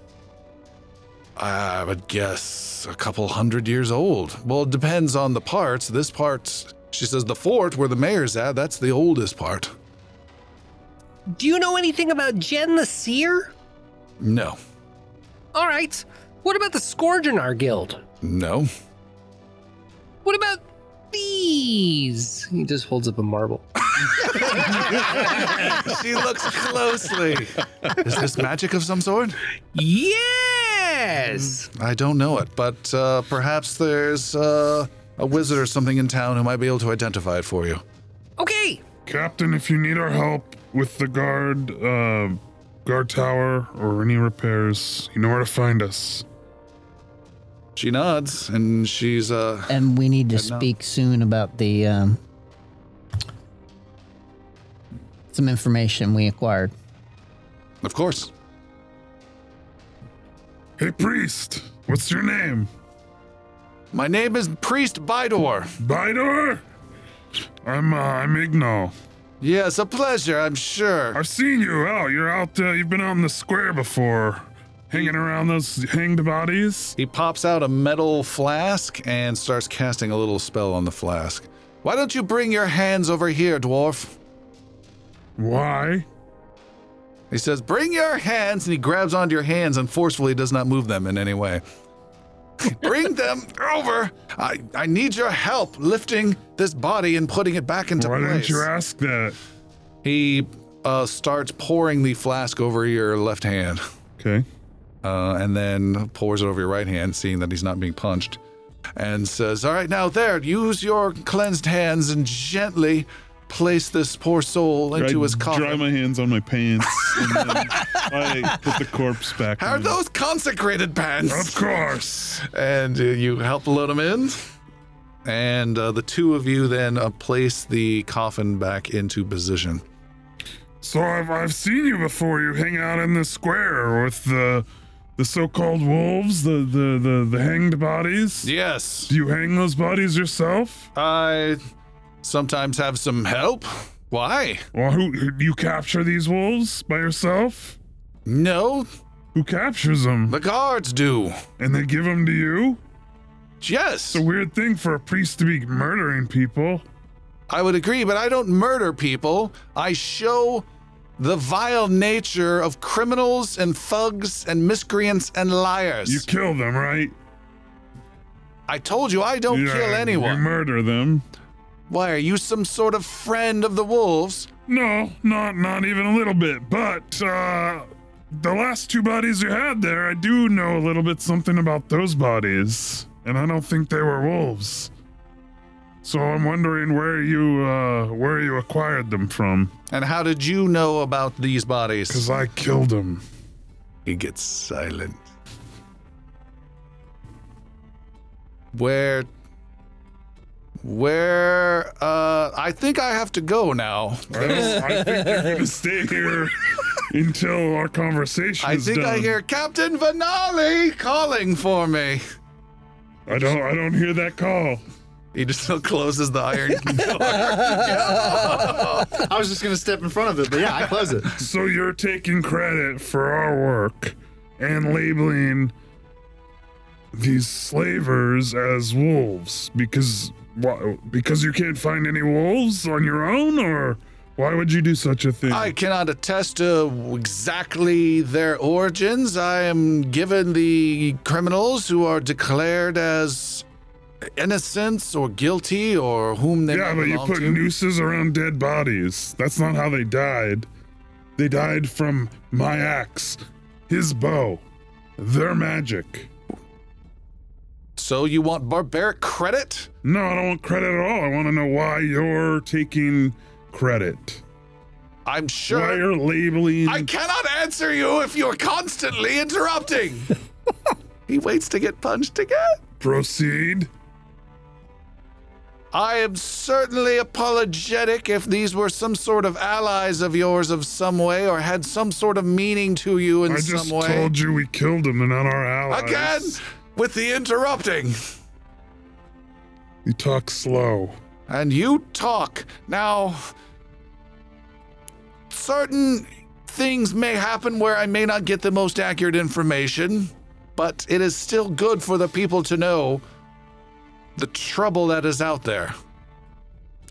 S1: I would guess a couple hundred years old. Well, it depends on the parts. This part, she says, the fort where the mayor's at, that's the oldest part.
S4: Do you know anything about Jen the Seer?
S1: No,
S4: All right. What about the Scourgeonar Guild?
S1: no,
S4: What about these? He just holds up a marble.
S1: She looks closely. Is this magic of some sort?
S4: yes!
S1: I don't know it, but uh, perhaps there's uh, a wizard or something in town who might be able to identify it for you.
S4: Okay.
S5: Captain, if you need our help with the guard, uh, guard tower, or any repairs, you know where to find us.
S1: She nods, and she's uh,
S2: And we need to
S1: Heading out.
S2: speak soon about the um, some information we acquired.
S1: of course.
S5: Hey, priest, what's your name?
S1: My name is Priest Bidor.
S5: Bidor? I'm, uh, I'm Ignal.
S1: Yes, a pleasure, I'm sure.
S5: I've seen you
S6: Oh,
S5: out. You're out, uh, you've been out in the square before, hanging around those hanged bodies.
S1: He pops out a metal flask and starts casting a little spell on the flask. Why don't you bring your hands over here, dwarf?
S5: Why?
S1: He says, Bring your hands. And he grabs onto your hands and forcefully does not move them in any way. Bring them over. I, I need your help lifting this body and putting it back into
S6: Why
S1: place.
S6: didn't you ask that?
S1: He uh, starts pouring the flask over your left hand
S15: Okay.
S1: uh, and then pours it over your right hand, seeing that he's not being punched, and says, All right, now there, use your cleansed hands and gently place this poor soul into
S15: I
S1: his
S15: Dry
S1: coffin.
S15: my hands on my pants, and then I put the corpse back.
S1: Are
S15: in.
S1: those consecrated
S6: Of
S1: pants?
S6: course.
S1: And uh, you help load them in. And uh, the two of you then uh, place the coffin back into position.
S6: So I've, I've seen you before. You hang out in the square with the the so-called wolves, the the the, the hanged bodies.
S1: Yes.
S6: Do you hang those bodies yourself?
S1: I sometimes have some help. Why?
S6: Well, who who- you capture these wolves by yourself?
S1: No,
S6: Who captures them
S1: the guards do.
S6: and they give them to you?
S1: Yes,
S6: It's a weird thing for a priest to be murdering people.
S1: I would agree, but I don't murder people. I show the vile nature of criminals and thugs and miscreants and liars.
S6: You kill them, right?
S1: I told you I don't
S6: Yeah,
S1: kill
S6: You
S1: anyone.
S6: murder them.
S1: Why are you some sort of friend of the wolves?
S6: No, not not even a little bit. But uh the last two bodies you had there, I do know a little bit something about those bodies, and I don't think they were wolves. So I'm wondering where you uh where you acquired them from
S1: And how did you know about these
S6: cuz
S1: bodies?
S6: I killed them.
S1: He gets silent. Where where uh I think I have to go now.
S6: I, don't- I think you're going to stay here until our conversation
S1: I
S6: is
S1: think I
S6: done.
S1: hear Captain Vanali calling for me.
S6: I don't I don't hear that call.
S1: He just closes the iron
S7: I was just gonna step in front of it, but yeah, I close it.
S6: So you're taking credit for our work and labeling these slavers as wolves because why, because you can't find any wolves on your own or why would you do such a thing?
S1: I cannot attest to exactly their origins. I am given the criminals who are declared as innocents or guilty or whom they
S6: yeah,
S1: might
S6: but you
S1: belong
S6: put
S1: to.
S6: nooses around dead bodies. That's not how they died. They died from my axe, his bow, their magic.
S1: so you want barbaric credit?
S6: No, I don't want credit at all. I want to know why you're taking credit.
S1: I'm
S6: Why
S1: sure.
S6: you're labeling
S1: I cannot answer you if you're constantly interrupting. he waits to get punched again.
S6: Proceed.
S1: I am certainly apologetic if these were some sort of allies of yours of some way or had some sort of meaning to you in
S6: I
S1: some
S6: just
S1: way.
S6: told you we killed him and not our allies.
S1: Again, with the interrupting.
S6: You talk slow.
S1: And you talk. Now, certain things may happen where I may not get the most accurate information, but it is still good for the people to know the trouble that is out there.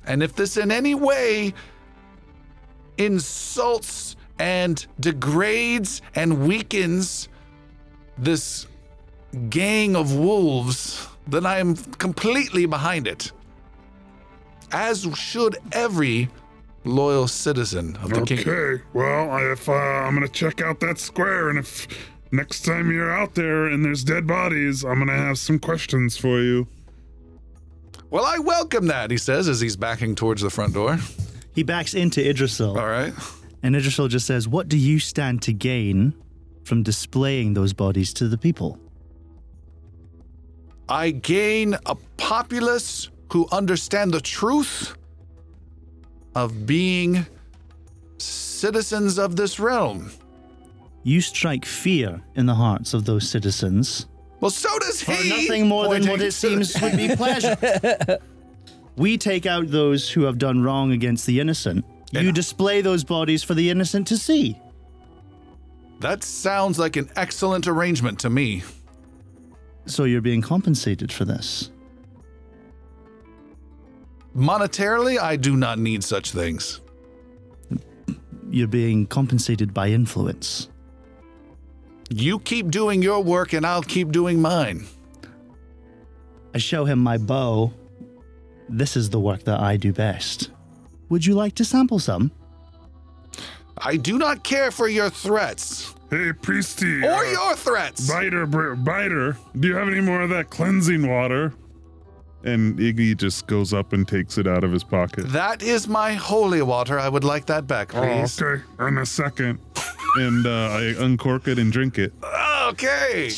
S1: And if this in any way insults and degrades and weakens this gang of wolves, then I am completely behind it. As should every loyal citizen of the kingdom.
S6: Okay. Well, I- if uh, I'm gonna check out that square, and if next time you're out there and there's dead bodies, I'm gonna have some questions for you.
S1: Well, I welcome that, he says as he's backing towards the front door.
S7: He backs into Idrisil,
S1: All right.
S7: and Idrisil just says, "What do you stand to gain from displaying those bodies to the people?"
S1: I gain a populace who understand the truth of being citizens of this realm.
S7: You strike fear in the hearts of those citizens
S1: Well, so does
S7: for
S1: he.
S7: nothing more than what
S1: Pointing
S7: it
S1: to the-
S7: seems would be pleasure. We take out those who have done wrong against the innocent. You display those bodies for the innocent to see.
S1: That sounds like an excellent arrangement to me.
S7: So you're being compensated for this.
S1: Monetarily, I do not need such things.
S7: you're being compensated by influence.
S1: You keep doing your work and I'll keep doing mine.
S7: I show him my bow. This is the work that I do best. Would you like to sample some?
S1: I do not care for your threats
S5: Hey, Priesty.
S1: or
S5: uh,
S1: your threats.
S5: Biter, br- biter. Do you have any more of that cleansing water?
S6: And Iggy just goes up and takes it out of his pocket.
S1: That is my holy water. I would like that back, please.
S5: Oh, okay. In a second.
S6: and uh, I uncork it and drink it
S1: okay.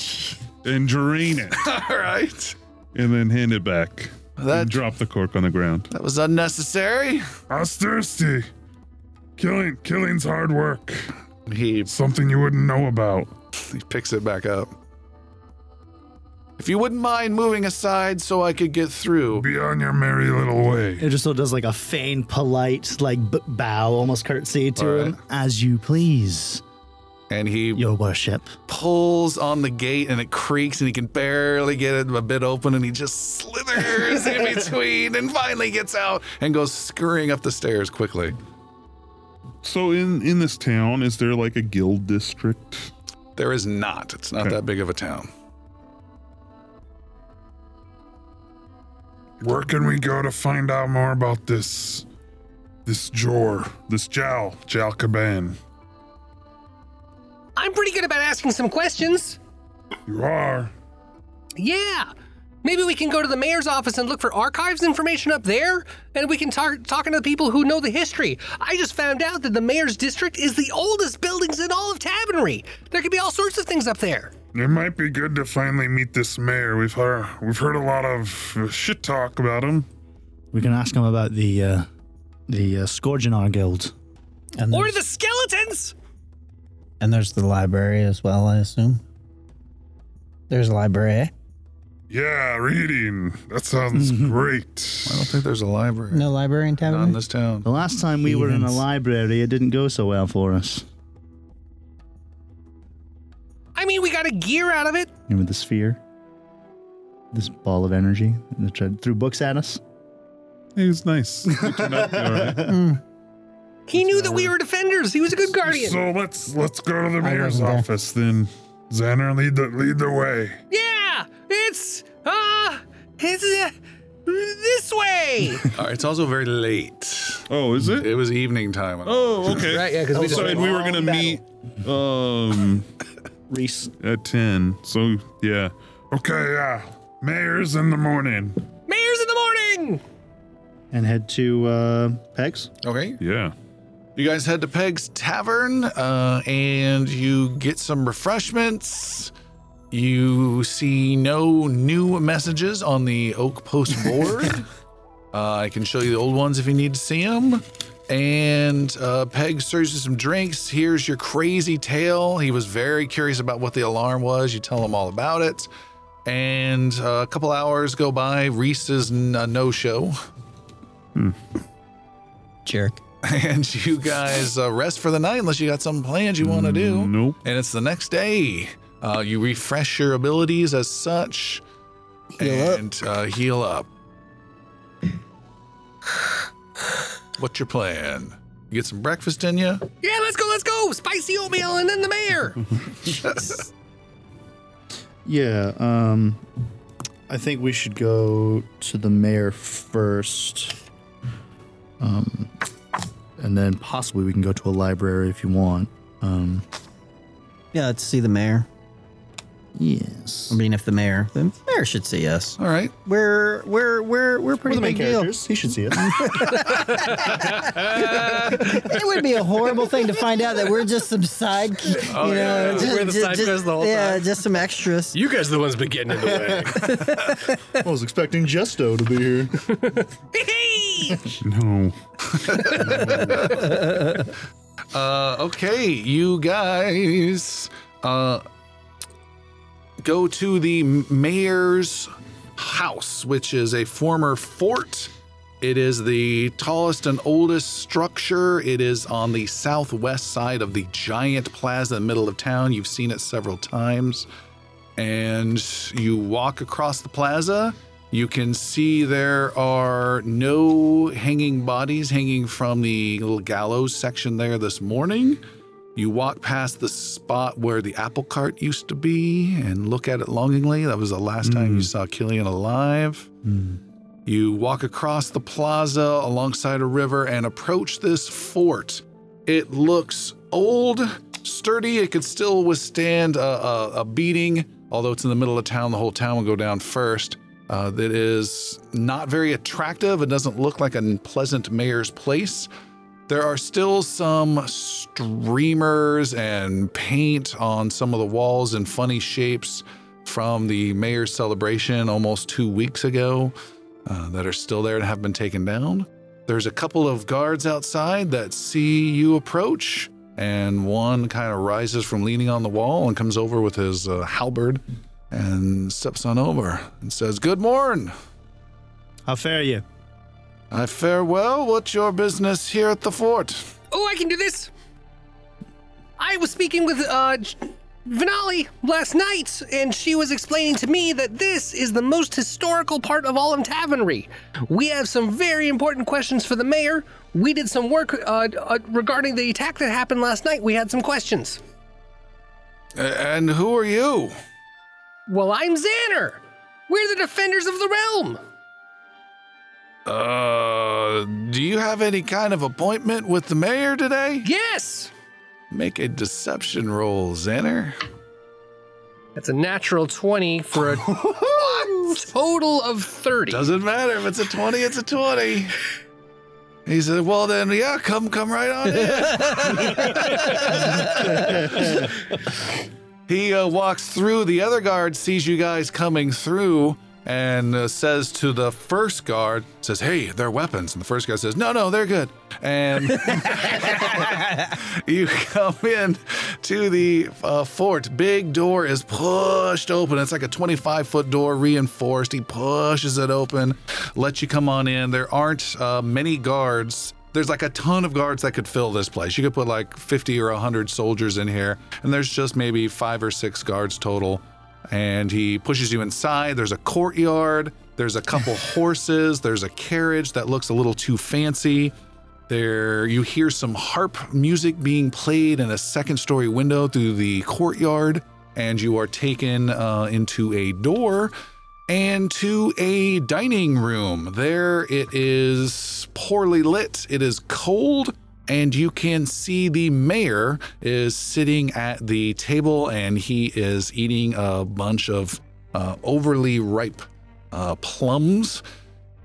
S6: and drain it
S1: All right.
S6: and then hand it back.
S1: That-
S6: and drop the cork on the ground.
S1: That was unnecessary.
S5: I was thirsty. Killing, killing's hard work.
S1: He
S5: Something you wouldn't know about.
S1: He picks it back up. If you wouldn't mind moving aside so I could get through.
S5: Be on your merry little way.
S7: It just sort of does like a feigned, polite, like b- bow, almost curtsy to
S1: All
S7: him. As you please,
S1: And he
S7: your worship.
S1: pulls on the gate and it creaks and he can barely get it a bit open and he just slithers in between and finally gets out and goes scurrying up the stairs quickly.
S6: So in in this town, is there like a guild district?
S1: There is not. It's not
S6: Okay.
S1: that big of a town.
S5: Where can we go to find out more about this? This Jor, this Jal, Jal Caban.
S4: I'm pretty good about asking some questions.
S5: You are.
S4: Yeah. Maybe we can go to the mayor's office and look for archives information up there, and we can talk talking to the people who know the history. I just found out that the mayor's district is the oldest buildings in all of Tavernry. There could be all sorts of things up there.
S5: It might be good to finally meet this mayor. We've heard we've heard a lot of uh, shit talk about him.
S7: We can ask him about the uh, the uh, Scourgeonar Guild.
S2: And
S16: Hmm.
S4: Or
S2: there's,
S4: the skeletons.
S2: and there's the library as well, I assume. There's a library.
S5: Yeah, reading. That sounds great.
S1: I don't think there's a library
S2: No library in
S1: not in
S2: Tavern?
S1: this town.
S7: The last time we were in a
S2: Heathens.
S7: library, it didn't go so well for us.
S4: I mean, we got a gear out of it.
S7: And with the sphere, this ball of energy that tried, threw books at us.
S6: It's nice. It turned out to be all right.
S4: He knew that we were defenders. He was a good guardian.
S5: So let's let's go to the mayor's
S2: wasn't there.
S5: office then. Xander, lead the lead the way.
S4: Yeah. It's uh it's uh, this way.
S1: All right, it's also very late.
S6: Oh, is it?
S1: It was evening time.
S6: Oh, okay.
S4: Right, yeah, 'cause we just-
S6: decided we were gonna meet um
S7: Reese.
S6: at ten. So yeah.
S5: Okay, yeah. Mayor's in the morning.
S4: Mayor's in the morning.
S7: And head to uh, Pegs.
S1: Okay.
S6: Yeah.
S1: You guys head to Peg's Tavern uh, and you get some refreshments. You see no new messages on the Oak Post board. uh, I can show you the old ones if you need to see them. And uh, Peg serves you some drinks. Here's your crazy tale. He was very curious about what the alarm was. You tell him all about it. And uh, a couple hours go by. Reese is n- a no show
S2: Jerk.
S1: and you guys uh, rest for the night unless you got some plans you want to do.
S6: Nope.
S1: And it's the next day. Uh, you refresh your abilities as such and Uh, heal up. What's your plan? You get some breakfast in you?
S4: Yeah, let's go. Let's go. Spicy oatmeal and then the mayor.
S7: Yeah. Um, I think we should go to the mayor first. Um, and then possibly we can go to a library if you want. Um,
S2: Yeah, let's see the mayor. I
S7: yes.
S2: mean, if the mayor, the mayor should see us.
S1: All right.
S2: We're we're we're we're a pretty big deal.
S7: He should see it.
S2: It would be a horrible thing to find out that we're just some side,
S1: Oh,
S2: you know,
S1: yeah.
S2: just,
S4: We're the
S2: just-
S4: side
S2: just-
S4: quest the whole
S2: yeah,
S4: time.
S2: just some extras.
S16: You guys are the ones been getting in the way.
S7: I was expecting Justo to be here.
S4: Hey.
S6: No.
S1: Uh, okay, you guys uh, go to the mayor's house, which is a former fort. It is the tallest and oldest structure. It is on the southwest side of the giant plaza in the middle of town. You've seen it several times. And you walk across the plaza. You can see there are no hanging bodies hanging from the little gallows section there this morning. You walk past the spot where the apple cart used to be and look at it longingly. That was the last time you saw Killian alive. You walk across the plaza alongside a river and approach this fort. It looks old, sturdy. It could still withstand a, a, a beating, although it's in the middle of town. The whole town will go down first. Uh, that is not very attractive. It doesn't look like a pleasant mayor's place. There are still some streamers and paint on some of the walls in funny shapes from the mayor's celebration almost two weeks ago uh, that are still there and have been taken down. There's a couple of guards outside that see you approach, and one kind of rises from leaning on the wall and comes over with his uh, halberd and steps on over and says, Good morn.
S3: How fare you?
S1: I fare well. What's your business here at the fort?
S4: Oh, I can do this. I was speaking with uh J- Vinali last night, and she was explaining to me that this is the most historical part of Alum Tavernry. We have some very important questions for the mayor. We did some work uh, uh, regarding the attack that happened last night. We had some questions.
S1: A- And who are you?
S4: Well, I'm Xanner. We're the defenders of the realm.
S1: Uh, do you have any kind of appointment with the mayor today?
S4: Yes.
S1: Make a deception roll, Xanner.
S4: That's a natural 20 for a total of 30.
S1: Doesn't matter if it's a 20, it's a 20. He said, Well, then, yeah, come, come right on in. he uh, walks through. The other guard sees you guys coming through and uh, says to the first guard, says, Hey, they're weapons. And the first guy says, No, no, they're good. And you come in to the uh, fort. Big door is pushed open. It's like a 25 foot door, reinforced. He pushes it open, lets you come on in. There aren't uh, many guards. There's like a ton of guards that could fill this place. You could put like 50 or 100 soldiers in here, and there's just maybe five or six guards total. And he pushes you inside. There's a courtyard. There's a couple horses. There's a carriage that looks a little too fancy. There, you hear some harp music being played in a second story window through the courtyard, and you are taken uh, into a door and to a dining room. There, it is poorly lit, it is cold, and you can see the mayor is sitting at the table and he is eating a bunch of uh, overly ripe uh, plums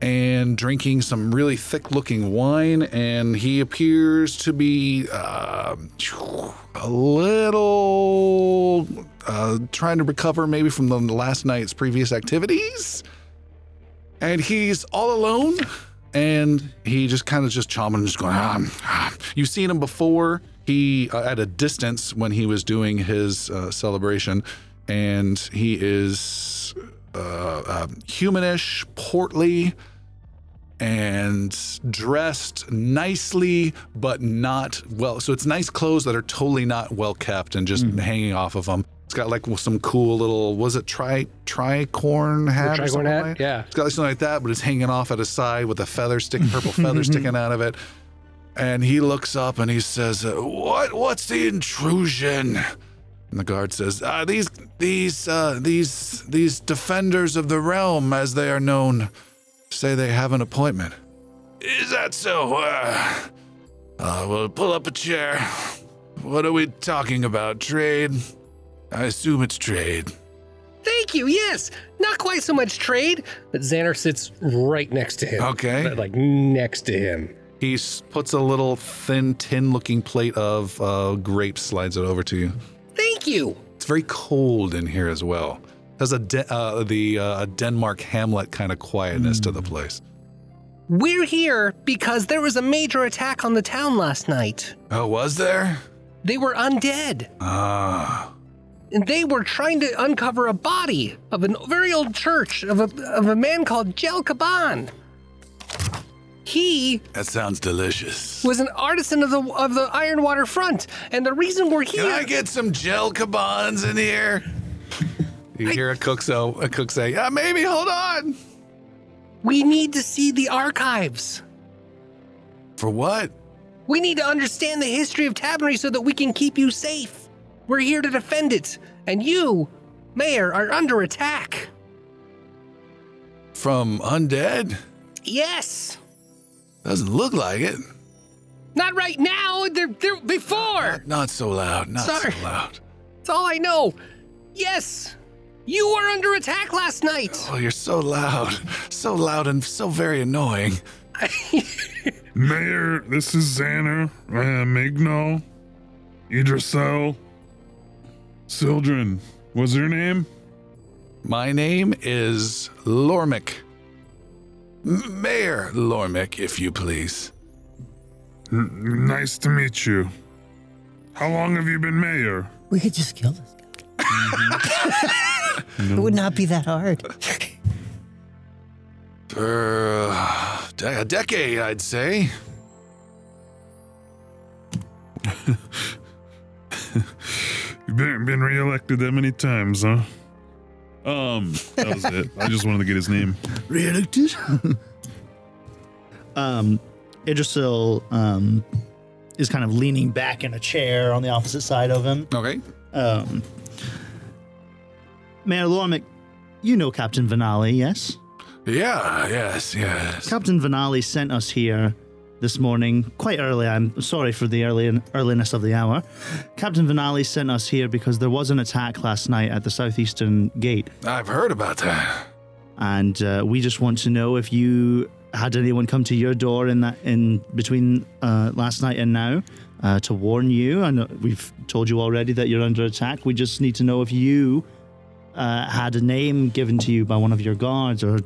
S1: and drinking some really thick looking wine. And he appears to be uh, a little uh, trying to recover maybe from the last night's previous activities. And he's all alone. And he just kind of just chomping, just going, ah, ah." you've seen him before. He uh, at a distance when he was doing his uh, celebration, and he is uh, um, humanish, portly, and dressed nicely, but not well. So it's nice clothes that are totally not well kept and just
S4: Mm-hmm.
S1: hanging off of them. It's got like some cool little was it tri tricorn hat? or
S4: Tricorn
S1: something
S4: hat,
S1: like-
S4: yeah.
S1: It's got something like that, but it's hanging off at a side with a feather stick, purple feather sticking out of it. And he looks up and he says, uh, "What? What's the intrusion?" And the guard says, uh, "These, these, uh, these, these defenders of the realm, as they are known, say they have an appointment." Is that so? Uh, uh, well, pull up a chair. What are we talking about? Trade? I assume it's trade.
S4: Thank you. Yes, not quite so much trade, but Xander sits right next to him.
S1: Okay.
S4: like next to him.
S1: He s- puts a little thin tin-looking plate of uh, grapes, slides it over to you.
S4: Thank you.
S1: It's very cold in here as well. Has a De- uh, the uh, Denmark Hamlet kind of quietness to the place.
S4: We're here because there was a major attack on the town last night.
S1: Oh, was there?
S4: They were undead,
S1: Ah,
S4: and they were trying to uncover a body of a very old church of a, of a man called Jel Kaban. He
S1: that sounds delicious.
S4: was an artisan of the of the Ironwater Front, and the reason we're here.
S1: Can I get some gel cabons in here? You hear a cook so a cook say, uh, maybe "Ah, hold on.
S4: We need to see the archives.
S1: For what?
S4: We need to understand the history of Tabernary so that we can keep you safe. We're here to defend it, and you, Mayor, are under attack.
S1: From undead?
S4: Yes.
S1: Doesn't look like it.
S4: Not right now. They're, they're before.
S1: Not so loud. Not
S4: Sorry.
S1: so loud.
S4: That's all I know. Yes. You were under attack last night.
S1: Oh, you're so loud. So loud and so very annoying.
S5: Mayor, this is Xaner, uh, Migno, Idrisel, Sildren. Was her name?
S1: My name is Lormick. M- Mayor Lormick, if you please.
S5: N- nice to meet you. How long have you been mayor?
S9: We could just kill this guy. It would not be that hard.
S1: For uh, de- a decade, I'd say.
S5: You've been, been reelected that many times, huh?
S6: Um, that was it. I just wanted to get his name.
S7: Reelected? um, Idrisil um, is kind of leaning back in a chair on the opposite side of him.
S1: Okay.
S7: Um, Mayor Lormick, you know Captain Vanali, yes?
S1: Yeah, yes, yes.
S7: Captain Vanali sent us here this morning, quite early. I'm sorry for the early earliness of the hour. Captain Vanali sent us here because there was an attack last night at the southeastern gate,
S1: I've heard about that.
S7: and uh, we just want to know if you had anyone come to your door in that in between uh, last night and now uh, to warn you. And uh, we've told you already that you're under attack. We just need to know if you uh, had a name given to you by one of your guards or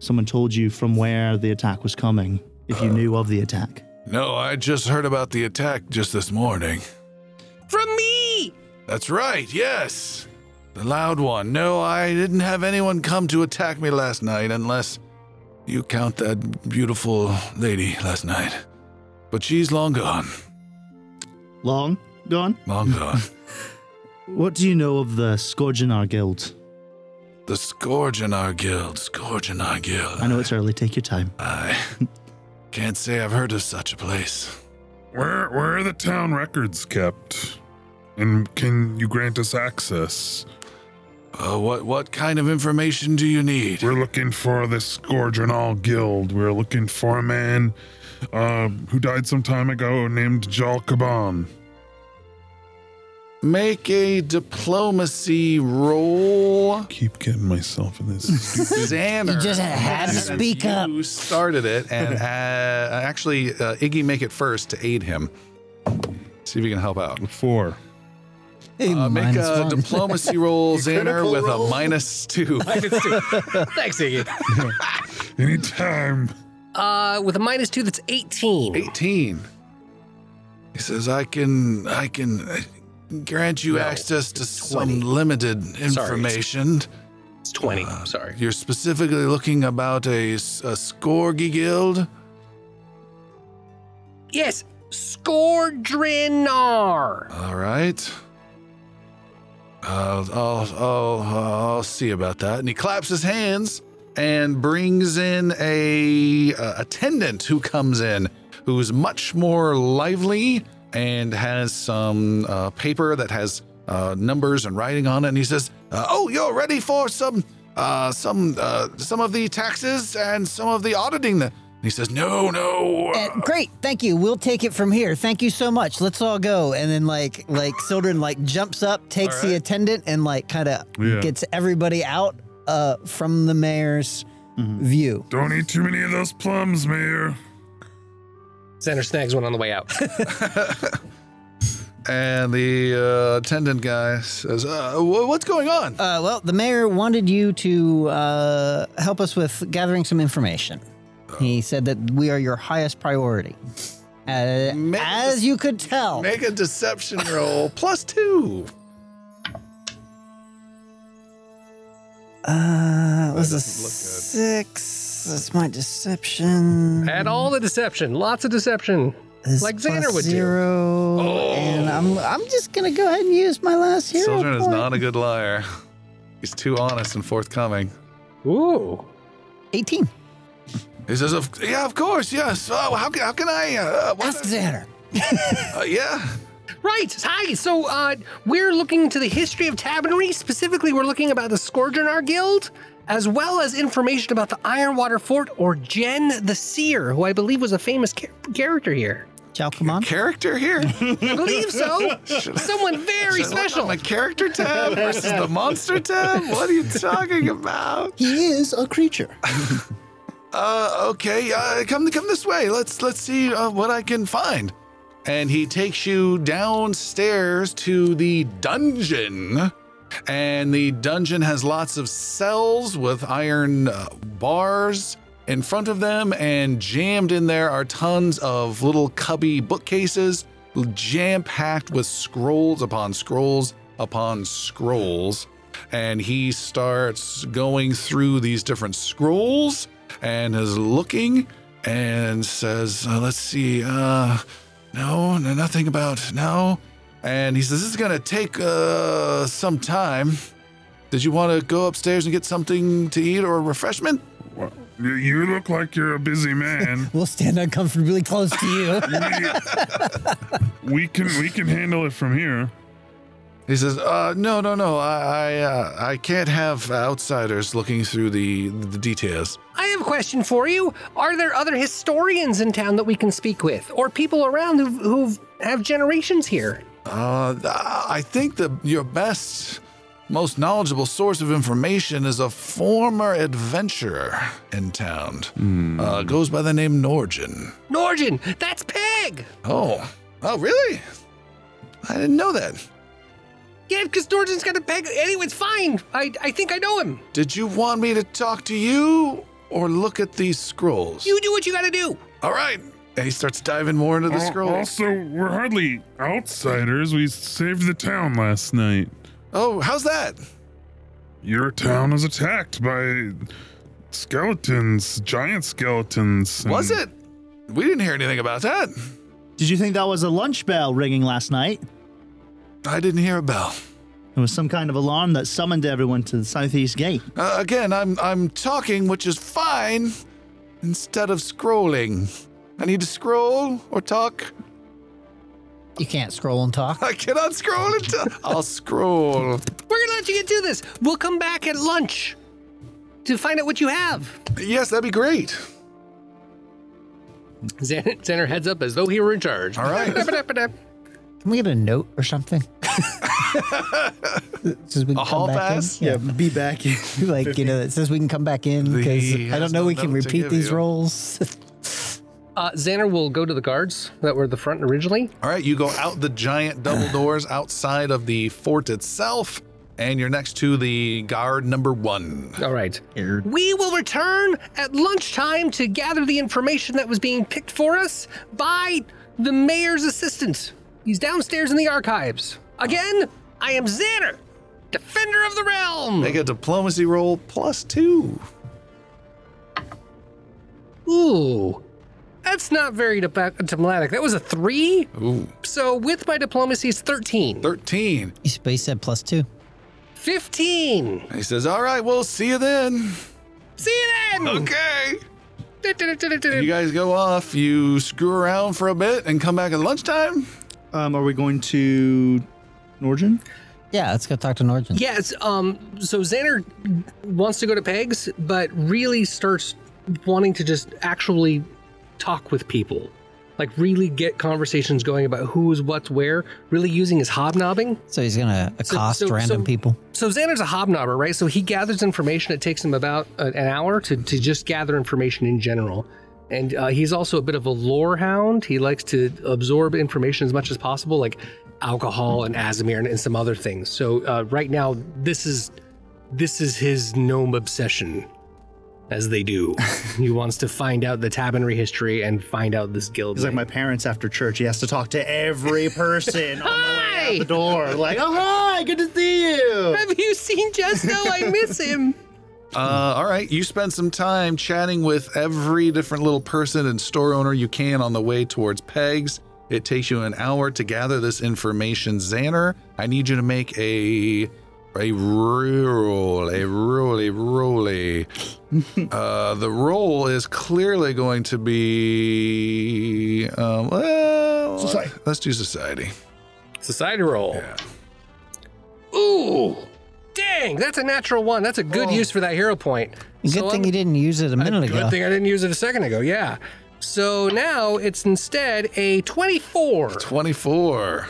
S7: someone told you from where the attack was coming. If you knew of the attack.
S1: No, I just heard about the attack just this morning.
S4: From me.
S1: That's right, yes. The loud one. No, I didn't have anyone come to attack me last night unless you count that beautiful lady last night. But she's long gone.
S7: Long gone?
S1: Long gone.
S7: What do you know of the Scourge in our guild?
S1: the Scourge in our guild. Scourge in our guild.
S7: I know it's early, take your time.
S1: I can't say I've heard of such a place.
S5: Where where are the town records kept? And can you grant us access?
S1: Uh, what what kind of information do you need?
S5: We're looking for the Scourge and All Guild. We're looking for a man um, who died some time ago named Jal Kaban.
S1: Make a diplomacy roll.
S6: Keep getting myself in this.
S1: Xander.
S9: You just had to
S1: Since
S9: speak
S1: you
S9: up.
S1: started it, and uh, actually, uh, Iggy make it first to aid him. See if you can help out.
S6: Four.
S2: Hey,
S1: Uh, make
S2: minus
S1: a
S2: one.
S1: diplomacy roll, Xander, with a minus two.
S4: Thanks, Iggy.
S5: Anytime.
S4: Uh, with a minus two, that's 18.
S1: 18. He says, "I can, I can uh, grant you access to some
S4: 20.
S1: limited information."
S4: It's 20. Sorry.
S1: You're specifically looking about a, s- a Scorgi guild.
S4: Yes. Scordrinar.
S1: All right. Uh, I'll, I'll, I'll see about that. And he claps his hands and brings in a uh, attendant who comes in, who's much more lively and has some uh, paper that has uh, numbers and writing on it. And he says, uh, "Oh, you're ready for some uh, some uh, some of the taxes and some of the auditing." And he says, "No, no,
S2: Uh, great, thank you. We'll take it from here. Thank you so much. Let's all go. And then like like Sildren like jumps up, takes the attendant, and like kind of
S6: Yeah.
S2: gets everybody out uh, from the mayor's view.
S5: Don't eat too many of those plums, Mayor.
S4: Xander snags one on the way out.
S1: And the uh, attendant guy says, uh, wh- "What's going on?"
S2: Uh, well, the mayor wanted you to uh, help us with gathering some information. He said that we are your highest priority. Uh,
S1: Make
S2: as you could tell,
S1: Make a deception roll plus two.
S2: uh, it was a six. That's my deception.
S4: Add all the deception. Lots of deception.
S2: Is
S4: like Xander
S2: plus
S4: would do.
S2: zero, and I'm I'm just gonna go ahead and use my last hero
S1: Children is
S2: point.
S1: not a good liar. He's too honest and forthcoming.
S4: Ooh.
S2: Eighteen.
S1: He says, of, "Yeah, of course, yes. Oh, how can how can I? Uh, what-
S2: Ask Xander.
S1: uh, yeah,
S4: Right. Hi. So uh, we're looking to the history of tabernary. Specifically, we're looking about the Scourgeonar Guild, as well as information about the Ironwater Fort or Jen the Seer, who I believe was a famous cha- character here.
S2: Jalkamon?
S1: character here.
S4: I believe so. Someone very special.
S1: My character tab versus the monster tab. What are you talking about?
S9: He is a creature.
S1: Uh, okay, uh, come come this way. Let's let's see uh, what I can find." And he takes you downstairs to the dungeon. And the dungeon has lots of cells with iron uh, bars in front of them, and jammed in there are tons of little cubby bookcases, jam packed with scrolls upon scrolls upon scrolls. And he starts going through these different scrolls and is looking and says, uh, Let's see, uh, no, no, nothing about, no. And he says, This is gonna take uh, some time. Did you want to go upstairs and get something to eat or a refreshment?
S5: Well, you- you look like you're a busy man.
S9: We'll stand uncomfortably close to you.
S5: we can we can handle it from here.
S1: He says, uh, "No, no, no. I, I, uh, I can't have outsiders looking through the the details.
S4: I have a question for you. Are there other historians in town that we can speak with, or people around who who've, have generations here?
S1: Uh, I think the your best, most knowledgeable source of information is a former adventurer in town. Uh, goes by the name Norgin.
S4: Norgin, that's Peg.
S1: Oh, oh, really? I didn't know that.
S4: Yeah, because Norgin's got a Peg. Anyway, it's fine. I I think I know him.
S1: Did you want me to talk to you or look at these scrolls?
S4: You do what you got to do.
S1: All right." And he starts diving more into the
S6: Uh,
S5: Al-
S1: scrolls.
S5: Also, we're hardly outsiders. We saved the town last night.
S1: Oh, how's that?
S5: Your town was attacked by skeletons, giant skeletons. and-
S6: Hmm.
S1: Was it? We didn't hear anything about that.
S3: Did you think that was a lunch bell ringing last night?
S1: I didn't hear a bell.
S3: It was some kind of alarm that summoned everyone to the southeast gate.
S1: Uh, again, I'm I'm talking, which is fine, instead of scrolling. I need to scroll or talk.
S2: You can't scroll and talk.
S1: I cannot scroll and talk. I'll scroll.
S4: We're gonna let you get to this. We'll come back at lunch to find out what you have.
S1: Yes, that'd be great.
S4: Xander, Xander heads up as though he were in charge.
S1: All right.
S2: Can we get a note or something? It says we can
S1: A
S2: come
S1: hall
S2: back in.
S1: pass?
S2: Yeah.
S3: be back in.
S2: Like, you know, it says we can come back in because
S1: He
S2: I
S1: has
S2: don't know
S1: no
S2: we can
S1: note to
S2: repeat
S1: give
S2: these
S1: you.
S2: rolls.
S4: Uh, Xander will go to the guards that were at the front originally.
S1: All right, you go out the giant double doors outside of the fort itself, and you're next to the guard number one.
S4: All right. We will return at lunchtime to gather the information that was being picked for us by the mayor's assistant. He's downstairs in the archives. Again, I am Xander, defender of the realm.
S1: Make a diplomacy roll plus two.
S4: Ooh, that's not very dip- diplomatic. That was a three. So with my diplomacy, it's 13.
S1: Thirteen.
S2: You space said plus two.
S4: 15.
S1: He says, "All right, we'll see you then."
S4: See you then.
S1: Okay.
S4: Du-du-du-du-du-du.
S1: You guys go off, you screw around for a bit, and come back at lunchtime.
S7: Um, are we going to Norgin?
S2: Yeah, let's go talk to Norgin.
S4: Yes. Um. So Xander wants to go to Pegs, but really starts wanting to just actually talk with people, like really get conversations going about who's what's where. Really using his hobnobbing.
S2: So he's gonna accost
S4: so-
S2: random
S4: so-
S2: people.
S4: So Xander's a hobnobber, right? So he gathers information. It takes him about a- an hour to to just gather information in general. And uh, he's also a bit of a lore hound. He likes to absorb information as much as possible, like alcohol and Azamir and, and some other things. So uh, right now, this is this is his gnome obsession, as they do. he wants to find out the tabernary history and find out this guild.
S7: He's like my parents after church. He has to talk to every person on the way out
S4: Hi!
S7: the door. Like, oh hi, good to see you.
S4: Have you seen Justo? I miss him.
S1: Uh, all right, you spend some time chatting with every different little person and store owner you can on the way towards Pegs. It takes you an hour to gather this information, Xander. I need you to make a a roll, a roly roly. Uh, the roll is clearly going to be. Um, well,
S17: Society.
S1: let's do society.
S4: Society roll. Ooh, dang! That's a natural one. That's a good use for that hero point.
S2: Good
S4: So
S2: thing
S4: I'm-
S2: you didn't use it a minute
S4: Good
S2: ago.
S4: thing I didn't use it a second ago. Yeah. So now it's instead a 24.
S1: 24.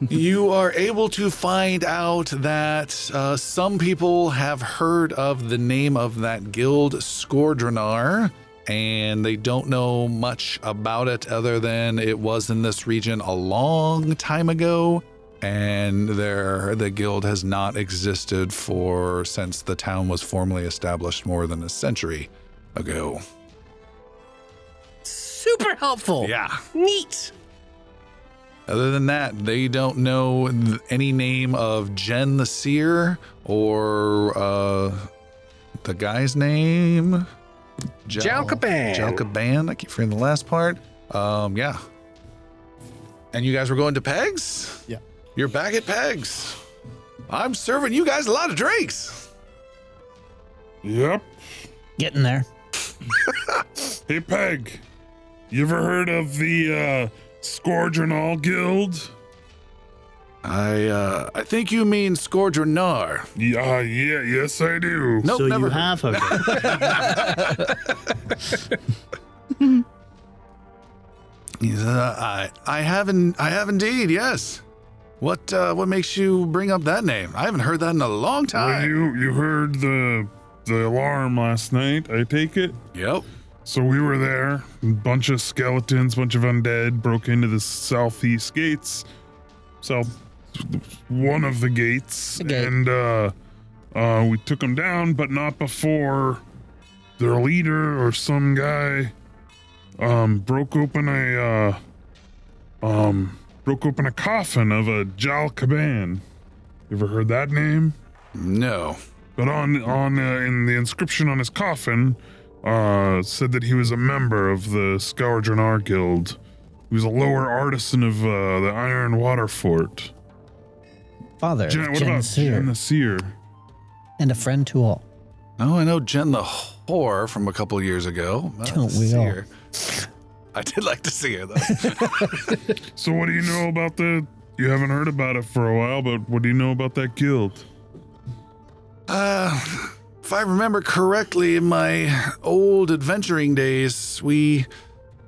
S1: you are able to find out that uh, some people have heard of the name of that guild, Skordronar, and they don't know much about it other than it was in this region a long time ago. And there, the guild has not existed for since the town was formally established more than a century ago.
S4: Super helpful.
S1: Yeah.
S4: Neat.
S1: Other than that, they don't know th- any name of Jen the Seer or uh, the guy's name. Jal-
S4: Jalkaban.
S1: Jalkaban. I keep forgetting the last part. Um, yeah. And you guys were going to Pegs?
S17: Yeah.
S1: You're back at Pegs. I'm serving you guys a lot of drinks.
S6: Yep.
S2: Getting there.
S6: Hey, Peg. You ever heard of the uh, Scourgeonal Guild?
S1: I uh, I think you mean Skordronar.
S6: Yeah, uh, yeah, yes, I do.
S1: Nope,
S7: so
S1: never.
S7: you have heard. it.
S1: He's, uh, I, I haven't, I have indeed. Yes. What, uh, what makes you bring up that name? I haven't heard that in a long
S6: Well,
S1: time.
S6: you you heard the the alarm last night. I take it.
S1: Yep.
S6: So we were there. Bunch of skeletons, bunch of undead broke into the southeast gates. South, one of the gates,
S2: The gate.
S6: and uh, uh, we took them down, but not before their leader or some guy um, broke open a uh, um, broke open a coffin of a Jal Kaban. You ever heard that name?
S1: No.
S6: But on on uh, in the inscription on his coffin, uh, said that he was a member of the Scourgeonar Guild. He was a lower artisan of uh, the Iron Water Fort.
S2: Father,
S6: Jen, what
S2: Jen
S6: about
S2: Seer,
S6: Jen the Seer?
S2: and a friend to all.
S1: Oh, I know Jen the whore from a couple years ago. I
S2: Don't
S1: didn't
S2: we
S1: see
S2: all?
S1: her. I did like to see her though.
S6: So what do you know about the? You haven't heard about it for a while, but what do you know about that guild?
S1: Uh, if I remember correctly, in my old adventuring days, we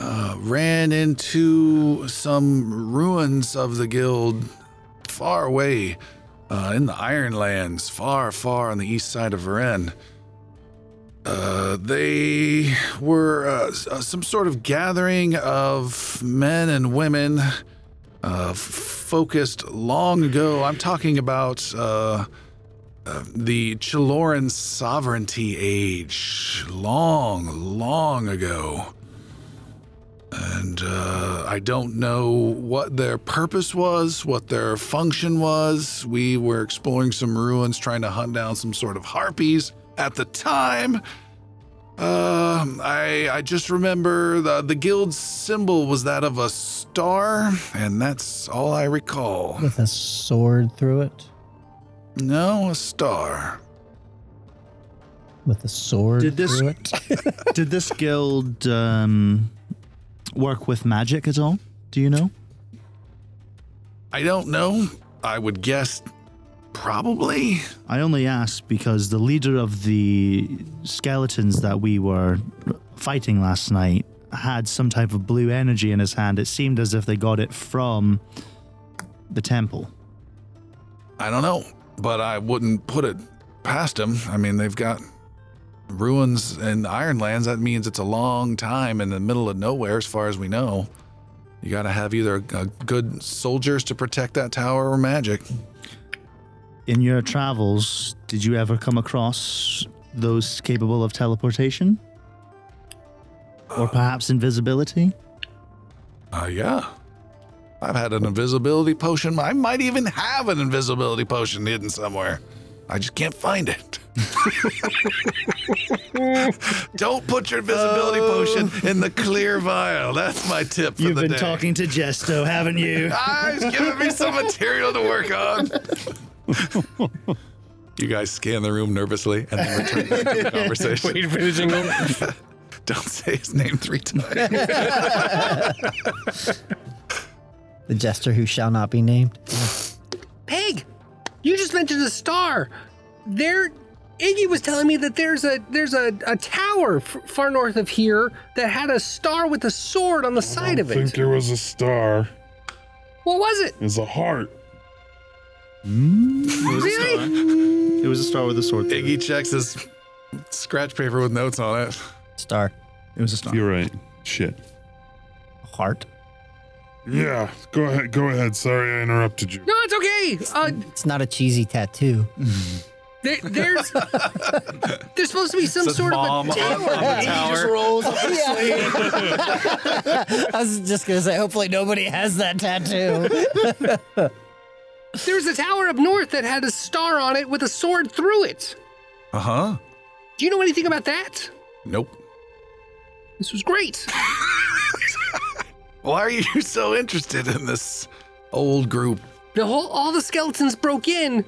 S1: uh, ran into some ruins of the guild far away uh, in the Ironlands, far, far on the east side of Varennes. Uh, they were uh, s- uh, some sort of gathering of men and women uh, f- focused long ago. I'm talking about. Uh, the Chiloran sovereignty age, long, long ago. And uh, I don't know what their purpose was, what their function was. We were exploring some ruins, trying to hunt down some sort of harpies at the time. Um, I I just remember the the guild's symbol was that of a star, and that's all I recall.
S2: With a sword through it.
S1: No, a star.
S2: With a sword
S7: Did this-
S2: through it.
S7: Did this guild um, work with magic at all? Do you know?
S1: I don't know. I would guess probably.
S7: I only ask because the leader of the skeletons that we were fighting last night had some type of blue energy in his hand. It seemed as if they got it from the temple.
S1: I don't know, but I wouldn't put it past them. I mean, they've got ruins in the Ironlands. That means it's a long time in the middle of nowhere, as far as we know. You got to have either a, a good soldiers to protect that tower or magic.
S7: In your travels, did you ever come across those capable of teleportation? Or perhaps invisibility?
S1: Uh, yeah. I've had an invisibility potion. I might even have an invisibility potion hidden somewhere. I just can't find it. Don't put your invisibility potion in the clear vial. That's my tip for
S17: Oh. You've
S1: the
S17: been
S1: day.
S17: talking to Jesto, haven't you?
S1: Ah, he's giving me some material to work on. You guys scan the room nervously and then return back to the conversation.
S4: Wait for the jingle.
S1: Don't say his name three times.
S2: The jester who shall not be named.
S4: Peg, you just mentioned a star. There, Iggy was telling me that there's a there's a, a tower f- far north of here that had a star with a sword on the
S6: Oh,
S4: side of
S18: I think
S4: it.
S18: there was a star.
S4: What was it?
S18: It was a heart.
S4: Really?
S7: It was a star with a sword. through
S1: Iggy checks his scratch paper with notes on it.
S2: Star.
S7: It It was a star.
S6: You're right. Shit.
S7: Heart.
S18: Yeah, go ahead. Go ahead. Sorry, I interrupted you.
S4: No, it's okay. Uh,
S19: It's not a cheesy tattoo.
S4: there, there's there's supposed to be some
S1: Says
S4: sort
S1: mom
S4: of a
S1: on- on
S4: tower.
S1: the tower.
S19: I was just gonna say, hopefully nobody has that tattoo.
S4: There's a tower up north that had a star on it with a sword through it.
S1: Uh huh.
S4: Do you know anything about that?
S1: Nope.
S4: This was great.
S1: Why are you so interested in this old group?
S4: The whole all the skeletons broke in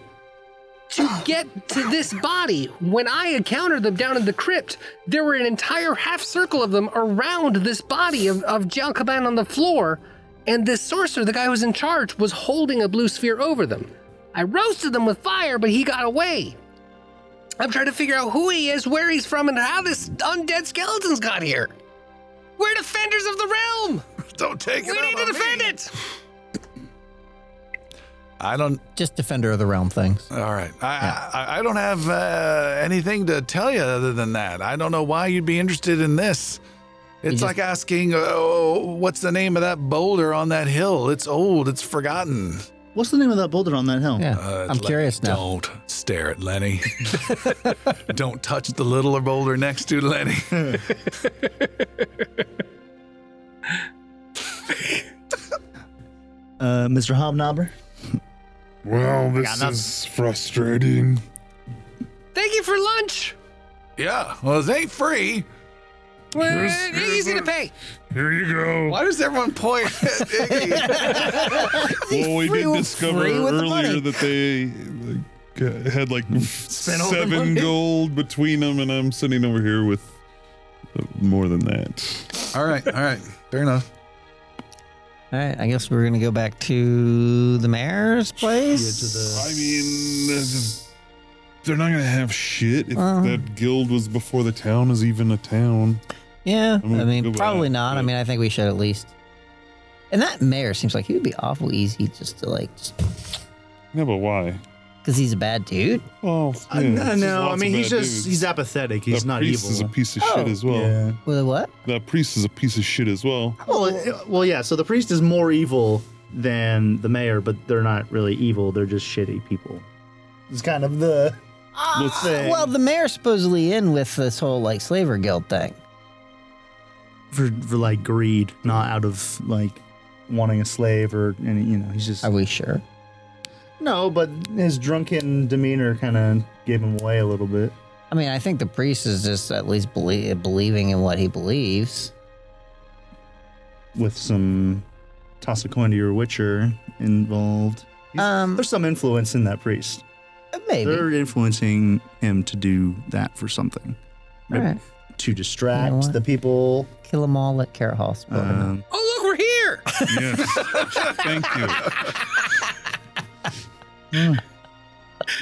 S4: to get to this body. When I encountered them down in the crypt, there were an entire half circle of them around this body of, of Jalkaban on the floor, and this sorcerer, the guy who was in charge, was holding a blue sphere over them. I roasted them with fire, but he got away. I'm trying to figure out who he is, where he's from, and how this undead skeleton's got here. We're defenders of the realm!
S1: Don't take it.
S4: We
S1: out
S4: need to
S1: on
S4: defend
S1: me.
S4: it!
S1: I don't.
S2: Just defender of the realm things.
S1: All right. I I, I don't have uh, anything to tell you other than that. I don't know why you'd be interested in this. It's
S2: just-
S1: like asking, oh, what's the name of that boulder on that hill? It's old. It's forgotten.
S7: What's the name of that boulder on that hill?
S2: Yeah.
S1: Uh,
S2: I'm
S1: Le-
S2: curious now.
S1: Don't stare at Lenny. don't touch the littler boulder next to Lenny.
S7: Uh, Mr. Hobnobber.
S18: Well, this
S7: that's-
S18: is frustrating.
S4: Thank you for lunch!
S1: yeah. Well, it ain't free.
S4: Well,
S18: here's
S4: easy to
S18: a-
S4: pay.
S18: Here you go.
S1: Why does everyone point at Iggy?
S6: Well, we
S19: free
S6: did
S19: with-
S6: discover
S19: free with the money.
S6: earlier that they like, uh, had like
S7: all the
S6: seven
S7: money.
S6: gold between them, and I'm sitting over here with uh, more than that.
S1: all right. All right. Fair enough.
S2: All right, I guess we're gonna go back to the mayor's place.
S6: I mean, uh, they're not gonna have shit if
S7: Uh-huh.
S2: Um.
S6: that guild was before the town is even a town.
S2: yeah,
S6: I'm gonna
S2: I mean,
S6: go back,
S2: probably not. I
S6: yeah.
S2: mean, I think we should at least. And that mayor seems like he would be awful easy just to like,
S6: Yeah, but why?
S2: because he's a bad dude.
S6: Well,
S7: Uh,
S6: yeah,
S7: no,
S6: there's
S7: no.
S6: Hmm. lots
S7: I
S6: of
S7: mean, he's
S6: bad
S7: just
S6: dudes.
S7: he's apathetic. He's
S6: that
S7: not
S6: priest
S7: evil. Oh.
S6: is a piece of shit as well.
S7: Yeah.
S2: With a what?
S6: That priest is a piece of shit as well.
S7: Well, it- well, yeah. So the priest is more evil than the mayor, but they're not really evil. They're just shitty people. Ah, It's kind of the
S6: Let's-
S7: thing.
S2: Well, the mayor's supposedly in with this whole like slaver guild thing.
S7: for, for like greed, not out of like wanting a slave or any. You know, he's just
S2: Are we sure?
S7: no. But his drunken demeanor kind of gave him away a little bit.
S2: I mean, I think the priest is just at least belie- believing in what he believes.
S7: with some toss a coin to your witcher involved. He's-
S2: Um,
S7: There's some influence in that priest.
S2: Uh, Maybe.
S7: They're influencing him to do that for something.
S2: All right.
S7: To distract
S2: You know what?
S7: the people.
S2: Kill them all at Carrot Hall. spoiler.
S7: Um,
S4: Oh, look, we're here.
S6: Yes. Thank you.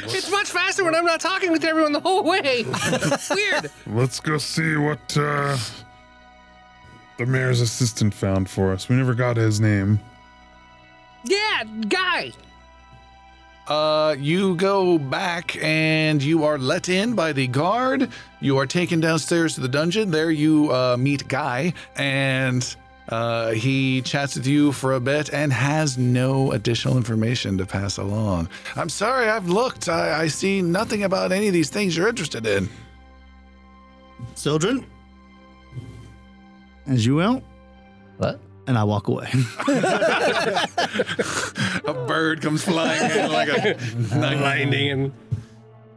S4: It's much faster when I'm not talking with everyone the whole way. Weird.
S18: Let's go see what uh, the mayor's assistant found for us. We never got his name.
S4: Yeah, guy.
S1: Uh, you go back and you are let in by the guard. You are taken downstairs to the dungeon. There you uh, meet Guy, and uh, he chats with you for a bit and has no additional information to pass along. I'm sorry, I've looked. I, I see nothing about any of these things you're interested in.
S7: Children, as you will.
S2: What?
S7: And I walk away.
S1: A bird comes flying in like a
S4: Lightning and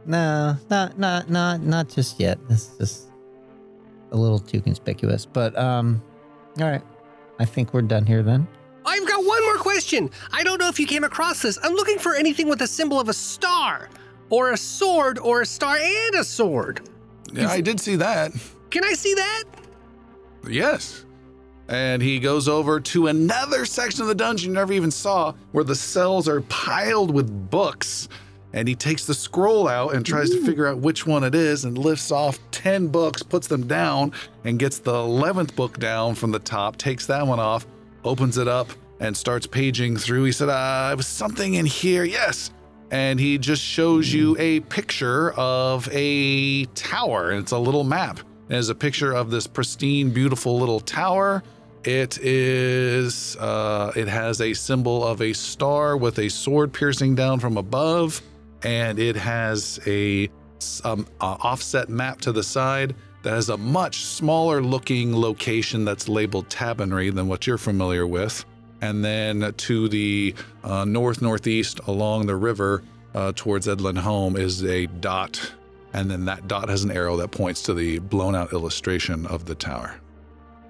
S2: No, not not not not just yet. This is just a little too conspicuous. But um, all right. I think we're done here then.
S4: I've got one more question. I don't know if you came across this. I'm looking for anything with a symbol of a star. or a sword or a star and a sword.
S1: Yeah, I did see that.
S4: Can I see that?
S1: Yes. And he goes over to another section of the dungeon you never even saw where the cells are piled with books. And he takes the scroll out and tries to figure out which one it is and lifts off 10 books, puts them down, and gets the 11th book down from the top, takes that one off, opens it up, and starts paging through. He said, uh, It was something in here. Yes. And he just shows you a picture of a tower, and it's a little map. And there's a picture of this pristine, beautiful little tower. It is, uh, it has a symbol of a star with a sword piercing down from above, and it has a um, uh, offset map to the side that has a much smaller looking location that's labeled Tabernary than what you're familiar with. And then to the uh, north northeast along the river uh, towards Edlinholm is a dot. And then that dot has an arrow that points to the blown out illustration of the tower.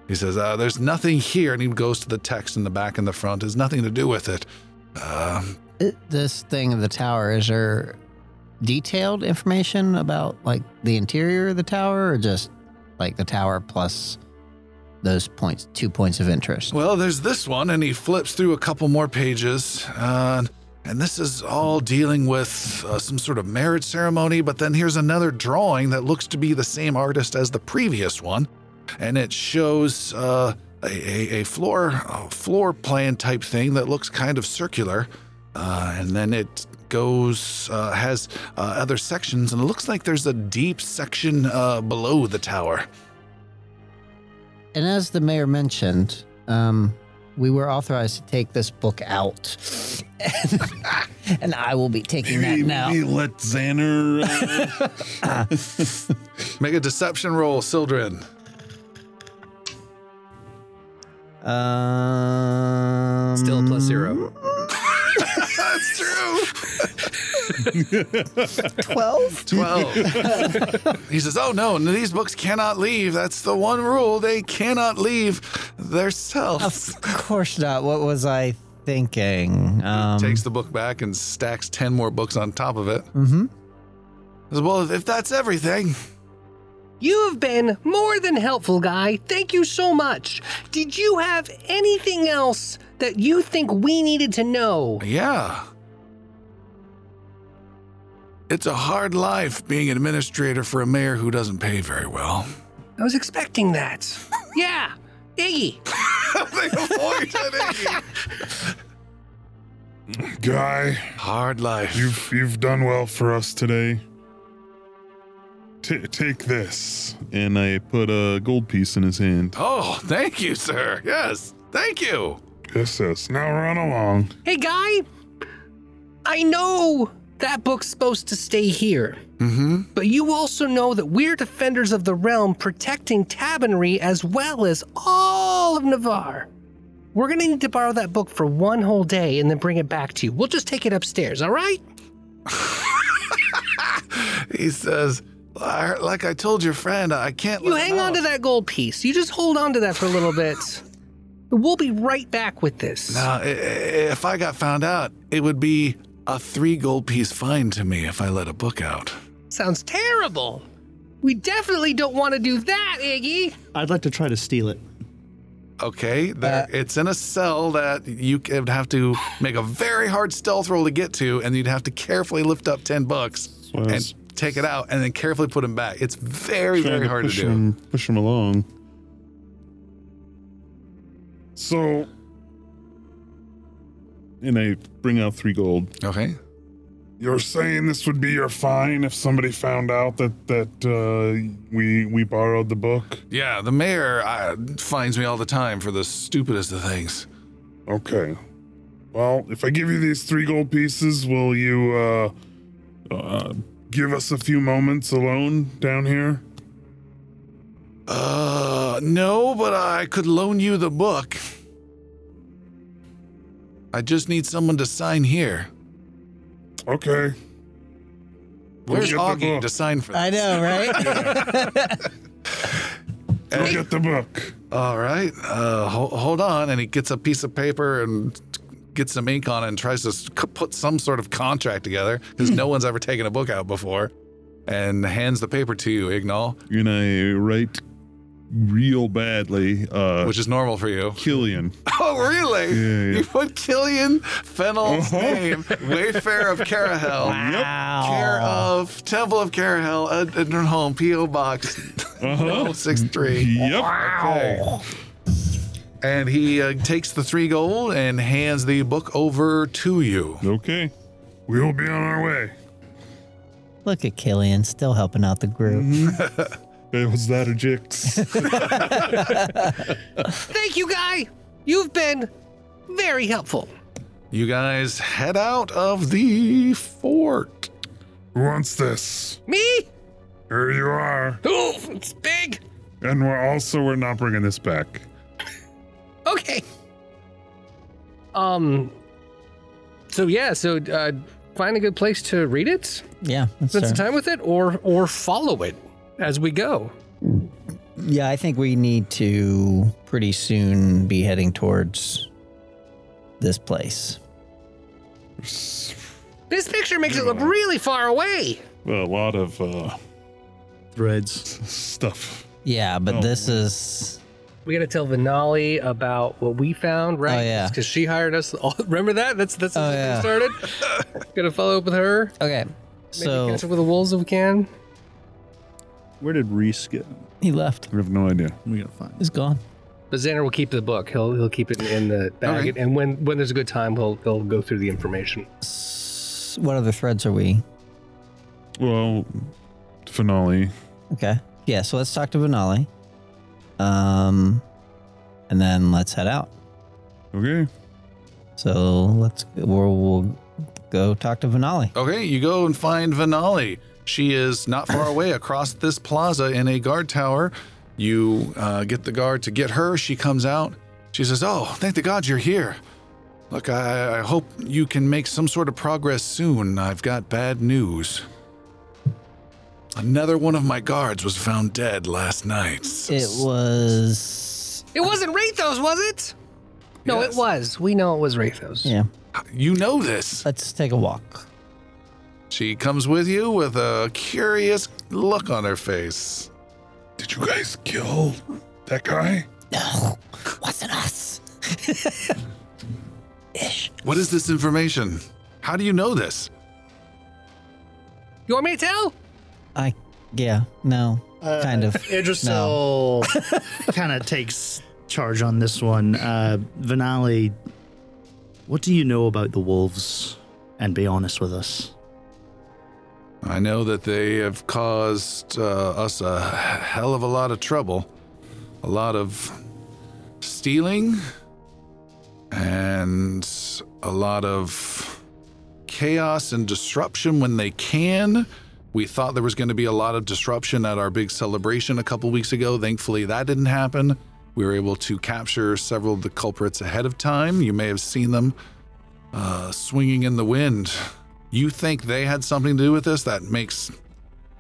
S1: He says, uh, There's nothing here. And he goes to the text in the back and the front. There's nothing to do with it. Um,
S2: It- this thing of the tower is there detailed information about like the interior of the tower or just like the tower plus those points two points of interest
S1: Well, there's this one, and he flips through a couple more pages. Uh, and this is all dealing with uh, some sort of marriage ceremony, but then here's another drawing that looks to be the same artist as the previous one. And it shows uh, a, a, a floor a floor plan type thing that looks kind of circular. Uh, and then it goes, uh, has uh, other sections, and it looks like there's a deep section uh, below the tower.
S2: and as the mayor mentioned um, we were authorized to take this book out and i will be taking that
S6: Maybe,
S2: now
S6: maybe let Xander. uh,
S1: Make a deception roll, Sildren.
S2: um,
S4: Still plus zero.
S1: That's true.
S2: 12
S1: 12. he says, Oh, no, no, these books cannot leave. That's the one rule. They cannot leave their self.
S2: of course not what was i thinking um,
S1: Takes the book back and stacks 10 more books on top of it. Mm hmm.
S4: Mm-hmm.
S1: Says, well, if- if that's everything,
S4: You have been more than helpful, guy. Thank you so much. Did you have anything else that you think we needed to know?
S1: yeah. It's a hard life being an administrator for a mayor who doesn't pay very well.
S4: I was expecting that. Yeah, Iggy.
S1: they avoid it.
S5: Guy,
S1: Hard life.
S5: you've you've done well for us today.
S6: t- take this, and I put a gold piece in his hand.
S1: Oh, thank you, sir. Yes, thank you.
S5: Yes, yes. Now run along.
S4: Hey, guy, I know that book's supposed to stay here,
S1: Mm-hmm.
S4: but you also know that we're defenders of the realm protecting Tabernary as well as all of Navarre. We're gonna need to borrow that book for one whole day and then bring it back to you. We'll just take it upstairs, all right?
S1: He says, "I- like I told your friend, I can't.
S4: You
S1: let
S4: hang
S1: him
S4: on to
S1: out."
S4: that gold piece. You just hold on to that for a little bit. We'll be right back with this.
S1: Uh, i- i- if I got found out, it would be a three gold piece fine to me if I let a book out.
S4: Sounds terrible. We definitely don't want to do that, Iggy.
S3: I'd like to try to steal it.
S4: Uh,
S1: Okay, there, it's in a cell that you c- would have to make a very hard stealth roll to get to, and you'd have to carefully lift up ten bucks and take it out, and then carefully put them back. It's very,
S6: Trying
S1: very hard to
S6: push
S1: do.
S6: Him, push him along.
S5: So
S6: And I bring out three gold.
S1: Okay.
S5: you're saying this would be your fine if somebody found out that that uh, we we borrowed the book?
S1: Yeah, the mayor uh, finds me all the time for the stupidest of things.
S5: Okay. Well, if I give you these three gold pieces, will you uh, uh, give us a few moments alone down here?
S1: Uh, no, but I could loan you the book. I just need someone to sign here.
S5: Okay. We'll
S1: Where's
S5: get the
S1: Augie
S5: book.
S1: to sign for?
S2: i
S1: this?
S2: know right
S5: Go get the book.
S1: All right. Uh, ho- hold on. And he gets a piece of paper and gets some ink on it and tries to s- c- put some sort of contract together because no one's ever taken a book out before and hands the paper to you, Ignal,
S6: And I write real badly. Uh,
S1: which is normal for you.
S6: Killian.
S1: Oh, really?
S6: Yeah, Uh-huh. yeah.
S1: You put Killian Fennel's name, Wayfair of Carahel, Care of Temple of Carahel, Ed- Ednerholm, P.O. Box
S6: Uh-huh.
S1: 063.
S6: yep.
S1: Okay. And he uh, takes the three gold and hands the book over to you.
S6: Okay.
S5: We will be on our way.
S2: Look at Killian still helping out the
S4: Mm-hmm.
S2: group.
S6: Hey, was that a jix?
S4: Thank you, guy. You've been very helpful.
S1: You guys head out of the fort.
S5: Who wants this?
S4: Me?
S5: Here you are.
S4: Oof, it's big.
S5: And we're also we're not bringing this back.
S4: Okay. Um. So yeah, so uh, find a good place to read it,
S2: Yeah, that's
S4: spend
S2: fair.
S4: some time with it, or or follow it as we go.
S2: Yeah, I think we need to pretty soon be heading towards this place.
S4: This picture makes it look really far away.
S6: a lot of uh,
S3: Threads.
S6: stuff.
S2: Yeah, but
S4: Oh.
S2: this is
S4: We gotta tell Vinali about what we found, right?
S2: Oh, yeah.
S4: because she hired us. All, remember that? That's that's how
S2: Oh,
S4: it
S2: yeah.
S4: started. Gonna follow up with her.
S2: okay.
S4: Maybe
S2: So
S4: catch up with the wolves if we can.
S3: Where did Reese go?
S2: he left.
S6: I have no idea.
S3: We gotta find.
S2: He's gone.
S4: But Xander will keep the book. He'll he'll keep it in the bag,
S1: Okay.
S4: and when when there's a good time, he'll he'll go through the information.
S2: S- What other threads are we?
S6: Well, finale.
S2: Okay. Yeah, so let's talk to Vanali. Um and then let's head out.
S6: Okay.
S2: So let's we'll, we'll go talk to Vanali.
S1: Okay, you go and find Vanali. She is not far away across this plaza in a guard tower. You uh, get the guard to get her. She comes out. She says, Oh, thank the gods you're here. Look, I, I hope you can make some sort of progress soon. I've got bad news. Another one of my guards was found dead last night.
S2: It was
S4: It wasn't Rathos, was it? No,
S1: Yes.
S4: it was. We know it was Rathos.
S2: yeah.
S1: You know this.
S2: Let's take a walk.
S1: She comes with you with a curious look on her face.
S5: Did you guys kill that guy?
S2: No, wasn't us.
S1: What is this information? How do you know this?
S4: You want me to tell?
S2: I yeah no kind of no.
S7: Idrisil
S3: kind of takes charge on this one. Uh, Vanali, what do you know about the wolves? And be honest with us.
S1: I know that they have caused uh, us a hell of a lot of trouble, a lot of stealing, and a lot of chaos and disruption when they can. We thought there was going to be a lot of disruption at our big celebration a couple weeks ago. Thankfully, that didn't happen. We were able to capture several of the culprits ahead of time. You may have seen them uh, swinging in the wind. You think they had something to do with this? That makes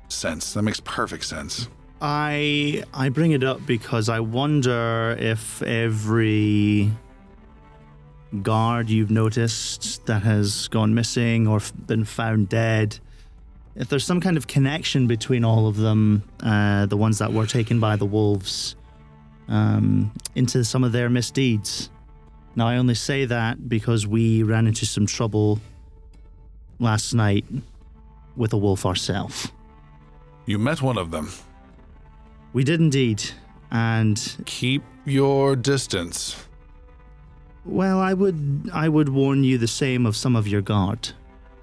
S1: sense. That makes perfect sense.
S3: I I bring it up because I wonder if every guard you've noticed that has gone missing or f- been found dead, if there's some kind of connection between all of them, uh, the ones that were taken by the wolves, um, into some of their misdeeds. Now I only say that because we ran into some trouble last night with a wolf ourselves.
S1: You met one of them.
S3: We did indeed, and
S1: Keep your distance.
S3: Well, I would I would warn you the same of some of your guard.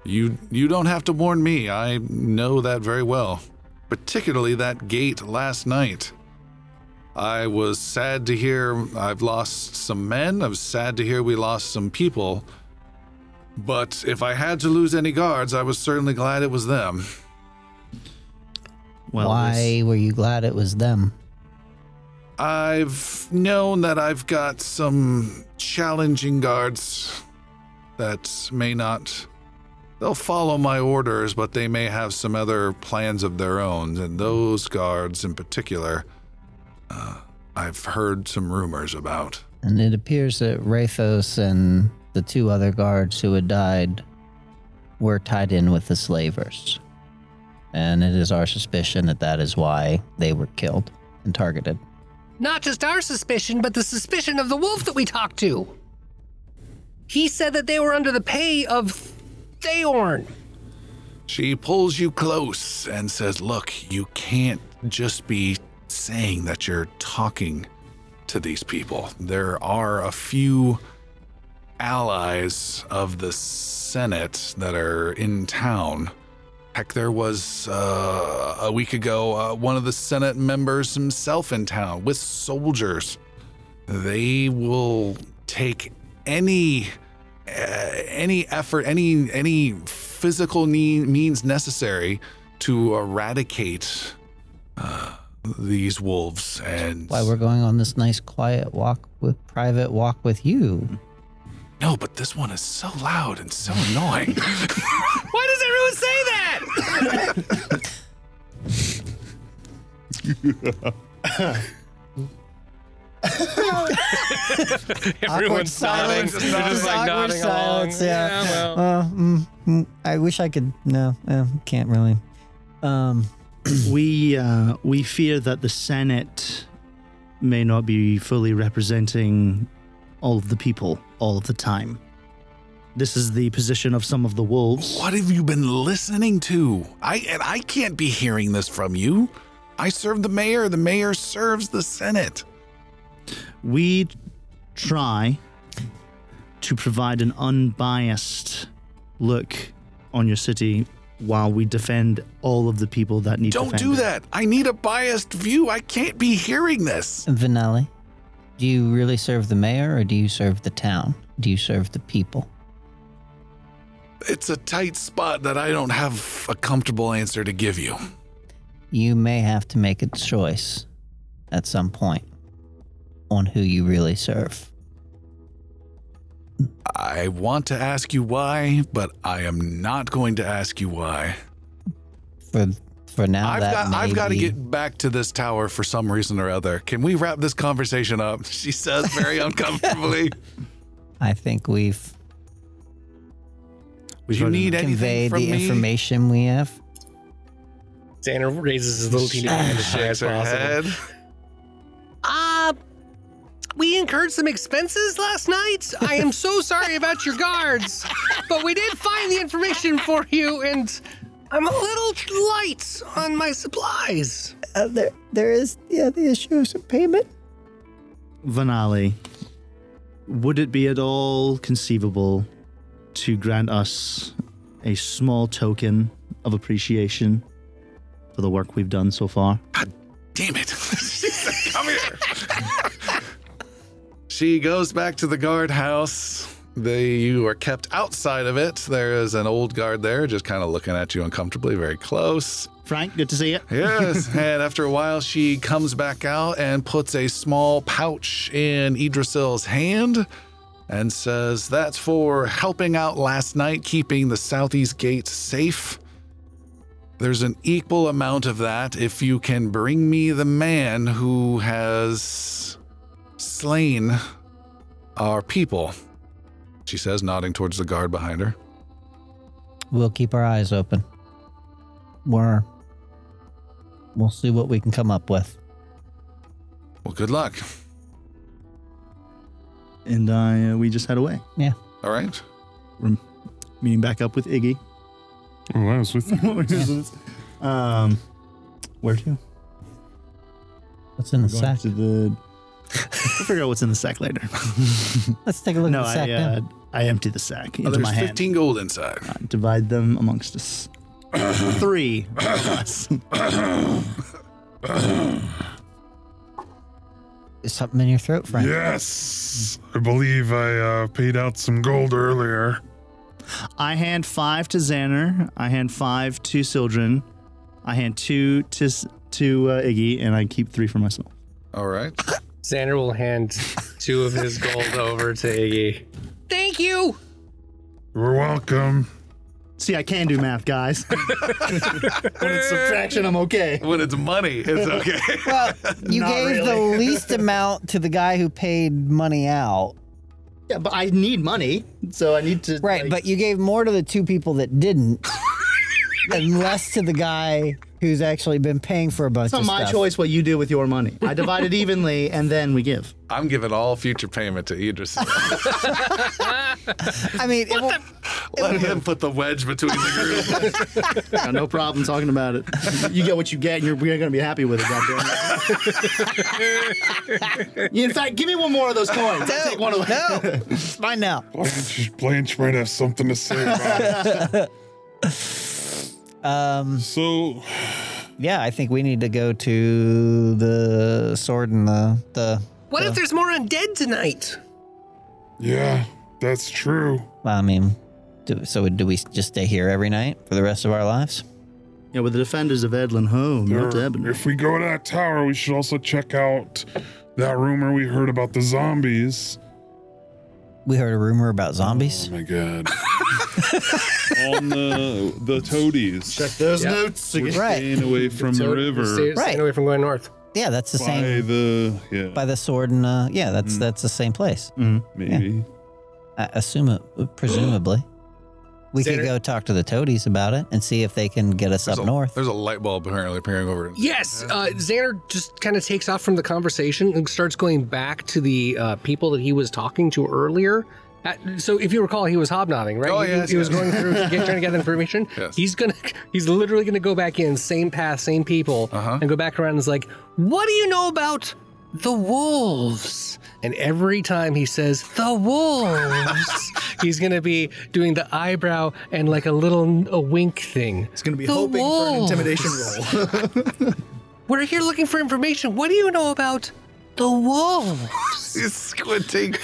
S1: You you don't have to warn me. I know that very well. Particularly that gate last night. I was sad to hear I've lost some men. I was sad to hear we lost some people. But if I had to lose any guards, I was certainly glad it was them.
S3: Well,
S2: Why were you glad it was them?
S1: I've known that I've got some challenging guards that may not. They'll follow my orders, but they may have some other plans of their own. And those guards in particular, uh, I've heard some rumors about.
S2: And it appears that Rathos and the two other guards who had died were tied in with the slavers. And it is our suspicion that that is why they were killed and targeted.
S16: Not just our suspicion, but the suspicion of the wolf that we talked to. He said that they were under the pay of Theorn.
S1: She pulls you close and says, Look, you can't just be saying that you're talking to these people. There are a few allies of the Senate that are in town. Heck, there was uh, a week ago uh, one of the Senate members himself in town with soldiers. They will take any uh, any effort, any any physical nee- means necessary to eradicate uh, these wolves. And
S2: Why we're going on this nice quiet walk with private walk with you.
S1: no, but this one is so loud and so annoying.
S16: Why does everyone say that?
S4: Everyone's silent.
S2: silence.
S4: Just
S2: Just
S4: like
S2: awkward
S4: nodding
S2: silence,
S4: along.
S2: yeah.
S4: well.
S2: Uh, mm, mm, I wish I could. No, uh, can't really. Um,
S7: we uh, we fear that the Senate may not be fully representing all of the people all of the time. This is the position of some of the wolves.
S1: what have you been listening to? I and I can't be hearing this from you. I serve the mayor. The mayor serves the Senate.
S7: We try to provide an unbiased look on your city while we defend all of the people that need
S1: Don't
S7: defending.
S1: do that. I need a biased view. I can't be hearing this.
S2: Vanelli, do you really serve the mayor or do you serve the town? Do you serve the people?
S1: It's a tight spot that I don't have a comfortable answer to give you.
S2: You may have to make a choice at some point on who you really serve.
S1: I want to ask you why, but I am not going to ask you why.
S2: For for now,
S1: I've
S2: that
S1: got
S2: may
S1: I've got to
S2: be-
S1: get back to this tower for some reason or other. Can we wrap this conversation up? She says very uncomfortably.
S2: I think we've
S1: Do you need anything
S2: conveyed
S1: from
S2: the
S1: me?
S2: information we have.
S4: Xander raises his little teeny hand as high as
S1: Shakes her
S4: possible.
S1: head.
S16: Uh, we incurred some expenses last night. I am so sorry about your guards, but we did find the information for you, and I'm a little light on my supplies.
S20: Uh, there, there is yeah the issue of payment.
S7: Vanali, would it be at all conceivable to grant us a small token of appreciation for the work we've done so far?
S1: Damn it. she said, Come here. she goes back to the guardhouse. They, you are kept outside of it. There is an old guard there, just kind of looking at you uncomfortably, very close.
S7: Frank, good to see you.
S1: Yes, and after a while, she comes back out and puts a small pouch in Idrisil's hand and says, That's for helping out last night, keeping the Southeast Gate safe. There's an equal amount of that if you can bring me the man who has slain our people. She says, nodding towards the guard behind her.
S2: We'll keep our eyes open. We're we'll see what we can come up with.
S1: Well, good luck.
S7: And I, uh, we just head away,
S1: All right.
S7: meeting back up with Iggy.
S6: Oh, I was with you.
S7: um, where to?
S2: What's in the
S7: Going
S2: sack?
S7: to the. we'll figure out what's in the sack later.
S2: Let's take a look
S7: no,
S2: at the sack
S7: I,
S2: now.
S7: uh, I empty the sack into
S1: There's
S7: my hand.
S1: 15 gold inside.
S7: Divide them amongst us. Three. of us.
S2: Is something in your throat, Frank?
S6: Yes, I believe I uh, paid out some gold earlier.
S7: I hand five to Xander. I hand five to Sildren. I hand two to S- to uh, Iggy, and I keep three for myself.
S1: All right.
S4: Xander will hand two of his gold over to Iggy.
S16: Thank you.
S6: You're welcome.
S7: See, I can do math, guys. when it's subtraction, I'm okay.
S1: When it's money, it's okay.
S2: Well, you
S7: Not
S2: gave the least amount to the guy who paid money out,
S7: Yeah, but I need money, so I need to.
S2: Right,
S7: like-
S2: but you gave more to the two people that didn't, and less to the guy who's actually been paying for a bunch
S7: it's not
S2: of
S7: my
S2: stuff.
S7: choice what you do with your money. I divide it evenly, and then we give.
S1: I'm giving all future payment to Idris.
S2: I mean, it won't-
S1: Let him put the wedge between the group.
S7: Got no problem talking about it. You get what you get, and you're, you're going to be happy with it. Goddamn. it. In fact, give me one more of those coins. I'll take one away.
S2: no, it's fine now.
S6: Blanche, Blanche might have something to say about it.
S21: So
S2: Yeah, I think we need to go to the sword and the the.
S4: What if there's more undead tonight?
S6: Yeah, that's true.
S2: Well, I mean, do, so do we just stay here every night for the rest of our lives?
S7: Yeah, with the defenders of Edlin Home,
S6: Or
S7: that's happening.
S6: if we go to that tower, we should also check out that rumor we heard about the zombies.
S2: We heard a rumor about zombies.
S6: Oh my god.
S21: on the the toadies,
S7: Check those notes again.
S2: Right.
S21: staying away from the
S4: So-
S21: river
S4: Stay, staying
S2: Right.
S4: away from going north.
S2: Yeah, that's the
S21: by
S2: same.
S21: the yeah
S2: By the sword and uh, yeah, that's
S1: Mm.
S2: that's the same place.
S21: maybe.
S2: I assume it, presumably. We could
S4: Xander-
S2: go talk to the toadies about it and see if they can get us up
S1: There's a-
S2: north.
S1: There's a light bulb apparently appearing over.
S4: Yes, uh, Xander just kind of takes off from the conversation and starts going back to the uh, people that he was talking to earlier. At, so if you recall, he was hobnobbing, right?
S1: Oh,
S4: he,
S1: yes,
S4: he was
S1: yes.
S4: going through get, trying to get information.
S1: Yes.
S4: He's gonna, he's literally gonna go back in, same path, same people,
S1: Uh-huh.
S4: and go back around. and is like, what do you know about the wolves? And every time he says the wolves, he's gonna be doing the eyebrow and like a little a wink thing.
S7: It's going to be
S4: The
S7: hoping for an
S4: wolves.
S7: intimidation roll.
S4: We're here looking for information. What do you know about the wolves?
S1: He's squinting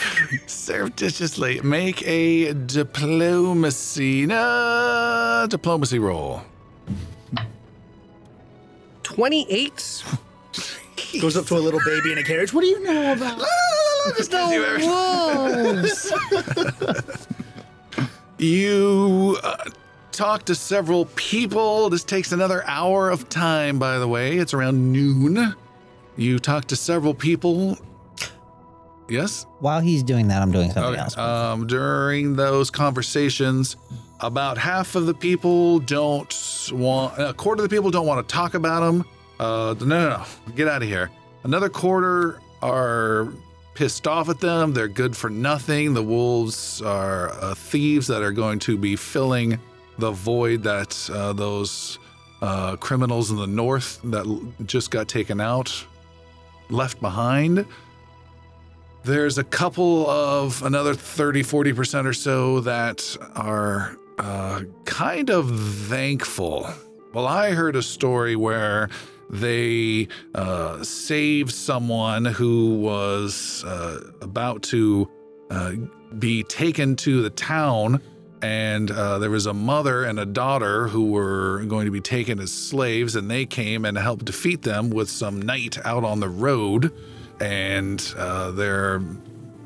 S1: surreptitiously. Make a diplomacy, no, diplomacy roll.
S4: 28.
S7: Goes up to a little baby in a carriage. What do you know about?
S4: wolves.
S1: You uh, talk to several people. This takes another hour of time, by the way. It's around noon. You talk to several people. Yes?
S2: While he's doing that, I'm doing something else.
S1: Um, during those conversations, about half of the people don't want, a quarter of the people don't want to talk about them. Uh, no, no, no, get out of here. Another quarter are pissed off at them. They're good for nothing. The wolves are uh, thieves that are going to be filling the void that uh, those uh, criminals in the north that l- just got taken out left behind. There's a couple of another 30, 40% or so that are uh, kind of thankful. Well, I heard a story where they uh, saved someone who was uh, about to uh, be taken to the town. And uh, there was a mother and a daughter who were going to be taken as slaves, and they came and helped defeat them with some knight out on the road and uh, they're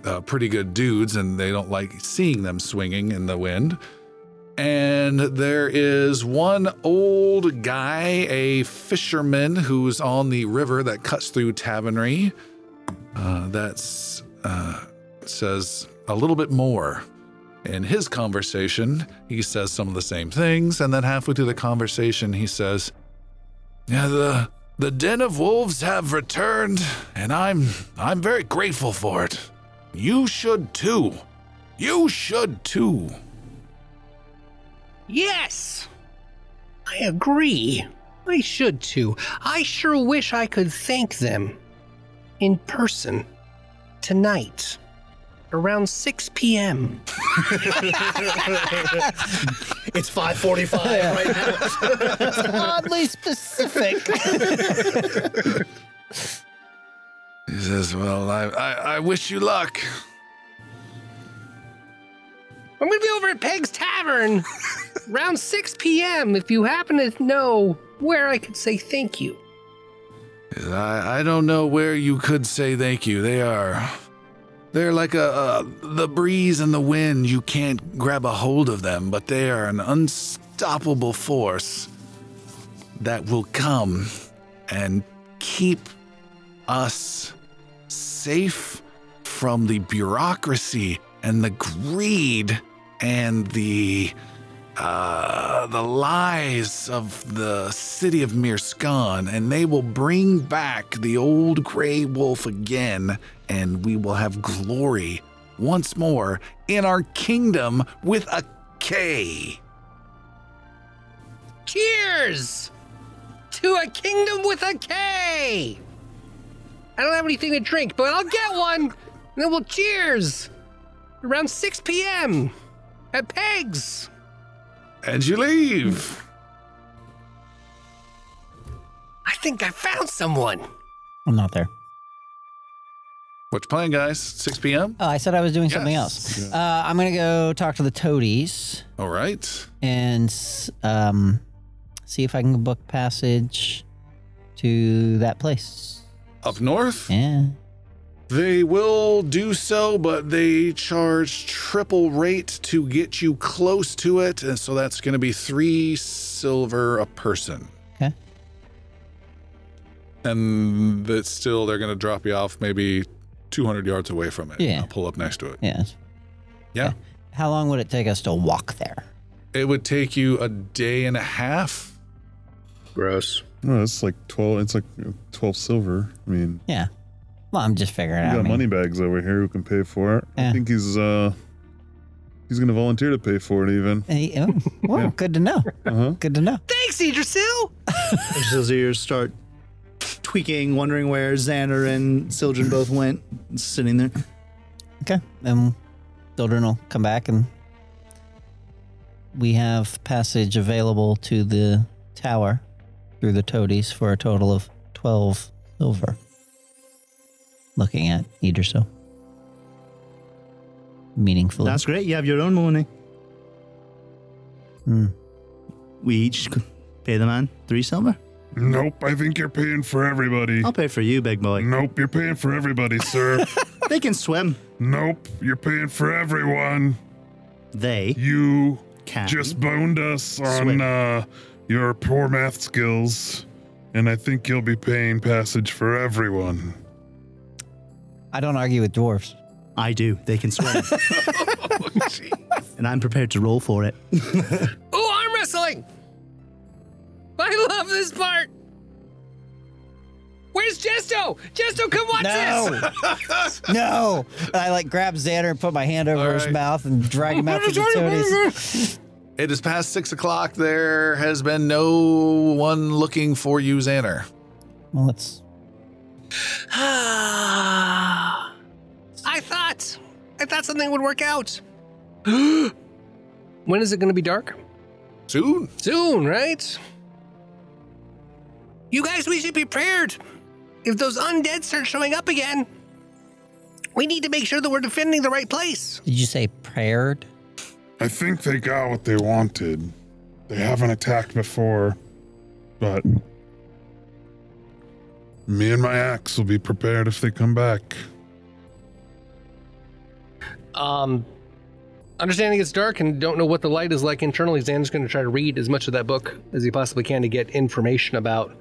S1: uh, pretty good dudes, and they don't like seeing them swinging in the wind. And there is one old guy, a fisherman who's on the river that cuts through Tavernry, uh, that uh, says a little bit more. In his conversation, he says some of the same things, and then halfway through the conversation, he says, yeah, the the den of wolves have returned, and I'm I'm very grateful for it. You should too. You should too.
S4: yes. I agree. I should too. I sure wish I could thank them in person tonight around 6 p.m.
S7: It's 5:45 right now.
S2: Oddly specific.
S1: He says, "Well, I I, I wish you luck."
S4: I'm going to be over at Peg's Tavern around 6 p.m. if you happen to know where I could say thank you.
S1: He says, I I don't know where you could say thank you. They are they're like a, a the breeze and the wind. You can't grab a hold of them, but they are an unstoppable force that will come and keep us safe from the bureaucracy and the greed and the uh, the lies of the city of Mirskan, and they will bring back the old gray wolf again, and we will have glory once more in our kingdom with a K.
S16: Cheers to a kingdom with a K. I don't have anything to drink, but I'll get one. And then we'll cheers around 6 p.m. at Pegs.
S1: And you leave.
S16: I think I found someone.
S2: I'm not there.
S1: What you playing, guys? 6 p.m.
S2: Oh, I said I was doing something
S1: Yes.
S2: else. Uh, I'm gonna go talk to the toadies
S1: All right.
S2: and s- um, see if I can book passage to that place.
S1: Up north.
S2: Yeah.
S1: They will do so, but they charge triple rate to get you close to it. And so that's going to be three silver a person.
S2: Okay.
S1: And that's still, they're going to drop you off maybe 200 yards away from it.
S2: Yeah.
S1: I'll pull up next to it.
S2: Yeah. that's-
S1: Yeah.
S2: How long would it take us to walk there?
S1: It would take you a day and a half.
S22: Gross.
S6: No, it's like twelve. It's like uh, twelve silver. I mean,
S2: Yeah. Well, I'm just figuring
S6: we
S2: out. I
S6: got
S2: mean,
S6: money bags over here who can pay for it.
S2: Yeah.
S6: I think he's uh, he's gonna volunteer to pay for it. Even
S2: hey, oh, well, good to know.
S6: Uh-huh.
S2: Good to know.
S16: Thanks, Idrisil.
S7: His ears start tweaking, wondering where Xander and Sildren both went, sitting there.
S2: Okay. And children will come back and we have passage available to the tower through the toadies for a total of 12 silver. Looking at either so. Meaningfully.
S3: That's great. You have your own money.
S2: Hmm.
S3: We each c- pay the man three silver.
S5: Nope, I think you're paying for everybody.
S2: Oh,
S3: I'll pay for you, big boy.
S5: Nope, you're paying for everybody, sir.
S7: Mm.
S3: they can swim.
S5: nope, you're paying for everyone.
S3: They
S5: You
S3: can.
S5: just boned us
S3: Swim.
S5: on uh, your poor math skills, and I think you'll be paying passage for everyone.
S2: I don't argue with dwarves.
S3: I do. They can swim. and I'm prepared to roll for it.
S16: Ooh, arm wrestling. I love this part. Where's Jesto? Jesto, come watch this.
S2: no. And I like grab Xander and put my hand over his
S1: right.
S2: mouth and drag him out to the toadies.
S1: It is past six o'clock. There has been no one looking for you, Xander.
S2: Well, let's.
S16: I thought, I thought something would work out. when is it going to be dark?
S1: Soon.
S16: Soon, right? You guys, we should be prepared. If those undead start showing up again, we need to make sure that we're defending the right place.
S2: Did you say prayed?
S5: I think they got what they wanted. They haven't attacked before, but me and my axe will be prepared if they come back.
S4: Um, understanding it's dark and don't know what the light is like internally, Xander's going to try to read as much of that book as he possibly can to get information about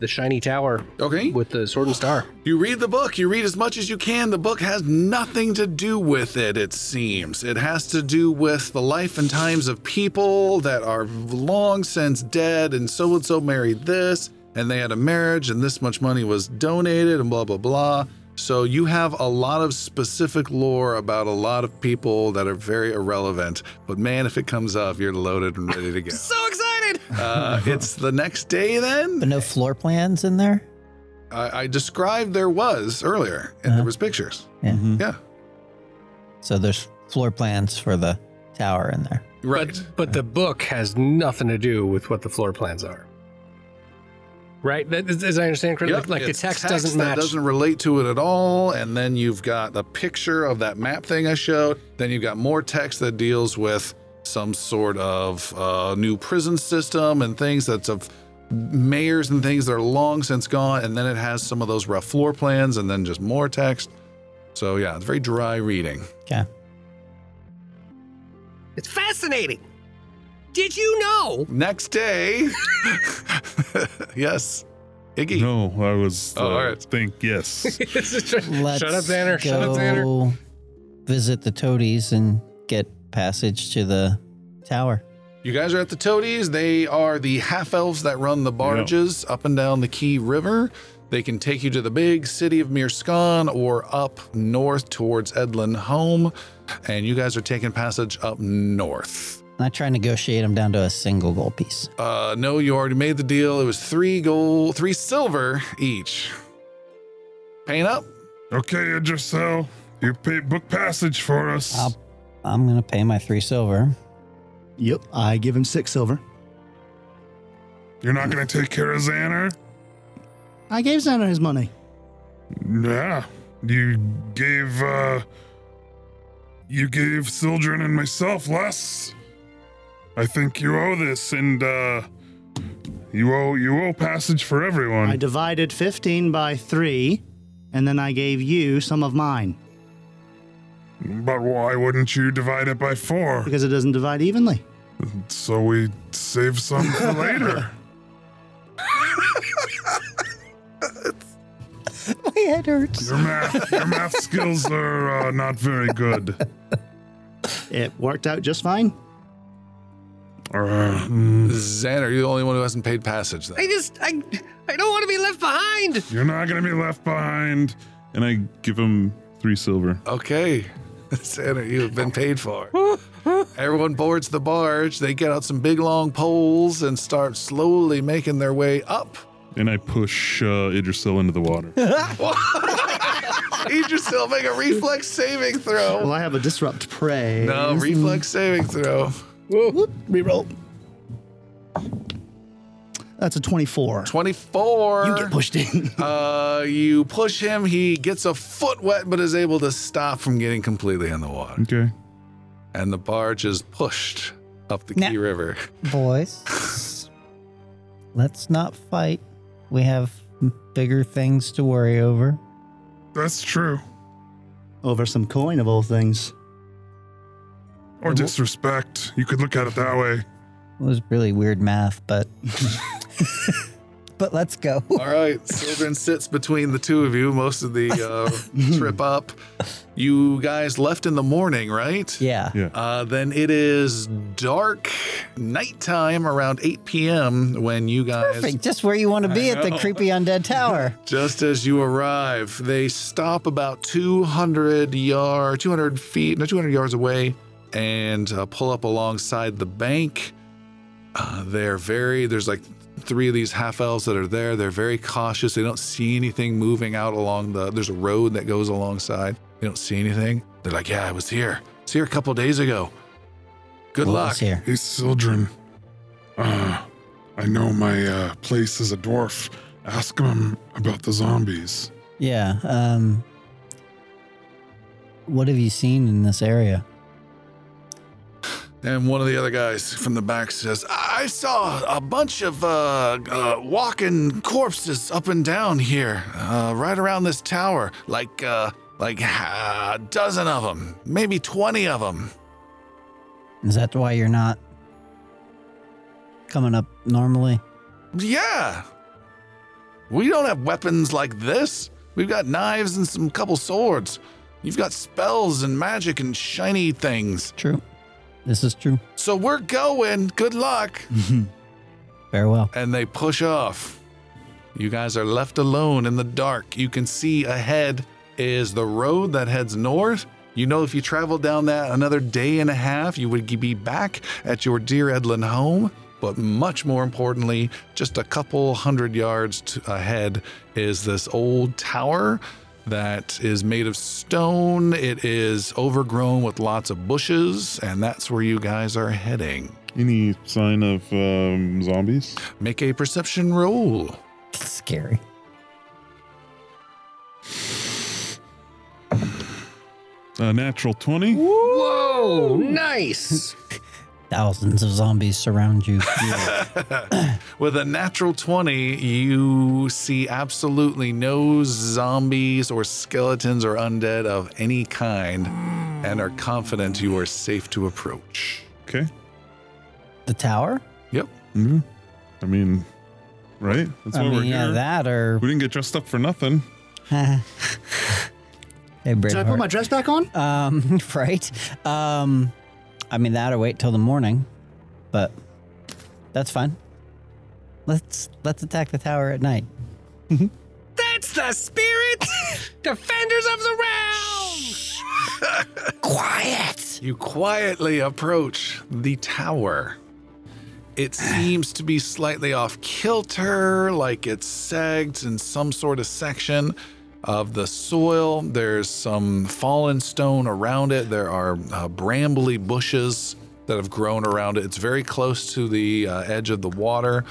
S4: the shiny tower
S1: Okay.
S4: with the sword and star.
S1: You read the book, you read as much as you can. The book has nothing to do with it, it seems. It has to do with the life and times of people that are long since dead, and so and so married this, and they had a marriage, and this much money was donated, and blah, blah, blah. So you have a lot of specific lore about a lot of people that are very irrelevant. But man, if it comes up, you're loaded and ready to go.
S16: So excited!
S1: Uh, it's the next day then.
S2: But no floor plans in there?
S1: I, I described there was earlier, and there was pictures.
S2: Yeah.
S1: Yeah.
S2: So there's floor plans for the tower in there.
S1: Right.
S4: But the book has nothing to do with what the floor plans are. Right? That is, as I understand correctly,
S1: Yep,
S4: like the
S1: it's
S4: text, doesn't
S1: that
S4: match.
S1: doesn't relate to it at all. And then you've got a picture of that map thing I showed. Then you've got more text that deals with some sort of uh, new prison system and things that's of mayors and things that are long since gone. And then it has some of those rough floor plans and then just more text. So yeah, it's very dry reading.
S2: Okay.
S16: It's fascinating. Did you know?
S1: Next day, yes, Iggy.
S6: no. I was.
S1: Oh,
S6: uh,
S1: all right.
S6: Think yes.
S4: It's just-
S2: Let's
S4: Shut up, Xander.
S2: Go
S4: Shut up, Xander.
S2: visit the toadies and get passage to the tower.
S1: You guys are at the Toadies. They are the half elves that run the barges up and down the Key River. They can take you to the big city of Mirskan or up north towards Edlin Home. And you guys are taking passage up north.
S2: And I try and negotiate them down to a single gold piece.
S1: Uh, no, you already made the deal. It was three gold, three silver each. Paying up.
S6: Okay, Idrisel, you pay book passage for us.
S2: I'll- I'm gonna pay my three silver.
S7: Yep, I give him six silver.
S6: You're not gonna take care of Xander?
S7: I gave Xander his money.
S6: Yeah. You gave uh you gave Sildren and myself less. I think you owe this and uh you owe you owe passage for everyone.
S7: I divided 15 by 3, and then I gave you some of mine
S6: but why wouldn't you divide it by 4?
S7: because it doesn't divide evenly.
S6: So we save some for later.
S2: my head hurts.
S6: Your math your math skills are uh, not very good.
S7: It worked out just fine.
S6: Uh,
S1: Xander, you're the only one who hasn't paid passage. Then.
S16: I just, I, I don't want to be left behind.
S6: you're not going to be left behind.
S23: And I give him three silver.
S1: Okay. Santa, you have been paid for. Everyone boards the barge. They get out some big long poles and start slowly making their way up.
S23: And I push uh, Idrisil into the water.
S1: Idrisil, make a reflex saving
S7: Well,
S1: throw.
S7: I have a disrupt prey.
S1: No, reflex saving throw.
S7: Reroll. That's a 24.
S1: 24.
S7: You get pushed in.
S1: uh, you push him. He gets a foot wet, but is able to stop from getting completely in the water.
S23: okay.
S1: And the barge is pushed up the
S2: Nah.
S1: Key River.
S2: Boys, let's not fight. We have bigger things to worry over.
S6: That's true.
S7: Over some coin of all things.
S6: Or disrespect. You could look at it that way.
S2: It was really weird math, but but let's go.
S1: All right, Sildren sits between the two of you most of the uh, trip up. You guys left in the morning, right?
S2: Yeah.
S23: Yeah.
S1: Uh, then it is dark nighttime around 8 p.m. when you guys,
S2: Perfect. Just where you want to be at the creepy undead tower.
S1: just as you arrive, they stop about 200 yard, 200 feet, no, 200 yards away, and uh, pull up alongside the bank. Uh, they're very there's like three of these half elves that are there. They're very cautious. They don't see anything moving out along the. There's a road that goes alongside. They don't see anything. They're like, yeah, I was here. I was here a couple days ago. Good
S2: What
S1: luck.
S2: was here?
S6: Hey, Sildren. Uh, I know my uh, place is a dwarf. Ask him about the zombies.
S2: Yeah. Um. What have you seen in this area?
S1: And one of the other guys from the back says, I saw a bunch of uh, uh, walking corpses up and down here, uh, right around this tower. Like, uh, like a dozen of them, maybe 20 of them.
S2: Is that why you're not coming up normally?
S1: Yeah. We don't have weapons like this. We've got knives and some couple swords. You've got spells and magic and shiny things.
S2: True. This is true.
S1: So we're going. Good luck.
S2: Farewell.
S1: and they push off. You guys are left alone in the dark. You can see ahead is the road that heads north. You know, if you travel down that another day and a half, you would be back at your dear Edlin home. But much more importantly, just a couple hundred yards to, ahead is this old tower that is made of stone. It is overgrown with lots of bushes, and that's where you guys are heading.
S23: Any sign of um, zombies?
S1: Make a perception roll.
S2: It's scary.
S23: A Uh, natural 20?
S16: Whoa, nice.
S2: Thousands of zombies surround you.
S1: With a natural 20, you see absolutely no zombies or skeletons or undead of any kind and are confident you are safe to approach.
S23: Okay.
S2: the tower?
S1: Yep.
S23: hmm I mean, right? That's
S2: I
S23: why
S2: mean,
S23: we're
S2: yeah,
S23: here.
S2: that or
S23: we didn't get dressed up for nothing.
S2: Hey,
S7: Did I
S2: Braveheart.
S7: put my dress back on?
S2: um, right. Um, I mean that or wait till the morning, but that's fine. Let's let's attack the tower at night.
S16: That's the spirit! Defenders of the realm!
S2: Quiet.
S1: You quietly approach the tower. It seems to be slightly off kilter, like it's sagged in some sort of section of the soil. There's some fallen stone around it. There are uh, brambly bushes that have grown around it. It's very close to the uh, edge of the water.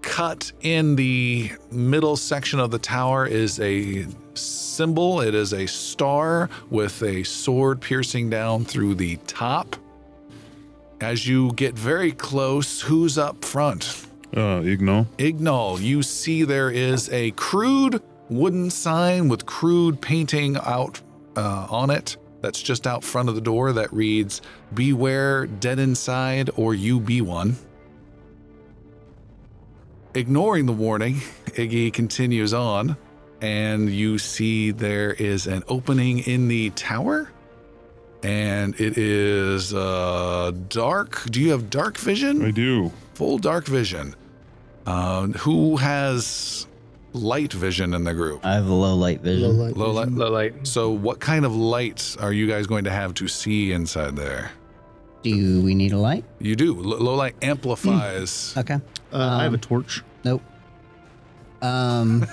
S1: Cut in the middle section of the tower is a symbol. It is a star with a sword piercing down through the top. As you get very close, who's up front?
S6: Uh, Ignol.
S1: Ignol, you see there is a crude wooden sign with crude painting out uh, on it that's just out front of the door that reads, Beware dead inside or you be one. Ignoring the warning, Iggy continues on, and you see there is an opening in the tower. And it is uh, dark. Do you have dark vision?
S6: I do.
S1: full dark vision. Uh, who has light vision in the group?
S2: I have a low light vision.
S9: Low light
S1: Low light.
S9: vision.
S1: Low light. So, what kind of light are you guys going to have to see inside there?
S2: Do we need a light? Mm.
S1: You do. L- low light amplifies.
S2: Okay.
S3: Uh, I have a torch.
S2: Nope. Um,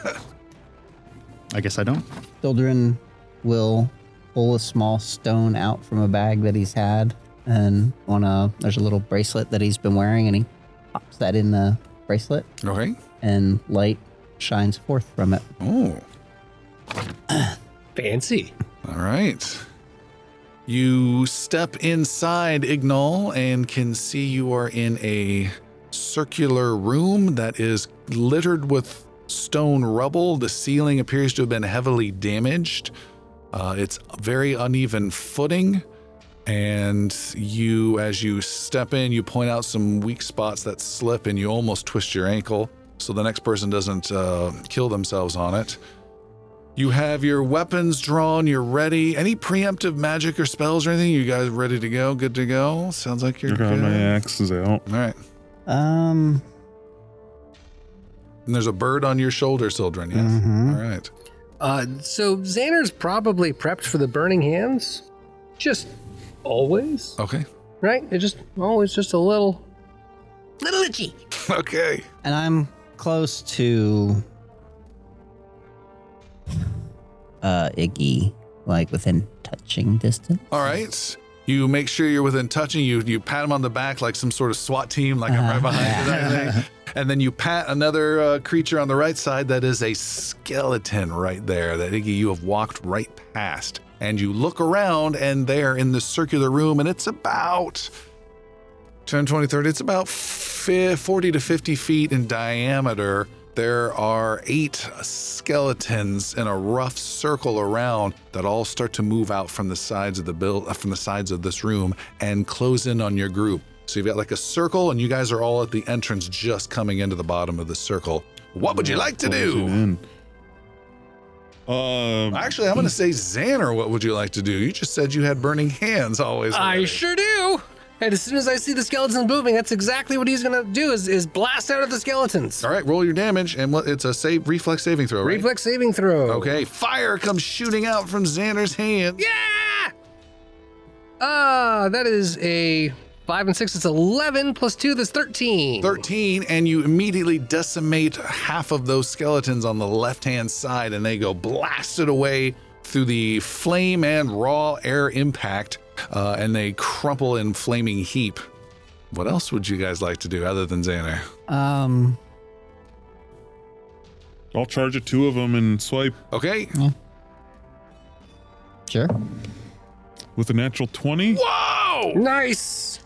S3: I guess I don't.
S2: Children will pull a small stone out from a bag that he's had, and on a there's a little bracelet that he's been wearing, and he pops that in the bracelet,
S1: okay.
S2: and light shines forth from it.
S1: Oh.
S4: Fancy.
S1: All right. You step inside Ignol and can see you are in a circular room that is littered with stone rubble. The ceiling appears to have been heavily damaged. Uh, it's very uneven footing. And you, as you step in, you point out some weak spots that slip and you almost twist your ankle so the next person doesn't uh, kill themselves on it. You have your weapons drawn, you're ready. Any preemptive magic or spells or anything? You guys ready to go? Good to go? Sounds like you're
S6: I got
S1: good.
S6: my axe is out.
S1: All right.
S2: Um,
S1: And there's a bird on your shoulder, Sildren. Yes.
S2: mhm.
S1: All right.
S4: Uh, so Xander's probably prepped for the burning hands. Just always,
S1: Okay.
S4: right? It just always just a little.
S16: Little itchy.
S1: okay.
S2: and I'm close to uh Iggy, like within touching distance.
S1: All right. You make sure you're within touching. You you pat him on the back like some sort of SWAT team, like I'm right behind you. and everything. And then you pat another uh, creature on the right side that is a skeleton right there that Iggy you have walked right past. And you look around and they're in the circular room and it's about 10, 20, 30, it's about fi 40 to 50 feet in diameter. There are eight skeletons in a rough circle around that all start to move out from the sides of the build, from the sides of this room and close in on your group. So you've got like a circle, and you guys are all at the entrance, just coming into the bottom of the circle. What would you like to do?
S6: Close it in. Um,
S1: Actually, I'm going to say Xaner. What would you like to do? You just said you had burning hands always.
S16: I sure do.
S4: And as soon as I see the skeletons moving, that's exactly what he's gonna do: is is blast out of the skeletons.
S1: all right, roll your damage, and what- it's a save reflex saving throw, right?
S4: Reflex saving throw.
S1: Okay, fire comes shooting out from Xander's hand.
S4: Yeah. Uh, that is a five and six. It's eleven plus two. That's thirteen.
S1: 13, and you immediately decimate half of those skeletons on the left hand side, and they go blasted away through the flame and raw air impact, uh, and they crumple in flaming heap. What else would you guys like to do other than Xander?
S2: Um,
S6: I'll charge at two of them and swipe
S1: Okay.
S2: sure.
S6: with a natural 20.
S1: Whoa!
S4: Nice.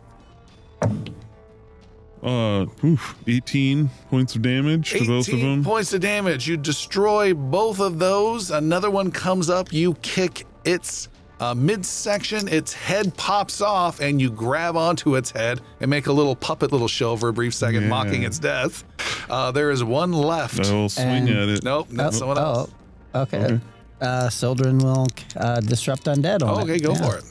S6: Uh, oof, 18 points of damage to both of
S1: 18
S6: them.
S1: points of damage. You destroy both of those. Another one comes up. You kick its uh, midsection. Its head pops off, and you grab onto its head and make a little puppet little show for a brief second,
S6: Yeah.
S1: mocking its death. Uh, there is one left.
S6: I'll swing
S2: And-
S6: at it.
S1: Nope, not someone else.
S2: Oh, okay. Uh, Sildren will uh, disrupt undead. On
S1: Oh, okay,
S2: it.
S1: go
S2: Yeah.
S1: for it.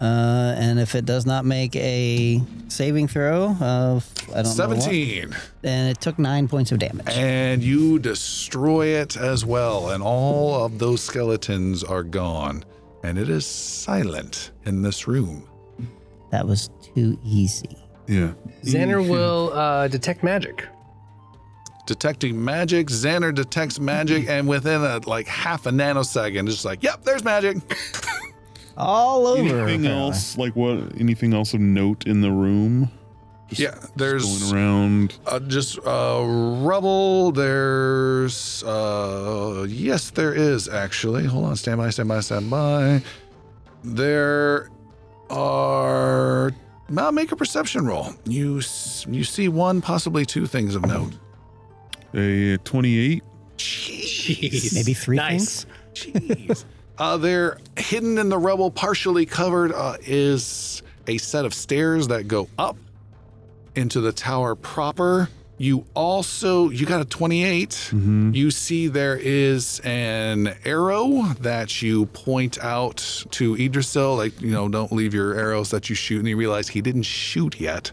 S2: Uh, and if it does not make a saving throw of I don't know what,
S1: 17.
S2: then it took nine points of damage.
S1: And you destroy it as well, and all of those skeletons are gone. And it is silent in this room.
S2: That was too easy.
S6: Yeah.
S16: Mm-hmm.
S4: Xander will uh, detect magic.
S1: Detecting magic, Xander detects
S6: Mm-hmm.
S1: magic, and within a, like half a nanosecond, it's just like, yep, there's magic.
S2: All over.
S6: Anything
S2: apparently.
S6: else? Like what? Anything else of note in the room?
S1: Yeah,
S6: Going
S1: there's
S6: around.
S1: uh, just uh, rubble. There's uh, yes, there is actually. Hold on, stand by, stand by, stand by. There are. Now make a perception roll. You s- you see one, possibly two things of note.
S6: A 28.
S4: Jeez.
S2: Maybe three
S4: Nice.
S2: things?
S1: Jeez. uh, there, hidden in the rubble, partially covered, uh, is a set of stairs that go up into the tower proper. You also, you got a 28. You see there is an arrow that you point out to Idrisil, like, you know, don't leave your arrows that you shoot. And you realize he didn't shoot yet.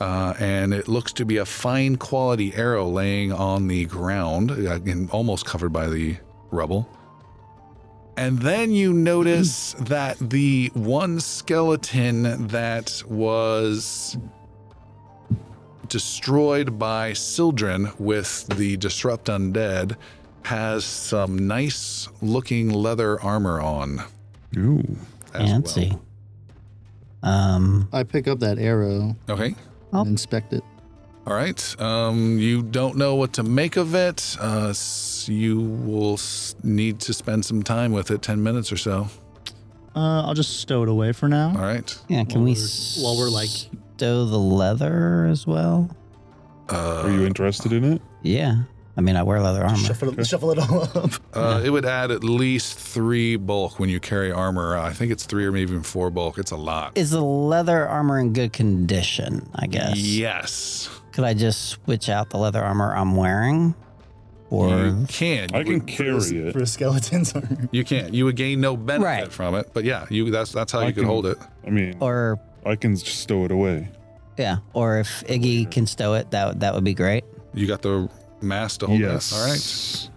S1: Uh, and it looks to be a fine quality arrow laying on the ground, again, almost covered by the rubble. And then you notice that the one skeleton that was destroyed by Sildren with the Disrupt Undead has some nice looking leather armor on.
S6: Ooh.
S1: as
S2: Fancy. Um,
S9: I pick up that arrow
S1: well. Okay.
S9: and inspect it.
S1: All right. Um, you don't know what to make of it. Uh, s- you will s- need to spend some time with it 10 minutes or so.
S3: Uh, I'll just stow it away for now.
S1: All right.
S2: yeah, can we
S3: while we're, like-
S2: stow the leather as well?
S1: Uh,
S6: Are you interested in it?
S2: Yeah, I mean I wear leather armor.
S9: Shuffle, it- shuffle it all up.
S1: Uh, It would add at least three bulk when you carry armor. Uh, I think it's three or maybe even four bulk. It's a lot.
S2: Is the leather armor in good condition? I guess.
S1: Yes.
S2: Could I just switch out the leather armor I'm wearing? Or
S1: you can.
S6: I
S1: You
S6: can
S1: would-
S6: carry it.
S9: For a skeleton's armor.
S1: You can. You would gain no benefit
S2: Right.
S1: from it. But yeah, you that's that's how
S6: I
S1: you could
S6: can-
S1: hold it.
S6: I mean,
S2: or
S6: I can just stow it away.
S2: yeah, or if Iggy can stow it, that that would be great.
S1: You got the mass to hold
S6: yes.
S1: it. All right.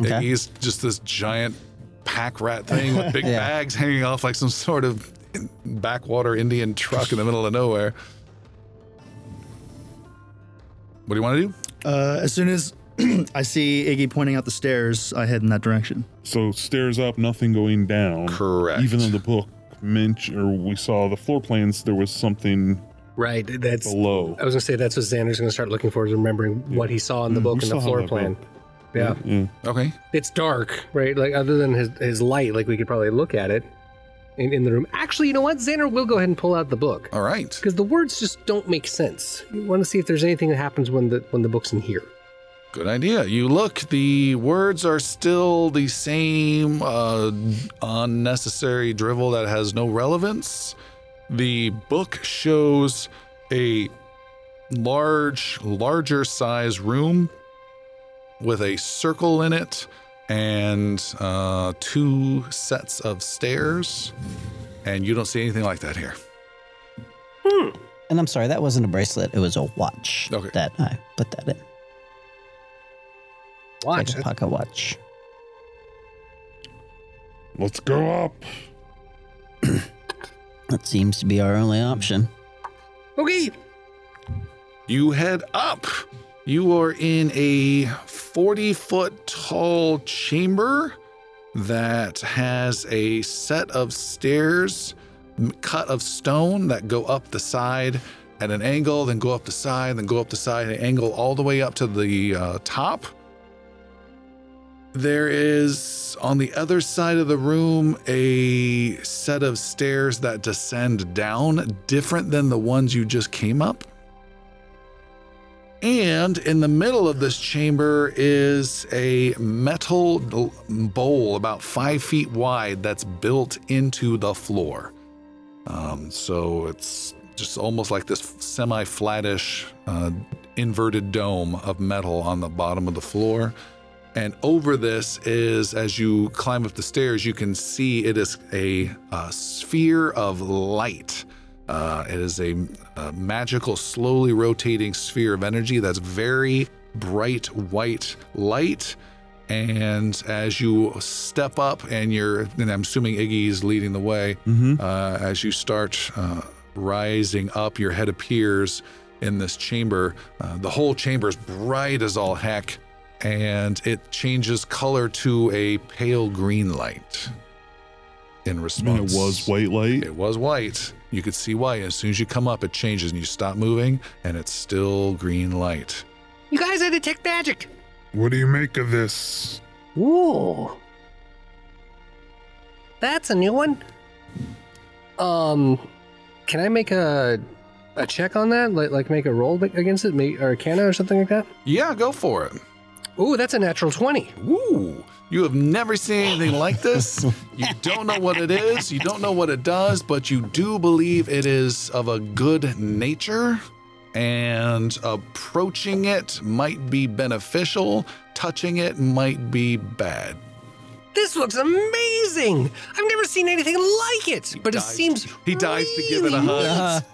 S2: Okay.
S1: He's just this giant pack rat thing with big
S2: Yeah.
S1: bags hanging off like some sort of backwater Indian truck in the middle of nowhere. What do you want to do?
S7: Uh, as soon as I see Iggy pointing out the stairs, I head in that direction.
S6: So stairs up, nothing going down.
S1: Correct.
S6: Even though the book mentioned, or we saw the floor plans, there was something
S4: Right. That's.
S6: below.
S16: I was gonna say that's what Xander's gonna start looking for is remembering what he saw in the
S6: Mm,
S16: book Mm-hmm.
S6: we
S16: and
S6: still
S16: the
S6: have
S16: floor
S6: that
S16: plan.
S6: book.
S16: Yeah.
S6: yeah.
S1: Okay.
S16: It's dark, right? Like other than his, his light, like we could probably look at it in, in the room. Actually, you know what? Xander will go ahead and pull out the book.
S1: All right.
S16: Because the words just don't make sense. You want to see if there's anything that happens when the when the book's in here.
S1: Good idea. You look, the words are still the same uh, unnecessary drivel that has no relevance. The book shows a large, larger size room with a circle in it and uh, two sets of stairs. And you don't see anything like that here.
S2: And I'm sorry, that wasn't a bracelet. It was a watch
S1: Okay.
S2: that I put that in. Watch, like a pocket watch.
S6: Let's go up.
S2: That seems to be our only option.
S16: Okay.
S1: You head up. You are in a 40 foot tall chamber that has a set of stairs m- cut of stone that go up the side at an angle, then go up the side, then go up the side at an angle, all the way up to the uh, top. There is on the other side of the room a set of stairs that descend down, different than the ones you just came up. And in the middle of this chamber is a metal l- bowl about five feet wide that's built into the floor. Um, so it's just almost like this semi flattish uh, inverted dome of metal on the bottom of the floor. And over this is, as you climb up the stairs, you can see it is a, uh sphere of light. Uh, it is a, a magical, slowly rotating sphere of energy that's very bright white light. And as you step up, and you're, and I'm assuming Iggy's leading the way,
S6: Mm-hmm.
S1: uh, as you start uh, rising up, your head appears in this chamber. Uh, the whole chamber is bright as all heck, and it changes color to a pale green light. In
S6: And
S1: response,
S6: it was white light.
S1: It was white. You could see white. As soon as you come up, it changes, and you stop moving, and it's still green light.
S16: You guys had to detect magic.
S5: What do you make of this?
S16: Ooh. That's a new one.
S4: Um, can I make a a check on that? Like, like make a roll against it, make, or Arcana or something like that?
S1: Yeah, go for it.
S4: Ooh, that's a natural twenty.
S1: Woo! You have never seen anything like this. You don't know what it is. You don't know what it does, but you do believe it is of a good nature, and approaching it might be beneficial. Touching it might be bad.
S16: This looks amazing. I've never seen anything like it, but it
S1: dives-
S16: seems
S1: He dives to give it a
S16: really
S1: hug.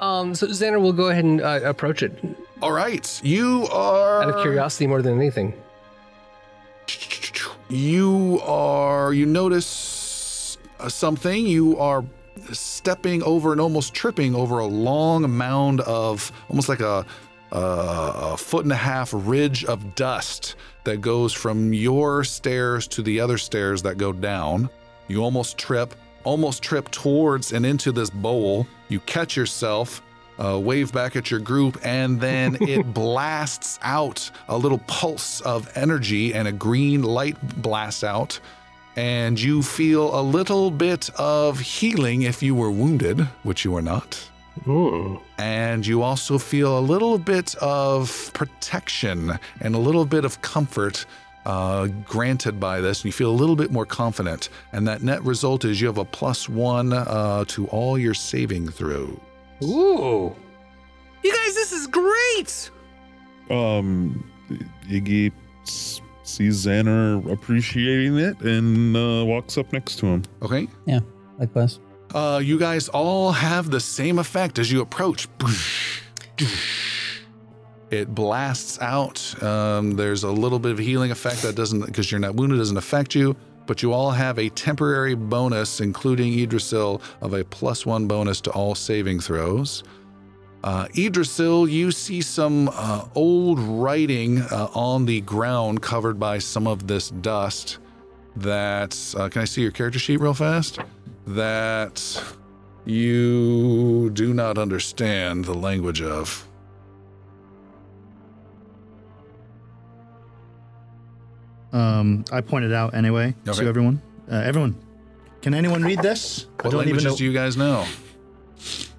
S4: Um, so Xander will go ahead and uh, approach it
S1: All right, you are
S4: out of curiosity more than anything.
S1: You are. You notice uh, something. You are stepping over and almost tripping over a long mound of almost like a, a, a foot and a half ridge of dust that goes from your stairs to the other stairs that go down. You almost trip, almost trip towards and into this bowl. You catch yourself, uh, wave back at your group, and then it blasts out a little pulse of energy and a green light blasts out. And you feel a little bit of healing if you were wounded, which you are not.
S4: Hmm.
S1: And you also feel a little bit of protection and a little bit of comfort uh, granted by this. And you feel a little bit more confident. And that net result is you have a plus one uh, to all your saving throws.
S4: Ooh.
S16: You guys, this is great.
S6: Um, Iggy s- sees Xander appreciating it and uh, walks up next to him.
S1: Okay.
S2: Likewise.
S1: Uh, you guys all have the same effect as you approach. It blasts out. Um, there's a little bit of healing effect that doesn't, because you're not wounded, doesn't affect you. But you all have a temporary bonus, including Idrisil, of a plus one bonus to all saving throws. Uh, Idrisil, you see some uh, old writing uh, on the ground covered by some of this dust. That uh, can I see your character sheet real fast? That you do not understand the language of.
S3: Um, I pointed out anyway
S1: Okay.
S3: to everyone. Uh, everyone, can anyone read this? I
S1: What
S3: don't even
S1: languages
S3: know.
S1: do you guys know?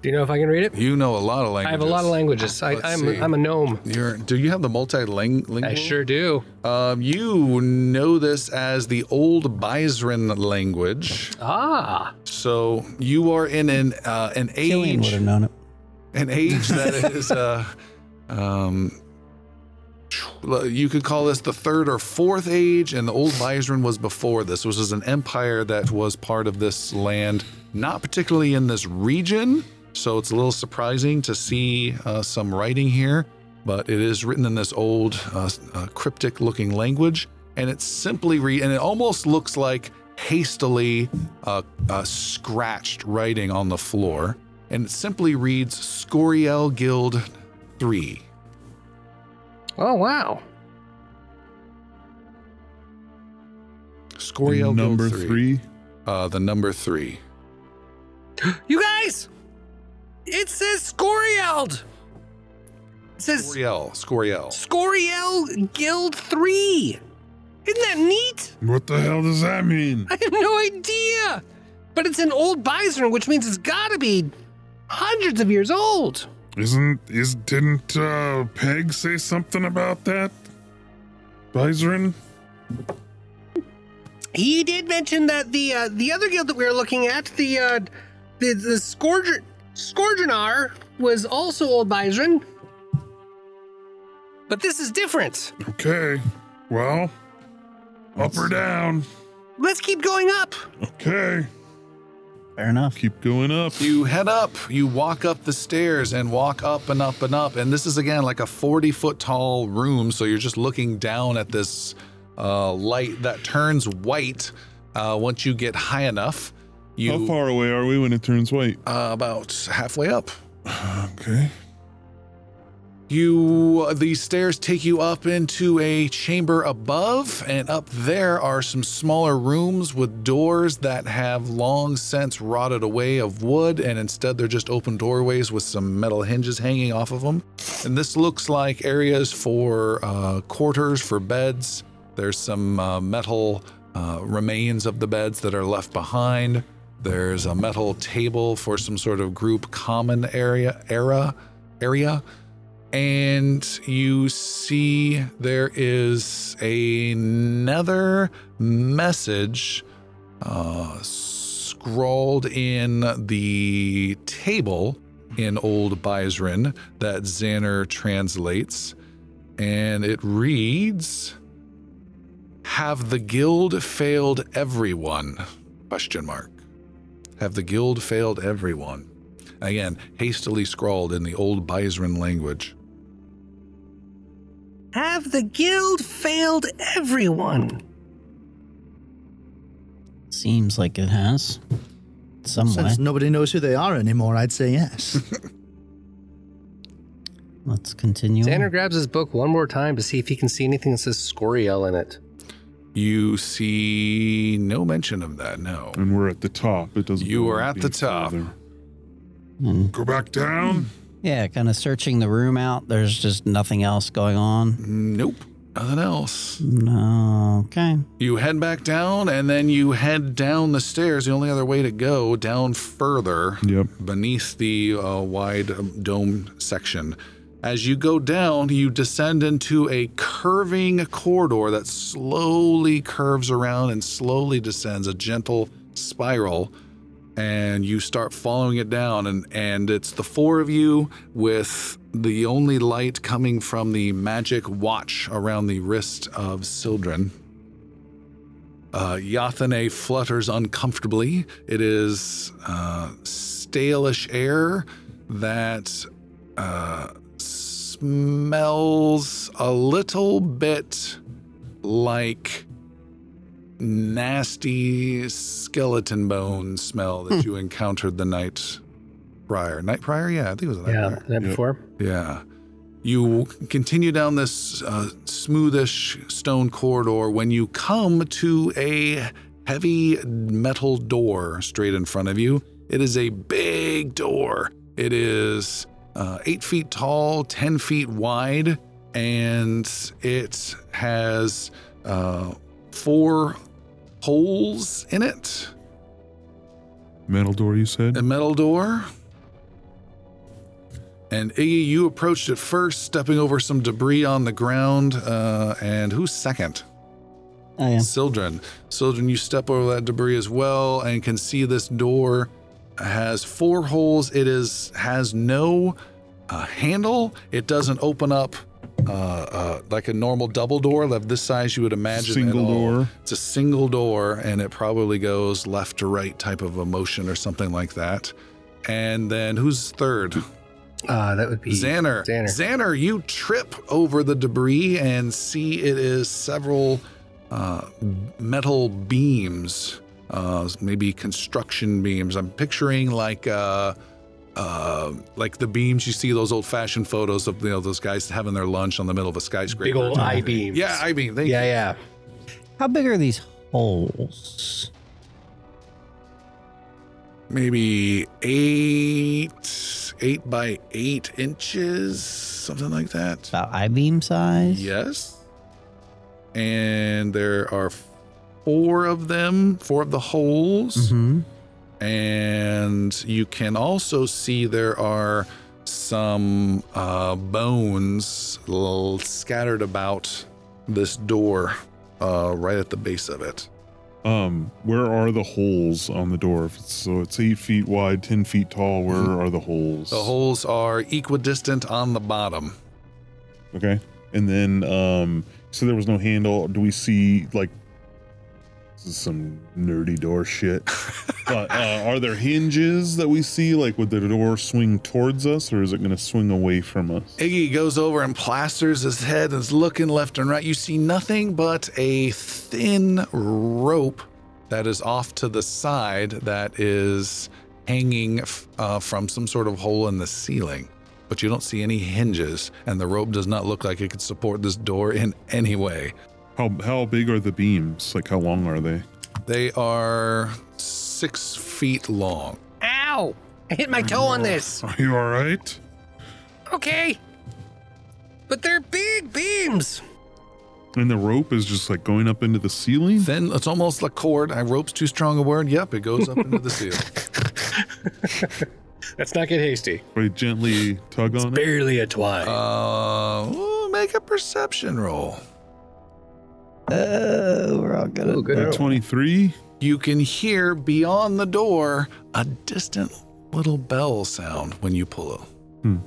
S4: Do you know if I can read it?
S1: You know a lot of languages.
S4: I have a lot of languages. I,
S1: Let's
S4: I'm
S1: see. Mm-hmm.
S4: I'm a gnome.
S1: You're, do you have the multilingual?
S4: I sure do.
S1: Um, you know this as the Old Byzrin language.
S4: Ah.
S1: So you are in an uh, an
S2: Killian would
S1: age
S2: have known it.
S1: an age that is uh, um, you could call this the third or fourth age, and the old Byzrin was before this. This was an empire that was part of this land, not particularly in this region. So it's a little surprising to see uh, some writing here, but it is written in this old uh, uh, cryptic-looking language, and it's simply re- and it almost looks like hastily uh, uh, scratched writing on the floor, and it simply reads Scoriel Guild Three.
S4: Oh wow.
S1: Scoriel Guild
S6: number
S1: three.
S6: three.
S1: Uh, the number three.
S16: You guys, it says Scorield. It says
S1: Scoriel. Scoriel.
S16: Scoriel Guild 3. Isn't that neat?
S5: What the hell does that mean?
S16: I have no idea. But it's an old bison, which means it's gotta be hundreds of years old.
S5: Isn't is didn't uh, Peg say something about that? Byzerin?
S16: He did mention that the uh, the other guild that we were looking at, the uh, the the Scourge Scourgeonar, was also old bison. But this is different.
S5: Okay. Well, up or down?
S16: Let's keep going up.
S5: Okay.
S2: Fair enough.
S6: Keep going up.
S1: You head up, you walk up the stairs and walk up and up and up. And this is again like a 40 foot tall room. So you're just looking down at this uh, light that turns white uh, once you get high enough.
S6: How
S1: You
S6: far away are we when it turns white?
S1: uh, about halfway up.
S6: Okay.
S1: You the stairs take you up into a chamber above, and up there are some smaller rooms with doors that have long since rotted away of wood, and instead they're just open doorways with some metal hinges hanging off of them. And this looks like areas for uh, quarters for beds. There's some uh, metal uh, remains of the beds that are left behind. There's a metal table for some sort of group common area era area and you see there is another message uh, scrawled in the table in Old Byzrin that Xander translates, and it reads: "Have the guild failed everyone?" Question mark. Have the guild failed everyone? Again, hastily scrawled in the Old Byzrin language.
S16: Have the guild failed everyone?
S2: Seems like it has. Some way.
S3: Since nobody knows who they are anymore, I'd say yes.
S2: Let's continue.
S4: Xander grabs his book one more time to see if he can see anything that says Scoriel in it.
S1: You see no mention of that, no.
S6: And we're at the top. It doesn't.
S1: You
S6: go
S1: are at
S6: any
S1: the top.
S6: further.
S2: And,
S5: Go back down.
S2: yeah, kind of searching the room out. There's just nothing else going on.
S1: Nope. Nothing else.
S2: No. Okay.
S1: You head back down and then you head down the stairs. The only other way to go down further
S6: Yep.
S1: beneath the uh, wide um, dome section. As you go down, you descend into a curving corridor that slowly curves around and slowly descends, a gentle spiral. And you start following it down, and, and it's the four of you with the only light coming from the magic watch around the wrist of Sildren. Uh, Yathane flutters uncomfortably. It is uh, staleish air that uh, smells a little bit like nasty skeleton bone smell that you encountered the night prior. Night prior? Yeah, I think it was the night prior.
S4: that before.
S1: Yeah. You continue down this uh, smoothish stone corridor when you come to a heavy metal door straight in front of you. It is a big door. It is uh, eight feet tall, 10 feet wide, and it has uh, four holes in it.
S6: Metal door. You said.
S1: A metal door. And Iggy, you approached it first, stepping over some debris on the ground. Uh, and who's second?
S2: I am.
S1: Sildren. Sildren, you step over that debris as well and can see this door has four holes. It is has no uh, handle. It doesn't open up uh, uh, like a normal double door, like this size you would imagine. at
S6: Single
S1: all.
S6: door.
S1: It's a single door, and it probably goes left to right type of a motion or something like that. And then who's third?
S4: Uh, that would be
S1: Xander.
S4: Xander.
S1: Xander, you trip over the debris and see it is several uh, metal beams, uh, maybe construction beams. I'm picturing like uh, uh, like the beams you see those old fashioned photos of you know those guys having their lunch on the middle of a skyscraper.
S4: big old I beams.
S1: yeah, I mean, they,
S4: yeah, yeah.
S2: How big are these holes?
S1: maybe eight, eight by eight inches, something like that.
S2: About I beam size?
S1: Yes. And there are four of them, four of the holes.
S2: hmm
S1: And you can also see there are some uh, bones l- scattered about this door uh, right at the base of it.
S6: Um, where are the holes on the door? If it's, so it's eight feet wide, ten feet tall. Where
S1: Mm-hmm.
S6: are the holes?
S1: The holes are equidistant on the bottom.
S6: Okay. And then, um, so there was no handle. Do we see like this is some nerdy door shit? but uh, are there hinges that we see? Like, would the door swing towards us, or is it going to swing away from us?
S1: Iggy goes over and plasters his head and is looking left and right. You see nothing but a thin rope that is off to the side that is hanging f- uh, from some sort of hole in the ceiling. But you don't see any hinges, and the rope does not look like it could support this door in any way.
S6: How how big are the beams? Like, how long are they?
S1: They are six feet long.
S16: Ow! I hit my toe on this.
S5: Are you all right?
S16: Okay. But they're big beams.
S6: And the rope is just like going up into the ceiling.
S1: Then it's almost like cord. I rope's too strong a word. Yep, it goes up into the ceiling.
S22: Let's not get hasty.
S6: We gently tug on it.
S22: Barely a twine.
S1: Uh, ooh, make a perception roll.
S2: Oh, we're all good. at-
S6: Like Twenty-three.
S1: you can hear beyond the door a distant little bell sound when you pull it.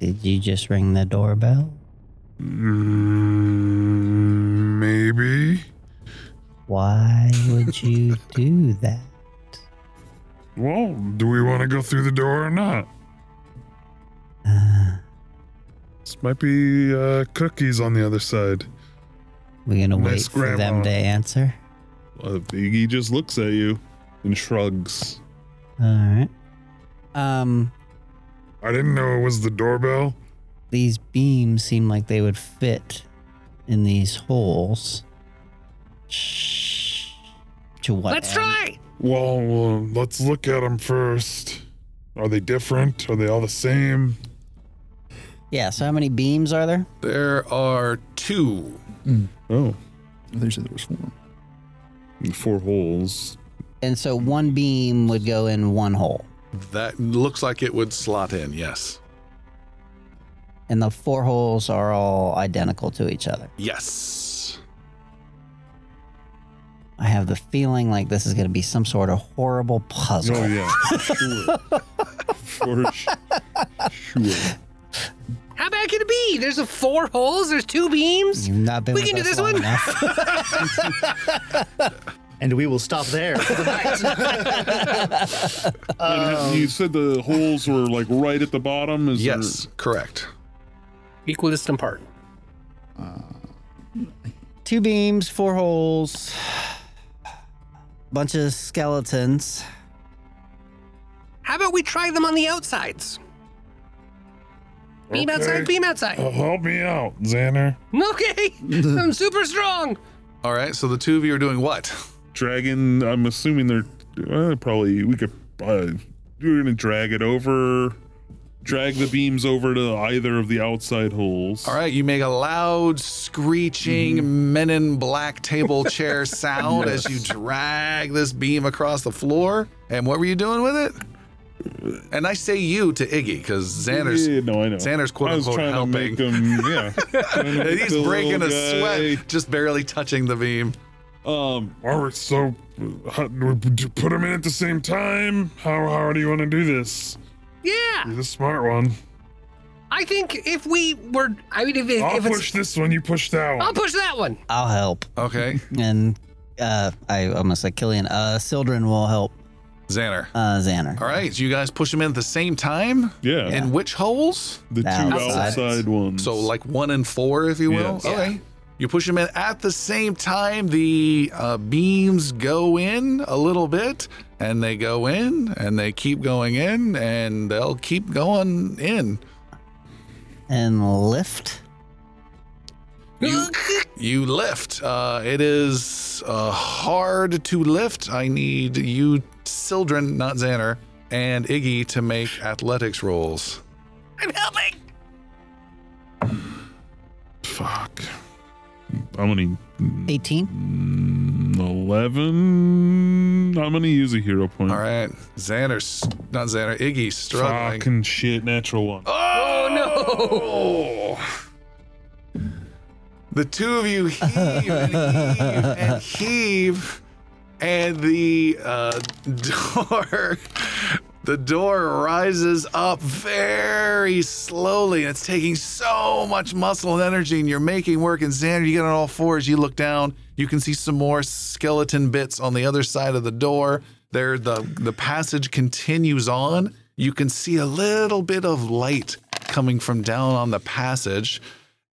S9: Did you just ring the doorbell?
S5: Mm, maybe.
S9: Why would you do that?
S5: Well, do we want to go through the door or not? This might be uh, cookies on the other side.
S9: We're gonna wait
S5: Miss
S9: for them
S5: Grandma.
S9: to answer.
S6: Uh, Iggy just looks at you and shrugs.
S9: All right.
S2: Um,
S5: I didn't know it was the doorbell.
S9: These beams seem like they would fit in these holes. Shh. To what?
S16: Let's
S9: end?
S16: try.
S5: Well, well, let's look at them first. Are they different? Are they all the same?
S2: yeah. So how many beams are there?
S1: There are two.
S6: Oh,
S3: They said there was four.
S6: four holes.
S2: And so one beam would go in one hole,
S1: That looks like it would slot in, yes.
S2: and the four holes are all identical to each other.
S1: Yes.
S2: I have the feeling like this is going to be some sort of horrible puzzle.
S6: Oh yeah, sure. for sh- sure.
S16: How bad can it be? There's a four holes. There's two beams.
S2: You've not been
S16: We
S2: with
S16: can do
S2: us
S16: this
S2: long
S16: one.
S2: enough.
S7: And we will stop there. for the night.
S6: And you said the holes were like right at the bottom. Is there-
S1: Yes, correct.
S4: Equal distant part.
S2: Two beams, four holes, bunch of skeletons.
S16: How about we try them on the outsides? Beam outside, beam outside.
S5: Uh, help me out, Xander.
S16: Okay, I'm super strong.
S1: All right, so the two of you are doing what?
S6: dragon. I'm assuming they're uh, probably we could. Uh, we're gonna drag it over, drag the beams over to either of the outside holes.
S1: All right, you make a loud, screeching, men in black table chair sound as you drag this beam across the floor. And what were you doing with it? And I say you to Iggy because Xander's
S6: Yeah, no, I know.
S1: Xander's quote
S6: I was
S1: unquote
S6: trying
S1: helping.
S6: to make him. Yeah, Trying to
S1: And
S6: make
S1: he's
S6: the
S1: breaking a
S6: little guy-
S1: sweat, just barely touching the beam.
S6: Um,
S5: Are we so. How, do we put them in at the same time? How, how do you want to do this?
S16: Yeah,
S5: You're the smart one.
S16: I think if we were, I mean, if, it-
S5: I'll
S16: if it's,
S5: push this one, you push that
S16: I'll
S5: one.
S16: push that one.
S2: I'll help.
S1: Okay,
S2: And uh, I almost said Killian. Uh, Sildren will help
S1: Xander.
S2: uh, Xander.
S1: All right, so you guys push him in at the same time.
S6: yeah,
S1: In which holes?
S6: the two
S2: Outside.
S6: outside ones.
S1: So like one and four, if you will.
S6: Yes.
S1: Okay. You push them in at the same time. The uh, beams go in a little bit, and they go in, and they keep going in, and they'll keep going in.
S2: And lift.
S1: You lift. Uh, it is uh, hard to lift. I need you, Sildren, not Xander, and Iggy to make athletics rolls.
S16: I'm helping.
S6: fuck. How many?
S2: 18.
S6: Eleven. I'm gonna use a hero point.
S1: All right, Xander, s- not Xander, Iggy struggling.
S6: Fucking shit, natural one.
S1: Oh no! The two of you heave and heave and heave, and the uh, door The door rises up very slowly. It's taking so much muscle and energy, and you're making work. And Xander, you get on all fours. You look down. You can see some more skeleton bits on the other side of the door. There, the the passage continues on. You can see a little bit of light coming from down on the passage.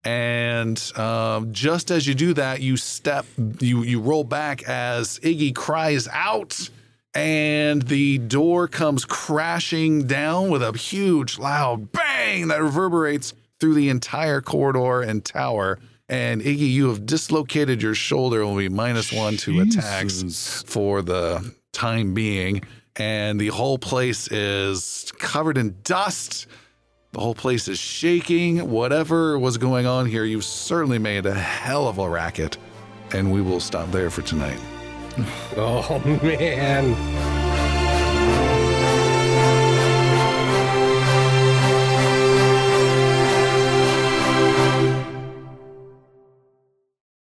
S1: And um, just as you do that, you step, you you roll back as Iggy cries out, and the door comes crashing down with a huge, loud bang that reverberates through the entire corridor and tower. And Iggy, you have dislocated your shoulder. Will be minus one to attacks for the time being, and the whole place is covered in dust. The whole place is shaking. Whatever was going on here, you've certainly made a hell of a racket. And we will stop there for tonight.
S4: Oh, man.